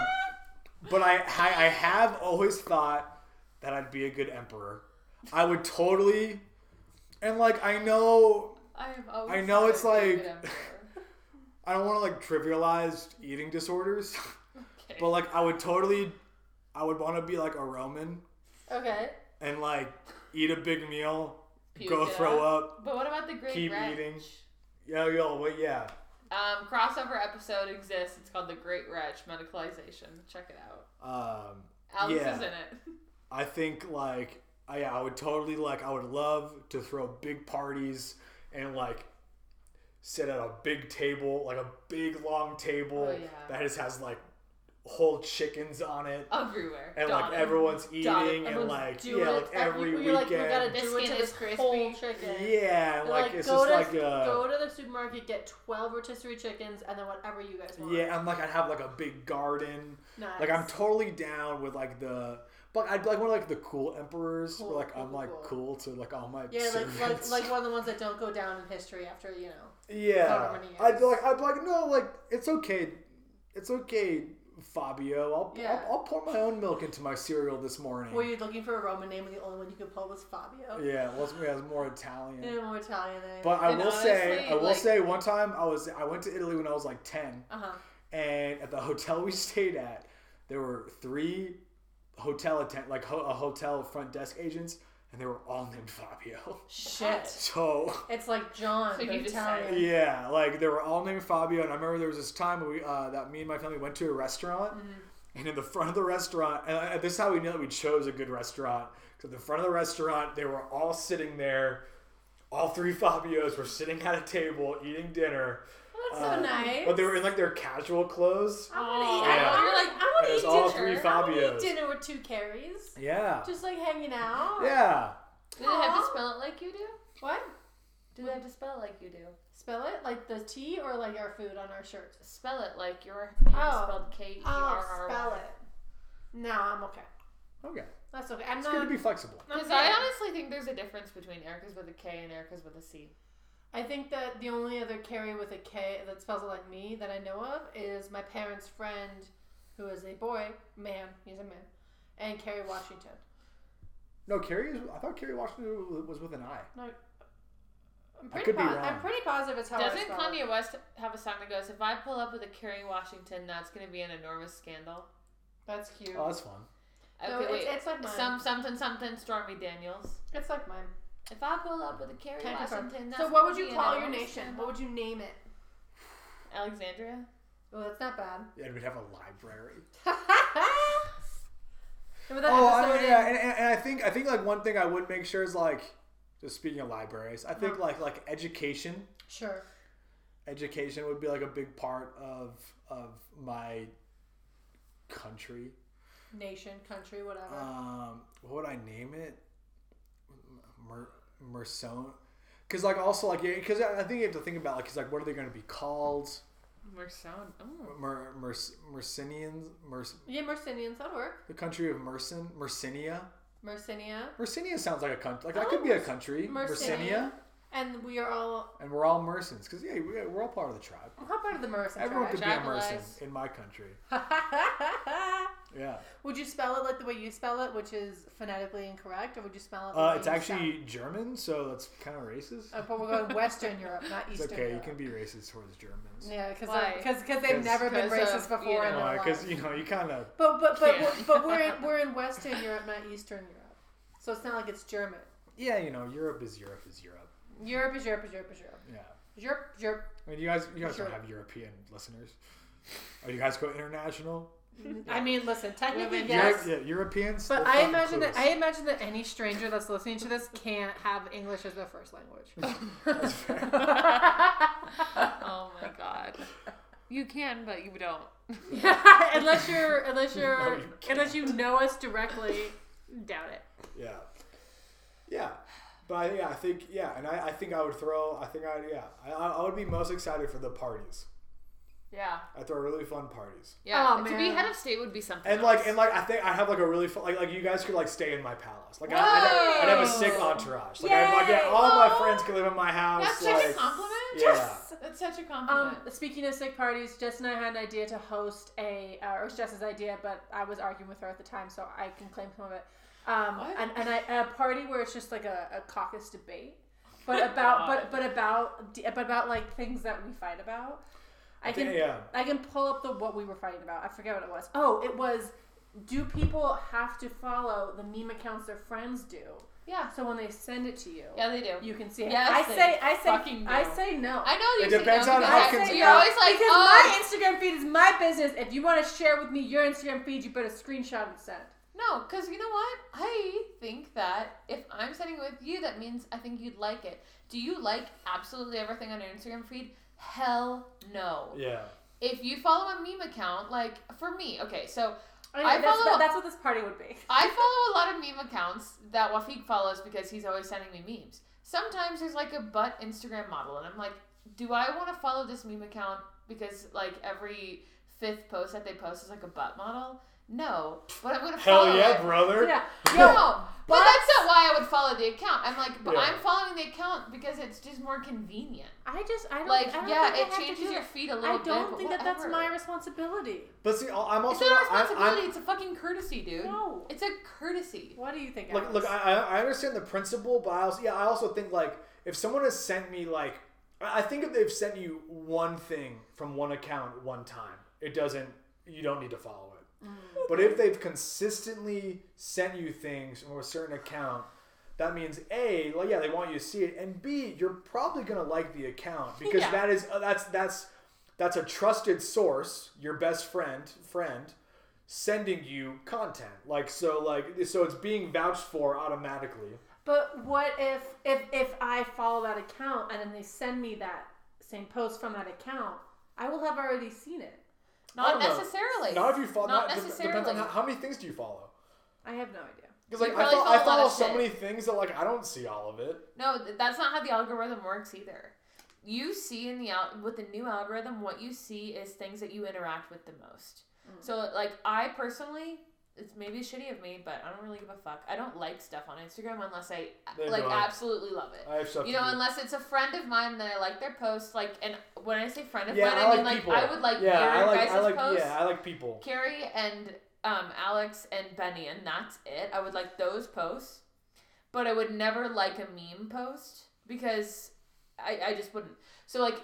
[SPEAKER 5] but I, I, I have always thought that I'd be a good emperor. I would totally, and like I know
[SPEAKER 2] I have always.
[SPEAKER 5] I know
[SPEAKER 2] thought
[SPEAKER 5] it's
[SPEAKER 2] I'd be a good
[SPEAKER 5] like-
[SPEAKER 2] emperor.
[SPEAKER 5] I don't want to like trivialize eating disorders,
[SPEAKER 2] Okay.
[SPEAKER 5] but like I would totally, I would want to be like a Roman
[SPEAKER 4] Okay.
[SPEAKER 5] and like eat a big meal,
[SPEAKER 2] Puke
[SPEAKER 5] go
[SPEAKER 2] it
[SPEAKER 5] throw up,
[SPEAKER 2] But what about the Great
[SPEAKER 5] keep
[SPEAKER 2] Wrench?
[SPEAKER 5] eating. Yeah, yo, wait, yeah.
[SPEAKER 2] Um, crossover episode exists. It's called The Great Wretch Medicalization. Check it out.
[SPEAKER 5] Um,
[SPEAKER 2] Alex
[SPEAKER 5] Yeah.
[SPEAKER 2] is in it. *laughs*
[SPEAKER 5] I think like I, yeah, I would totally like I would love to throw big parties and like sit at a big table, like a big long table
[SPEAKER 2] Oh, yeah.
[SPEAKER 5] that just has like whole chickens on it.
[SPEAKER 4] Oh,
[SPEAKER 2] Everywhere.
[SPEAKER 5] And like
[SPEAKER 2] Done.
[SPEAKER 5] everyone's eating
[SPEAKER 2] Done.
[SPEAKER 5] and
[SPEAKER 2] Everyone's
[SPEAKER 5] like
[SPEAKER 4] Do
[SPEAKER 5] yeah,
[SPEAKER 4] it.
[SPEAKER 5] like every
[SPEAKER 4] you,
[SPEAKER 5] weekend.
[SPEAKER 4] you like, we gotta
[SPEAKER 2] This
[SPEAKER 4] do it to
[SPEAKER 2] skin
[SPEAKER 4] this
[SPEAKER 2] is crispy.
[SPEAKER 4] whole chicken.
[SPEAKER 5] yeah, and,
[SPEAKER 4] They're
[SPEAKER 5] like,
[SPEAKER 4] like,
[SPEAKER 5] it's
[SPEAKER 4] go
[SPEAKER 5] just
[SPEAKER 4] to,
[SPEAKER 5] like uh, a
[SPEAKER 4] go to the supermarket, get twelve rotisserie chickens, and then whatever you guys want.
[SPEAKER 5] yeah, and like I'd have like a big garden.
[SPEAKER 4] Nice.
[SPEAKER 5] Like I'm totally down with like the but I'd be like one of like the cool emperors
[SPEAKER 4] Cool,
[SPEAKER 5] where like
[SPEAKER 4] cool,
[SPEAKER 5] I'm like
[SPEAKER 4] cool.
[SPEAKER 5] cool to like all my
[SPEAKER 4] Yeah, like, like
[SPEAKER 5] servants.
[SPEAKER 4] like one of the ones that don't go down in history after you know.
[SPEAKER 5] *laughs* yeah.
[SPEAKER 4] however many
[SPEAKER 5] I'd be
[SPEAKER 4] years.
[SPEAKER 5] like I'd be like no like it's okay, it's okay, Fabio. I'll
[SPEAKER 4] Yeah.
[SPEAKER 5] I'll, I'll pour my own milk into my cereal this morning.
[SPEAKER 4] Were you looking for a Roman name and the only one you could pull was Fabio?
[SPEAKER 5] Mm. yeah, well, it's- yeah, it's more Italian.
[SPEAKER 4] And more Italian name.
[SPEAKER 5] But I
[SPEAKER 2] And
[SPEAKER 5] will say,
[SPEAKER 2] honestly,
[SPEAKER 5] I will
[SPEAKER 2] like-
[SPEAKER 5] say, one time I was I went to Italy when I was like ten,
[SPEAKER 4] uh
[SPEAKER 2] Uh-huh.
[SPEAKER 4] huh.
[SPEAKER 5] and at the hotel we *laughs* stayed at, there were three hotel attend like ho- a hotel front desk agents, and they were all named Fabio. *laughs*
[SPEAKER 4] Shit.
[SPEAKER 5] So
[SPEAKER 4] It's like John, but
[SPEAKER 2] So you
[SPEAKER 4] Italian.
[SPEAKER 2] decided.
[SPEAKER 5] yeah, like they were all named Fabio, and I remember there was this time we uh, that me and my family went to a restaurant,
[SPEAKER 4] Mm-hmm.
[SPEAKER 5] and in the front of the restaurant, and I- this is how we knew that we chose a good restaurant. So at the front of the restaurant, they were all sitting there. All three Fabios were sitting at a table eating dinner,
[SPEAKER 4] That's
[SPEAKER 5] Uh,
[SPEAKER 4] so nice.
[SPEAKER 5] But they were in like their casual clothes.
[SPEAKER 4] I want to eat.
[SPEAKER 5] Yeah.
[SPEAKER 4] I, you're like, I want
[SPEAKER 5] It
[SPEAKER 4] to
[SPEAKER 5] was
[SPEAKER 4] eat
[SPEAKER 5] all
[SPEAKER 4] dinner.
[SPEAKER 5] three
[SPEAKER 4] I wanna
[SPEAKER 5] Fabios.
[SPEAKER 4] eat dinner with two carries.
[SPEAKER 5] Yeah.
[SPEAKER 4] Just like hanging out.
[SPEAKER 5] Yeah.
[SPEAKER 3] Did it have to
[SPEAKER 4] Aw.
[SPEAKER 3] spell it like you do?
[SPEAKER 4] What?
[SPEAKER 3] Did it have to spell it like you do?
[SPEAKER 4] Spell it like the T or like our food on our shirts.
[SPEAKER 3] Spell it like your name is
[SPEAKER 4] Oh.
[SPEAKER 3] spelled K E
[SPEAKER 4] Oh,
[SPEAKER 3] R R Y.
[SPEAKER 4] spell it. No, I'm okay.
[SPEAKER 5] Okay.
[SPEAKER 4] That's okay. I'm
[SPEAKER 5] It's good
[SPEAKER 4] not.
[SPEAKER 5] to be flexible.
[SPEAKER 4] I'm
[SPEAKER 3] Because I
[SPEAKER 4] good.
[SPEAKER 3] honestly think there's a difference between Erica's with a K and Erica's with a C.
[SPEAKER 4] I think that the only other Carrie with a K that spells it like me that I know of is my parents' friend, who is a boy, man, he's a man, and Carrie Washington.
[SPEAKER 5] No, Carrie. Is, I thought Carrie Washington was with an I.
[SPEAKER 4] I'm
[SPEAKER 5] I
[SPEAKER 4] pretty
[SPEAKER 5] could be
[SPEAKER 4] posi-
[SPEAKER 5] wrong.
[SPEAKER 4] I'm pretty positive it's how I
[SPEAKER 3] Doesn't
[SPEAKER 4] spell
[SPEAKER 3] Kanye West have a song that goes, "If I pull up with a Carrie Washington, that's going to be an enormous scandal"?
[SPEAKER 4] it. That's cute.
[SPEAKER 5] Oh, that's fun.
[SPEAKER 3] Okay,
[SPEAKER 4] no,
[SPEAKER 3] wait.
[SPEAKER 4] it's, it's like mine.
[SPEAKER 3] Some something something Stormy Daniels.
[SPEAKER 4] It's like mine.
[SPEAKER 3] If I pull up with a Carrie
[SPEAKER 4] Can I confirm?
[SPEAKER 3] Washington, that's
[SPEAKER 4] So what would
[SPEAKER 3] gonna
[SPEAKER 4] you
[SPEAKER 3] be
[SPEAKER 4] call
[SPEAKER 3] an
[SPEAKER 4] your
[SPEAKER 3] enormous
[SPEAKER 4] nation?
[SPEAKER 3] scandal."
[SPEAKER 4] What would you name it?
[SPEAKER 3] Alexandria.
[SPEAKER 4] Well, that's not bad.
[SPEAKER 5] And we'd have a library.
[SPEAKER 4] *laughs* Remember that
[SPEAKER 5] Oh, I,
[SPEAKER 4] episode?
[SPEAKER 5] mean,
[SPEAKER 4] in-
[SPEAKER 5] yeah, and, and, and I think I think like one thing I would make sure is like, just speaking of libraries, I think like like education,
[SPEAKER 4] Sure.
[SPEAKER 5] education would be like a big part of of my country.
[SPEAKER 4] Nation, country, whatever.
[SPEAKER 5] Um, what would I name it? Mer- Merson, because like also like yeah, because I I think you have to think about like, cause like what are they going to be called?
[SPEAKER 7] We're so. Oh.
[SPEAKER 5] Mer- Mer- Mercenians, Mer-
[SPEAKER 4] yeah, Mercenians, that'll work.
[SPEAKER 5] the country of Mercen, Mercinia.
[SPEAKER 4] Mercenia.
[SPEAKER 5] Mercinia sounds like a country. Like that
[SPEAKER 4] Oh,
[SPEAKER 5] could be a country.
[SPEAKER 4] Mercinia.
[SPEAKER 5] Mercinia.
[SPEAKER 4] And we are all.
[SPEAKER 5] And we're all Mersons, because yeah, we, we're all part of the tribe.
[SPEAKER 4] How part of the Mercen
[SPEAKER 5] Everyone
[SPEAKER 4] tribe?
[SPEAKER 5] could be a
[SPEAKER 7] Tribalized.
[SPEAKER 5] Merson in my country.
[SPEAKER 4] *laughs*
[SPEAKER 5] Yeah,
[SPEAKER 4] would you spell it like the way you spell it, which is phonetically incorrect, or would you spell it? the
[SPEAKER 5] uh,
[SPEAKER 4] way
[SPEAKER 5] it's
[SPEAKER 4] you
[SPEAKER 5] actually
[SPEAKER 8] um,
[SPEAKER 5] German, so that's kind of racist.
[SPEAKER 4] sound- Uh, but we're going
[SPEAKER 5] *laughs*
[SPEAKER 4] Western Europe, not
[SPEAKER 5] It's
[SPEAKER 4] Eastern.
[SPEAKER 5] okay, you
[SPEAKER 4] Europe.
[SPEAKER 5] can be racist towards Germans.
[SPEAKER 4] Yeah, because
[SPEAKER 7] Why?
[SPEAKER 4] because they've
[SPEAKER 5] 'Cause-
[SPEAKER 4] never been
[SPEAKER 7] 'cause
[SPEAKER 4] racist
[SPEAKER 7] of,
[SPEAKER 4] before
[SPEAKER 7] you
[SPEAKER 4] in
[SPEAKER 7] know,
[SPEAKER 4] their
[SPEAKER 5] because
[SPEAKER 4] lives.
[SPEAKER 5] you know you kind of
[SPEAKER 4] But but but
[SPEAKER 7] Yeah.
[SPEAKER 4] we're, but we're
[SPEAKER 7] *laughs*
[SPEAKER 4] in, we're in Western Europe, not Eastern Europe, so it's not like it's German.
[SPEAKER 5] yeah, you know Europe is Europe is Europe.
[SPEAKER 4] Europe is Europe is Europe is Europe.
[SPEAKER 5] Yeah,
[SPEAKER 4] Europe Europe.
[SPEAKER 5] I mean you guys you guys
[SPEAKER 4] Sure.
[SPEAKER 5] don't have European listeners. Are you guys go international?
[SPEAKER 4] I mean, listen, technically
[SPEAKER 7] Women,
[SPEAKER 4] yes.
[SPEAKER 5] Europe, yeah, Europeans.
[SPEAKER 8] But
[SPEAKER 5] they're
[SPEAKER 8] I
[SPEAKER 5] fucking
[SPEAKER 8] imagine that
[SPEAKER 5] clueless.
[SPEAKER 8] I imagine that any stranger that's listening to this can't have English as their first
[SPEAKER 5] *laughs*
[SPEAKER 8] language.
[SPEAKER 4] *laughs*
[SPEAKER 7] oh my *laughs* god. You can, but you don't.
[SPEAKER 8] *laughs* unless you're unless you're
[SPEAKER 5] No, you
[SPEAKER 8] unless you know us directly, doubt it.
[SPEAKER 5] Yeah. Yeah. But I, yeah, I think yeah, and I, I think I would throw. I think I yeah, I, I I would be most excited for the parties.
[SPEAKER 3] Yeah.
[SPEAKER 5] I throw really fun parties,
[SPEAKER 7] Yeah. to
[SPEAKER 4] Oh,
[SPEAKER 7] be
[SPEAKER 4] man.
[SPEAKER 7] head of state would be something.
[SPEAKER 5] and
[SPEAKER 7] else.
[SPEAKER 5] like and like I think I have like a really fun like like you guys could like stay in my palace. Like I, I'd, have, I'd have a sick entourage. Like, I'd, like
[SPEAKER 4] Yay!
[SPEAKER 5] all my
[SPEAKER 4] Aw.
[SPEAKER 5] friends could live in my house.
[SPEAKER 3] That's
[SPEAKER 5] like,
[SPEAKER 3] such a compliment.
[SPEAKER 5] yeah.
[SPEAKER 3] *laughs* That's such a
[SPEAKER 8] Um,
[SPEAKER 3] compliment.
[SPEAKER 8] speaking of sick parties, Jess and I had an idea to host a, uh, or it was Jess's idea, but I was arguing with her at the time, so I can claim some of it. Um,
[SPEAKER 3] What?
[SPEAKER 8] and and I, a party where it's just like a, a caucus debate, but *laughs* about but but about d- but about like things that we fight about. I can
[SPEAKER 5] Yeah.
[SPEAKER 8] I can pull up the what we were fighting about. I forget what it was. Oh, it was. Do people have to follow the meme accounts their friends do?
[SPEAKER 3] yeah.
[SPEAKER 8] So when they send it to you,
[SPEAKER 3] Yeah, they do.
[SPEAKER 8] you can see it.
[SPEAKER 3] Yes,
[SPEAKER 8] I
[SPEAKER 3] they
[SPEAKER 8] say I say
[SPEAKER 3] fucking do.
[SPEAKER 8] I say no.
[SPEAKER 3] I know you.
[SPEAKER 5] It
[SPEAKER 3] say
[SPEAKER 5] depends
[SPEAKER 3] no
[SPEAKER 5] on
[SPEAKER 3] because
[SPEAKER 5] how
[SPEAKER 3] I
[SPEAKER 5] con-
[SPEAKER 3] said-
[SPEAKER 5] cons-
[SPEAKER 3] you're always like,
[SPEAKER 8] because
[SPEAKER 3] oh,
[SPEAKER 8] my Instagram feed is my business. If you want to share with me your Instagram feed, you better screenshot and send.
[SPEAKER 3] No, because you know what? I think that if I'm sitting with you, that means I think you'd like it. Do you like absolutely everything on your Instagram feed? Hell no.
[SPEAKER 5] Yeah.
[SPEAKER 3] If you follow a meme account, like for me, okay, so
[SPEAKER 8] Anyway,
[SPEAKER 3] I
[SPEAKER 8] that's,
[SPEAKER 3] follow
[SPEAKER 8] that-
[SPEAKER 3] up-
[SPEAKER 8] that's what this party would
[SPEAKER 5] *laughs*
[SPEAKER 8] be.
[SPEAKER 3] I follow a lot of meme accounts that Wafik follows because he's always sending me memes. Sometimes there's like a butt Instagram model, and I'm like, do I want to follow this meme account because like every fifth post that they post is like a butt model? No, but I'm gonna follow.
[SPEAKER 5] Hell
[SPEAKER 3] it.
[SPEAKER 5] yeah, brother.
[SPEAKER 8] Yeah.
[SPEAKER 3] No, but
[SPEAKER 8] *laughs* but-
[SPEAKER 3] that's not why I would follow the account. I'm like, but
[SPEAKER 5] Yeah.
[SPEAKER 3] I'm following the account because it's just more convenient.
[SPEAKER 8] I just I don't
[SPEAKER 3] Like,
[SPEAKER 8] I don't
[SPEAKER 3] yeah,
[SPEAKER 8] think I
[SPEAKER 3] it
[SPEAKER 8] have to
[SPEAKER 3] changes
[SPEAKER 8] do
[SPEAKER 3] your
[SPEAKER 8] that.
[SPEAKER 3] feed a little
[SPEAKER 8] I
[SPEAKER 3] bit.
[SPEAKER 8] don't
[SPEAKER 3] but
[SPEAKER 8] think that that's my
[SPEAKER 3] whatever.
[SPEAKER 8] responsibility.
[SPEAKER 5] But see, I- I'm
[SPEAKER 3] It's
[SPEAKER 5] also
[SPEAKER 3] not a
[SPEAKER 5] I- I'm-
[SPEAKER 3] responsibility. it's a fucking courtesy, dude.
[SPEAKER 8] No.
[SPEAKER 3] It's a courtesy.
[SPEAKER 8] What do you think?
[SPEAKER 5] Look,
[SPEAKER 8] Alex?
[SPEAKER 5] look, I, I- I understand the principle, but I also, yeah, I also think like if someone has sent me like, I I think if they've sent you one thing from one account one time, it doesn't, you don't need to follow it.
[SPEAKER 8] Mm.
[SPEAKER 5] But if they've consistently sent you things from a certain account, that means a, like yeah, they want you to see it, and b, you're probably gonna like the account because
[SPEAKER 3] Yeah.
[SPEAKER 5] that is uh, that's that's that's a trusted source, your best friend, friend sending you content like so like so it's being vouched for automatically
[SPEAKER 8] But what if if if I follow that account and then they send me that
[SPEAKER 4] same post from that account, I will have already seen it.
[SPEAKER 5] I
[SPEAKER 3] Not
[SPEAKER 5] don't know.
[SPEAKER 3] necessarily.
[SPEAKER 5] Not if you follow.
[SPEAKER 3] Not
[SPEAKER 5] Not dep- Depends
[SPEAKER 3] necessarily.
[SPEAKER 5] on how, how many things do you follow.
[SPEAKER 4] I have no idea.
[SPEAKER 3] So
[SPEAKER 5] Because
[SPEAKER 3] you
[SPEAKER 5] like I,
[SPEAKER 3] probably
[SPEAKER 5] fo-
[SPEAKER 3] follow
[SPEAKER 5] I
[SPEAKER 3] a lot
[SPEAKER 5] follow
[SPEAKER 3] of
[SPEAKER 5] so
[SPEAKER 3] shit.
[SPEAKER 5] many things that like I don't see all of it.
[SPEAKER 3] No, th- that's not how the algorithm works either. You see in the out with the new algorithm, what you see is things that you interact with the most. So, like I personally, it's maybe shitty of me, but I don't really give a fuck. I don't like stuff on Instagram unless I
[SPEAKER 5] Neither
[SPEAKER 3] Uh, like
[SPEAKER 5] do I.
[SPEAKER 3] absolutely love it.
[SPEAKER 5] I have stuff.
[SPEAKER 3] You
[SPEAKER 5] to
[SPEAKER 3] know,
[SPEAKER 5] do.
[SPEAKER 3] unless it's a friend of mine that I like their post, like, and when I say friend of
[SPEAKER 5] yeah,
[SPEAKER 3] mine,
[SPEAKER 5] I,
[SPEAKER 3] I, mean
[SPEAKER 5] like
[SPEAKER 3] like
[SPEAKER 5] people.
[SPEAKER 3] I would like
[SPEAKER 5] yeah,
[SPEAKER 3] your
[SPEAKER 5] I like,
[SPEAKER 3] guys'
[SPEAKER 5] I like,
[SPEAKER 3] posts.
[SPEAKER 5] Yeah, I like people.
[SPEAKER 3] Carrie and um, Alex and Benny, and that's it. I would like those posts, but I would never like a meme post because I, I just wouldn't. So like,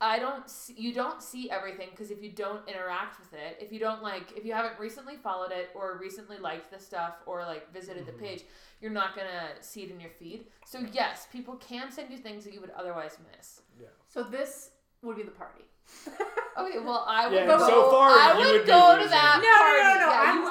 [SPEAKER 3] I don't see, you don't see everything because if you don't interact with it, if you don't like, if you haven't recently followed it or recently liked the stuff or like visited
[SPEAKER 5] Mhm.
[SPEAKER 3] the page, you're not gonna see it in your feed. So yes, people can send you things that you would otherwise miss.
[SPEAKER 4] So this would be the
[SPEAKER 3] *laughs*
[SPEAKER 4] party.
[SPEAKER 3] Okay, well I would
[SPEAKER 5] Yeah,
[SPEAKER 3] go.
[SPEAKER 5] so far
[SPEAKER 3] I
[SPEAKER 5] you
[SPEAKER 3] would
[SPEAKER 5] would be
[SPEAKER 3] go to
[SPEAKER 5] losing.
[SPEAKER 3] that.
[SPEAKER 4] *laughs* No,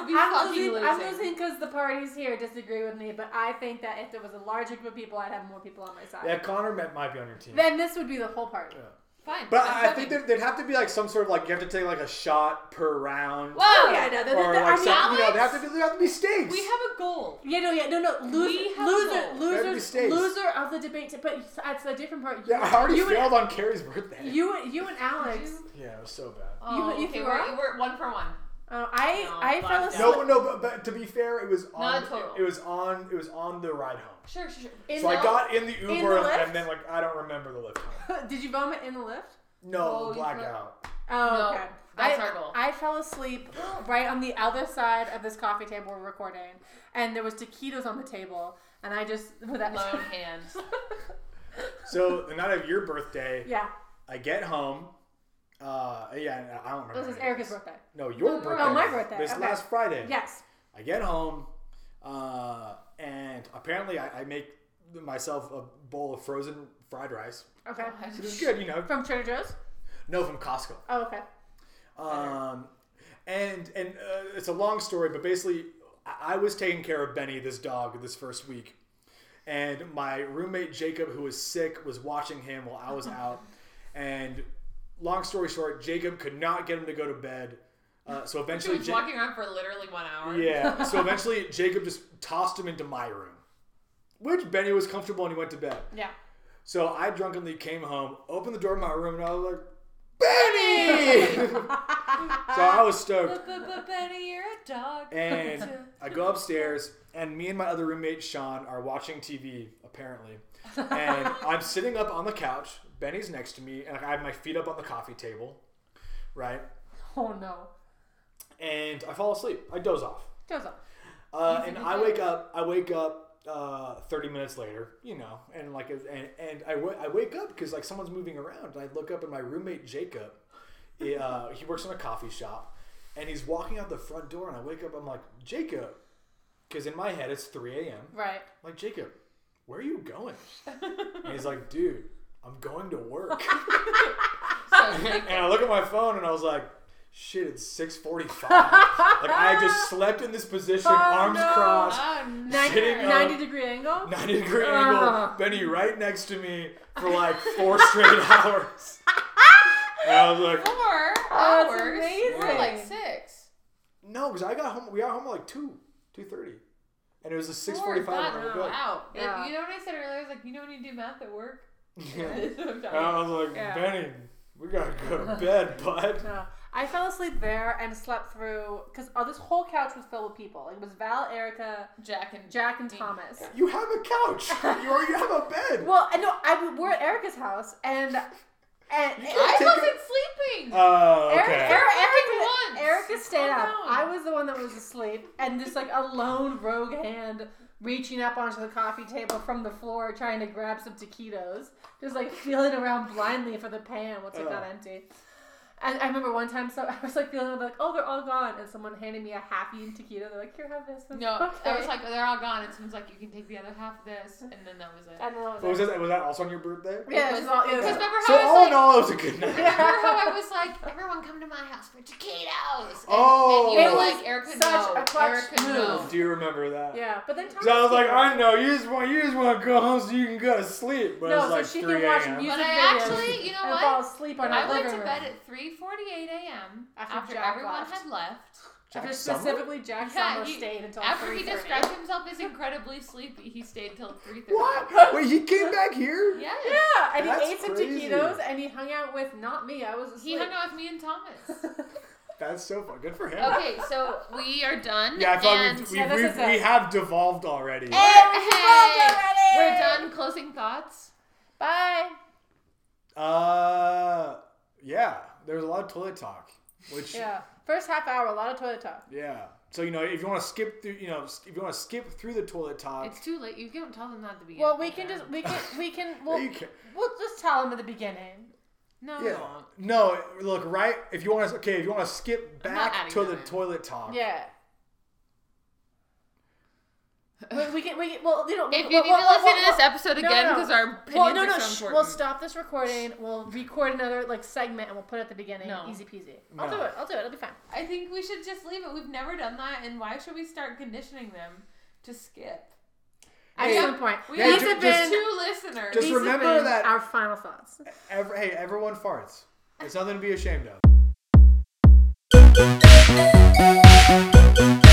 [SPEAKER 3] party. Yeah, you
[SPEAKER 4] no, no, no. I'm,
[SPEAKER 3] would be
[SPEAKER 4] I'm,
[SPEAKER 3] fucking
[SPEAKER 4] losing, I'm
[SPEAKER 3] losing.
[SPEAKER 4] losing because the parties here disagree with me, but I think that if there was a larger group of people, I'd have more people on my side.
[SPEAKER 5] Yeah, Connor might, might be on your team.
[SPEAKER 4] Then this would be the whole party.
[SPEAKER 5] Yeah.
[SPEAKER 3] Fine.
[SPEAKER 5] But
[SPEAKER 3] I'm
[SPEAKER 5] I, I
[SPEAKER 3] coming.
[SPEAKER 5] think there, there'd have to be like some sort of like you have to take like a shot per round.
[SPEAKER 3] Whoa!
[SPEAKER 4] Oh, yeah, no, the,
[SPEAKER 5] Or like
[SPEAKER 4] I mean,
[SPEAKER 5] some, you know, there
[SPEAKER 3] Alex?
[SPEAKER 5] have to there have to be stakes.
[SPEAKER 3] We have a goal.
[SPEAKER 4] yeah, no, yeah, no, no.
[SPEAKER 3] We
[SPEAKER 4] Loser,
[SPEAKER 3] have
[SPEAKER 4] loser,
[SPEAKER 3] goals.
[SPEAKER 5] Every
[SPEAKER 4] loser,
[SPEAKER 5] stage.
[SPEAKER 4] loser of the debate. But that's a different part. You,
[SPEAKER 5] yeah, I already
[SPEAKER 4] you
[SPEAKER 5] failed on Carrie's birthday.
[SPEAKER 4] and, you, you and Alex.
[SPEAKER 5] yeah, it was so bad.
[SPEAKER 3] Oh,
[SPEAKER 4] you
[SPEAKER 3] okay,
[SPEAKER 4] threw
[SPEAKER 3] we're,
[SPEAKER 4] up?
[SPEAKER 3] we're one for one.
[SPEAKER 4] Oh, I,
[SPEAKER 3] No,
[SPEAKER 4] I
[SPEAKER 3] blacked
[SPEAKER 4] fell
[SPEAKER 3] out.
[SPEAKER 4] asleep.
[SPEAKER 5] No, no, but, but to be fair, it was on.
[SPEAKER 3] Not total.
[SPEAKER 5] It was on. It was on the ride home.
[SPEAKER 3] Sure,
[SPEAKER 4] *laughs*
[SPEAKER 3] sure, sure.
[SPEAKER 4] In
[SPEAKER 5] so
[SPEAKER 4] the,
[SPEAKER 5] I got in the Uber
[SPEAKER 4] the lift?
[SPEAKER 5] and then like I don't remember the lift. home.
[SPEAKER 4] *laughs* Did you vomit in the lift?
[SPEAKER 5] No
[SPEAKER 3] Oh, you
[SPEAKER 5] blackout.
[SPEAKER 4] Oh,
[SPEAKER 3] No,
[SPEAKER 4] okay.
[SPEAKER 3] that's
[SPEAKER 4] I,
[SPEAKER 3] our goal.
[SPEAKER 4] I fell
[SPEAKER 3] *gasps*
[SPEAKER 4] asleep right on the other side of this coffee table we're recording, and there was taquitos on the table, and I just *laughs* with that
[SPEAKER 3] Lone hand.
[SPEAKER 5] So the night of your birthday,
[SPEAKER 4] yeah,
[SPEAKER 5] I get home. Uh, yeah, I don't remember.
[SPEAKER 4] this is
[SPEAKER 5] any of
[SPEAKER 4] Erica's
[SPEAKER 5] this.
[SPEAKER 4] birthday.
[SPEAKER 5] No, your
[SPEAKER 3] No, no, no.
[SPEAKER 5] birthday.
[SPEAKER 4] Oh, my birthday.
[SPEAKER 5] This
[SPEAKER 4] Okay.
[SPEAKER 5] last Friday.
[SPEAKER 4] Yes,
[SPEAKER 5] I get home, uh, and apparently I, I make myself a bowl of frozen fried rice,
[SPEAKER 4] okay.
[SPEAKER 3] Oh,
[SPEAKER 5] which is good, you know.
[SPEAKER 4] From Trader Joe's.
[SPEAKER 5] No, from Costco.
[SPEAKER 4] Oh, okay.
[SPEAKER 5] Um, and and uh, it's a long story, but basically, I, I was taking care of Benny, this dog, this first week, and my roommate Jacob, who was sick, was watching him while I was out. and long story short, Jacob could not get him to go to bed, uh, so
[SPEAKER 3] She
[SPEAKER 5] eventually,
[SPEAKER 3] was
[SPEAKER 5] Ja-
[SPEAKER 3] walking around for literally one hour.
[SPEAKER 5] yeah. So eventually, Jacob just tossed him into my room, which Benny was comfortable and he went to bed.
[SPEAKER 4] Yeah.
[SPEAKER 5] So I drunkenly came home, opened the door of my room, and I was like, Benny! so I was stoked.
[SPEAKER 3] Benny, you're a dog.
[SPEAKER 5] And
[SPEAKER 4] *laughs*
[SPEAKER 5] I go upstairs, and me and my other roommate, Sean, are watching TV, apparently. And I'm sitting up on the couch. Benny's next to me, and I have my feet up on the coffee table, right?
[SPEAKER 4] Oh no.
[SPEAKER 5] And I fall asleep. I doze off.
[SPEAKER 4] Joe's off.
[SPEAKER 5] Uh, and I wake up. I wake up uh, thirty minutes later, you know, and like, and and I, w- I wake up because like someone's moving around. And I look up, and my roommate Jacob, he, uh, he works in a coffee shop, and he's walking out the front door. And I wake up. I'm like Jacob, because in my head it's three a.m.
[SPEAKER 4] Right.
[SPEAKER 5] I'm like Jacob, where are
[SPEAKER 4] *laughs*
[SPEAKER 5] you going? and he's like, dude, I'm going
[SPEAKER 4] *laughs*
[SPEAKER 5] to work. and I look at my phone, and I was like. Shit, it's six forty-five. like I just slept in this position, arms
[SPEAKER 4] Oh, no.
[SPEAKER 5] crossed,
[SPEAKER 3] Oh,
[SPEAKER 5] sitting up,
[SPEAKER 4] Ninety degree angle.
[SPEAKER 5] 90 degree
[SPEAKER 4] Ah.
[SPEAKER 5] angle, Benny right next to me for like four straight
[SPEAKER 4] *laughs*
[SPEAKER 5] hours. And I was like,
[SPEAKER 3] four
[SPEAKER 4] that's
[SPEAKER 3] hours. We're
[SPEAKER 4] amazing.
[SPEAKER 3] like six.
[SPEAKER 5] no, because I got home. We got home at like two, two thirty, and it was a six
[SPEAKER 3] Four, that
[SPEAKER 5] forty-five when I woke up.
[SPEAKER 3] Wow. And
[SPEAKER 4] Yeah.
[SPEAKER 3] You know what I said earlier? It's Like you know when you do math at work.
[SPEAKER 5] Yeah. Um,
[SPEAKER 3] That's what *laughs* I'm talking
[SPEAKER 5] *laughs* And
[SPEAKER 3] about.
[SPEAKER 5] I was like,
[SPEAKER 4] Yeah.
[SPEAKER 5] Benny, we gotta go to bed, bud.
[SPEAKER 4] No. I fell asleep there and slept through because oh, this whole couch was filled with people. It was Val, Erica,
[SPEAKER 3] Jack and
[SPEAKER 4] Jack, and
[SPEAKER 3] Dean.
[SPEAKER 4] Thomas.
[SPEAKER 5] You have a couch. You already have a
[SPEAKER 4] *laughs*
[SPEAKER 5] bed.
[SPEAKER 4] Well, no, I we're at Erica's house and and.
[SPEAKER 3] I
[SPEAKER 5] Take
[SPEAKER 3] wasn't
[SPEAKER 5] it-
[SPEAKER 3] sleeping.
[SPEAKER 5] Oh,
[SPEAKER 4] Eric,
[SPEAKER 5] okay.
[SPEAKER 4] Eric,
[SPEAKER 3] Fucking
[SPEAKER 4] Erica,
[SPEAKER 3] once.
[SPEAKER 4] Erica stayed
[SPEAKER 3] Calm
[SPEAKER 4] up.
[SPEAKER 3] down.
[SPEAKER 4] I was the one that was asleep, and just like a lone rogue hand reaching up onto the coffee table from the floor, trying to grab some taquitos, just like feeling around blindly for the pan once it got
[SPEAKER 5] Oh.
[SPEAKER 4] empty. And I remember one time, so *laughs* I was like feeling like, oh, they're all gone, and someone handed me a half-eaten taquito. They're like, here, have this. I'm
[SPEAKER 3] No,
[SPEAKER 4] okay.
[SPEAKER 3] I was like, they're all gone, and someone's like, you can take the other half of this, and then that was it.
[SPEAKER 4] and then *laughs* I was
[SPEAKER 5] What was
[SPEAKER 4] like,
[SPEAKER 5] that? Was that also on your birthday?
[SPEAKER 4] yeah, it was all, it was-
[SPEAKER 3] Because remember how *laughs*
[SPEAKER 5] So
[SPEAKER 3] I was
[SPEAKER 5] all
[SPEAKER 3] like,
[SPEAKER 5] in all, it was a good night.
[SPEAKER 3] Remember how I was like, everyone come to my house for taquitos. And,
[SPEAKER 5] Oh.
[SPEAKER 3] and you
[SPEAKER 5] It
[SPEAKER 3] were
[SPEAKER 5] was
[SPEAKER 3] like, Erica,
[SPEAKER 4] such
[SPEAKER 3] no.
[SPEAKER 4] a clutch
[SPEAKER 3] Erica, no.
[SPEAKER 5] Do you remember
[SPEAKER 4] *laughs*
[SPEAKER 5] that? *laughs*
[SPEAKER 4] Yeah, but then Thomas
[SPEAKER 5] So I was like,
[SPEAKER 4] came
[SPEAKER 5] I
[SPEAKER 4] out.
[SPEAKER 5] know you just want you just want to go home so you can go to sleep, but
[SPEAKER 4] No,
[SPEAKER 5] it's
[SPEAKER 4] so
[SPEAKER 5] like
[SPEAKER 4] she can
[SPEAKER 5] three
[SPEAKER 4] watch
[SPEAKER 5] a.m.
[SPEAKER 3] But I
[SPEAKER 4] music videos
[SPEAKER 3] actually, you know
[SPEAKER 4] and
[SPEAKER 3] what?
[SPEAKER 4] fall asleep on
[SPEAKER 3] I
[SPEAKER 4] our
[SPEAKER 3] went to
[SPEAKER 4] living room.
[SPEAKER 3] bed at 3:48 a.m.
[SPEAKER 4] After
[SPEAKER 3] after,
[SPEAKER 4] Jack
[SPEAKER 3] everyone
[SPEAKER 4] left.
[SPEAKER 3] had left.
[SPEAKER 5] Jack
[SPEAKER 4] After
[SPEAKER 5] Summer?
[SPEAKER 4] specifically Jack
[SPEAKER 3] Yeah,
[SPEAKER 4] Summer
[SPEAKER 3] he-
[SPEAKER 4] stayed until
[SPEAKER 3] After he
[SPEAKER 4] 3:30.
[SPEAKER 3] described himself as incredibly sleepy, he stayed till 3:30.
[SPEAKER 4] *laughs*
[SPEAKER 5] What? Wait, he came back here?
[SPEAKER 3] Yes.
[SPEAKER 4] Yeah, and
[SPEAKER 5] That's
[SPEAKER 4] he ate some
[SPEAKER 5] crazy.
[SPEAKER 4] taquitos and he hung out with not me. I was
[SPEAKER 3] He
[SPEAKER 4] asleep. *laughs*
[SPEAKER 3] hung out with me and Thomas.
[SPEAKER 5] That's so fun. Good for him.
[SPEAKER 3] Okay, so we are done.
[SPEAKER 5] Yeah, I thought
[SPEAKER 3] and
[SPEAKER 5] we've, we
[SPEAKER 4] Yeah, this
[SPEAKER 5] we've,
[SPEAKER 4] is
[SPEAKER 5] we
[SPEAKER 4] it.
[SPEAKER 5] have devolved already.
[SPEAKER 3] Hey, we're done. Closing thoughts.
[SPEAKER 4] Bye.
[SPEAKER 5] Uh, yeah, there was a lot of toilet talk, which yeah.
[SPEAKER 4] Yeah. First half hour, a lot of toilet talk.
[SPEAKER 5] So you know, if you want to skip through, you know, if you want to skip through the toilet talk,
[SPEAKER 3] It's too late. You can't tell them that at the beginning.
[SPEAKER 4] Uh, Well, we can just we can we can
[SPEAKER 5] *laughs*
[SPEAKER 4] we'll,
[SPEAKER 5] you can-
[SPEAKER 4] we'll just tell him at the beginning.
[SPEAKER 3] no.
[SPEAKER 5] yeah, no, look, right? If you want to, okay, if you want to skip
[SPEAKER 3] not
[SPEAKER 5] back
[SPEAKER 3] adding
[SPEAKER 5] to
[SPEAKER 3] that
[SPEAKER 5] the
[SPEAKER 3] in.
[SPEAKER 5] toilet talk, *sighs*
[SPEAKER 4] Yeah. we, we can we can, well you know
[SPEAKER 3] If you
[SPEAKER 4] well,
[SPEAKER 3] need
[SPEAKER 4] well,
[SPEAKER 3] to
[SPEAKER 4] well,
[SPEAKER 3] listen to
[SPEAKER 4] well,
[SPEAKER 3] this episode
[SPEAKER 4] no,
[SPEAKER 3] again
[SPEAKER 4] no.
[SPEAKER 3] because our opinions
[SPEAKER 4] Well, no, no.
[SPEAKER 3] are so
[SPEAKER 4] sh-
[SPEAKER 3] important.
[SPEAKER 4] we'll stop this recording.
[SPEAKER 3] *sighs*
[SPEAKER 4] We'll record another like segment, and we'll put it at the beginning.
[SPEAKER 3] No.
[SPEAKER 4] Easy peasy. I'll
[SPEAKER 5] No.
[SPEAKER 4] do it. I'll do it. It'll be fine.
[SPEAKER 3] I think we should just leave it. We've never done that, and why should we start conditioning them to skip?
[SPEAKER 4] At
[SPEAKER 5] Hey,
[SPEAKER 4] some point,
[SPEAKER 3] We
[SPEAKER 5] Yeah,
[SPEAKER 3] have
[SPEAKER 5] ju-
[SPEAKER 4] have
[SPEAKER 5] just-
[SPEAKER 3] two listeners.
[SPEAKER 5] just
[SPEAKER 4] these
[SPEAKER 5] remember
[SPEAKER 4] have been
[SPEAKER 5] that-
[SPEAKER 4] our final thoughts.
[SPEAKER 5] ev- hey, everyone farts. It's nothing to be ashamed of.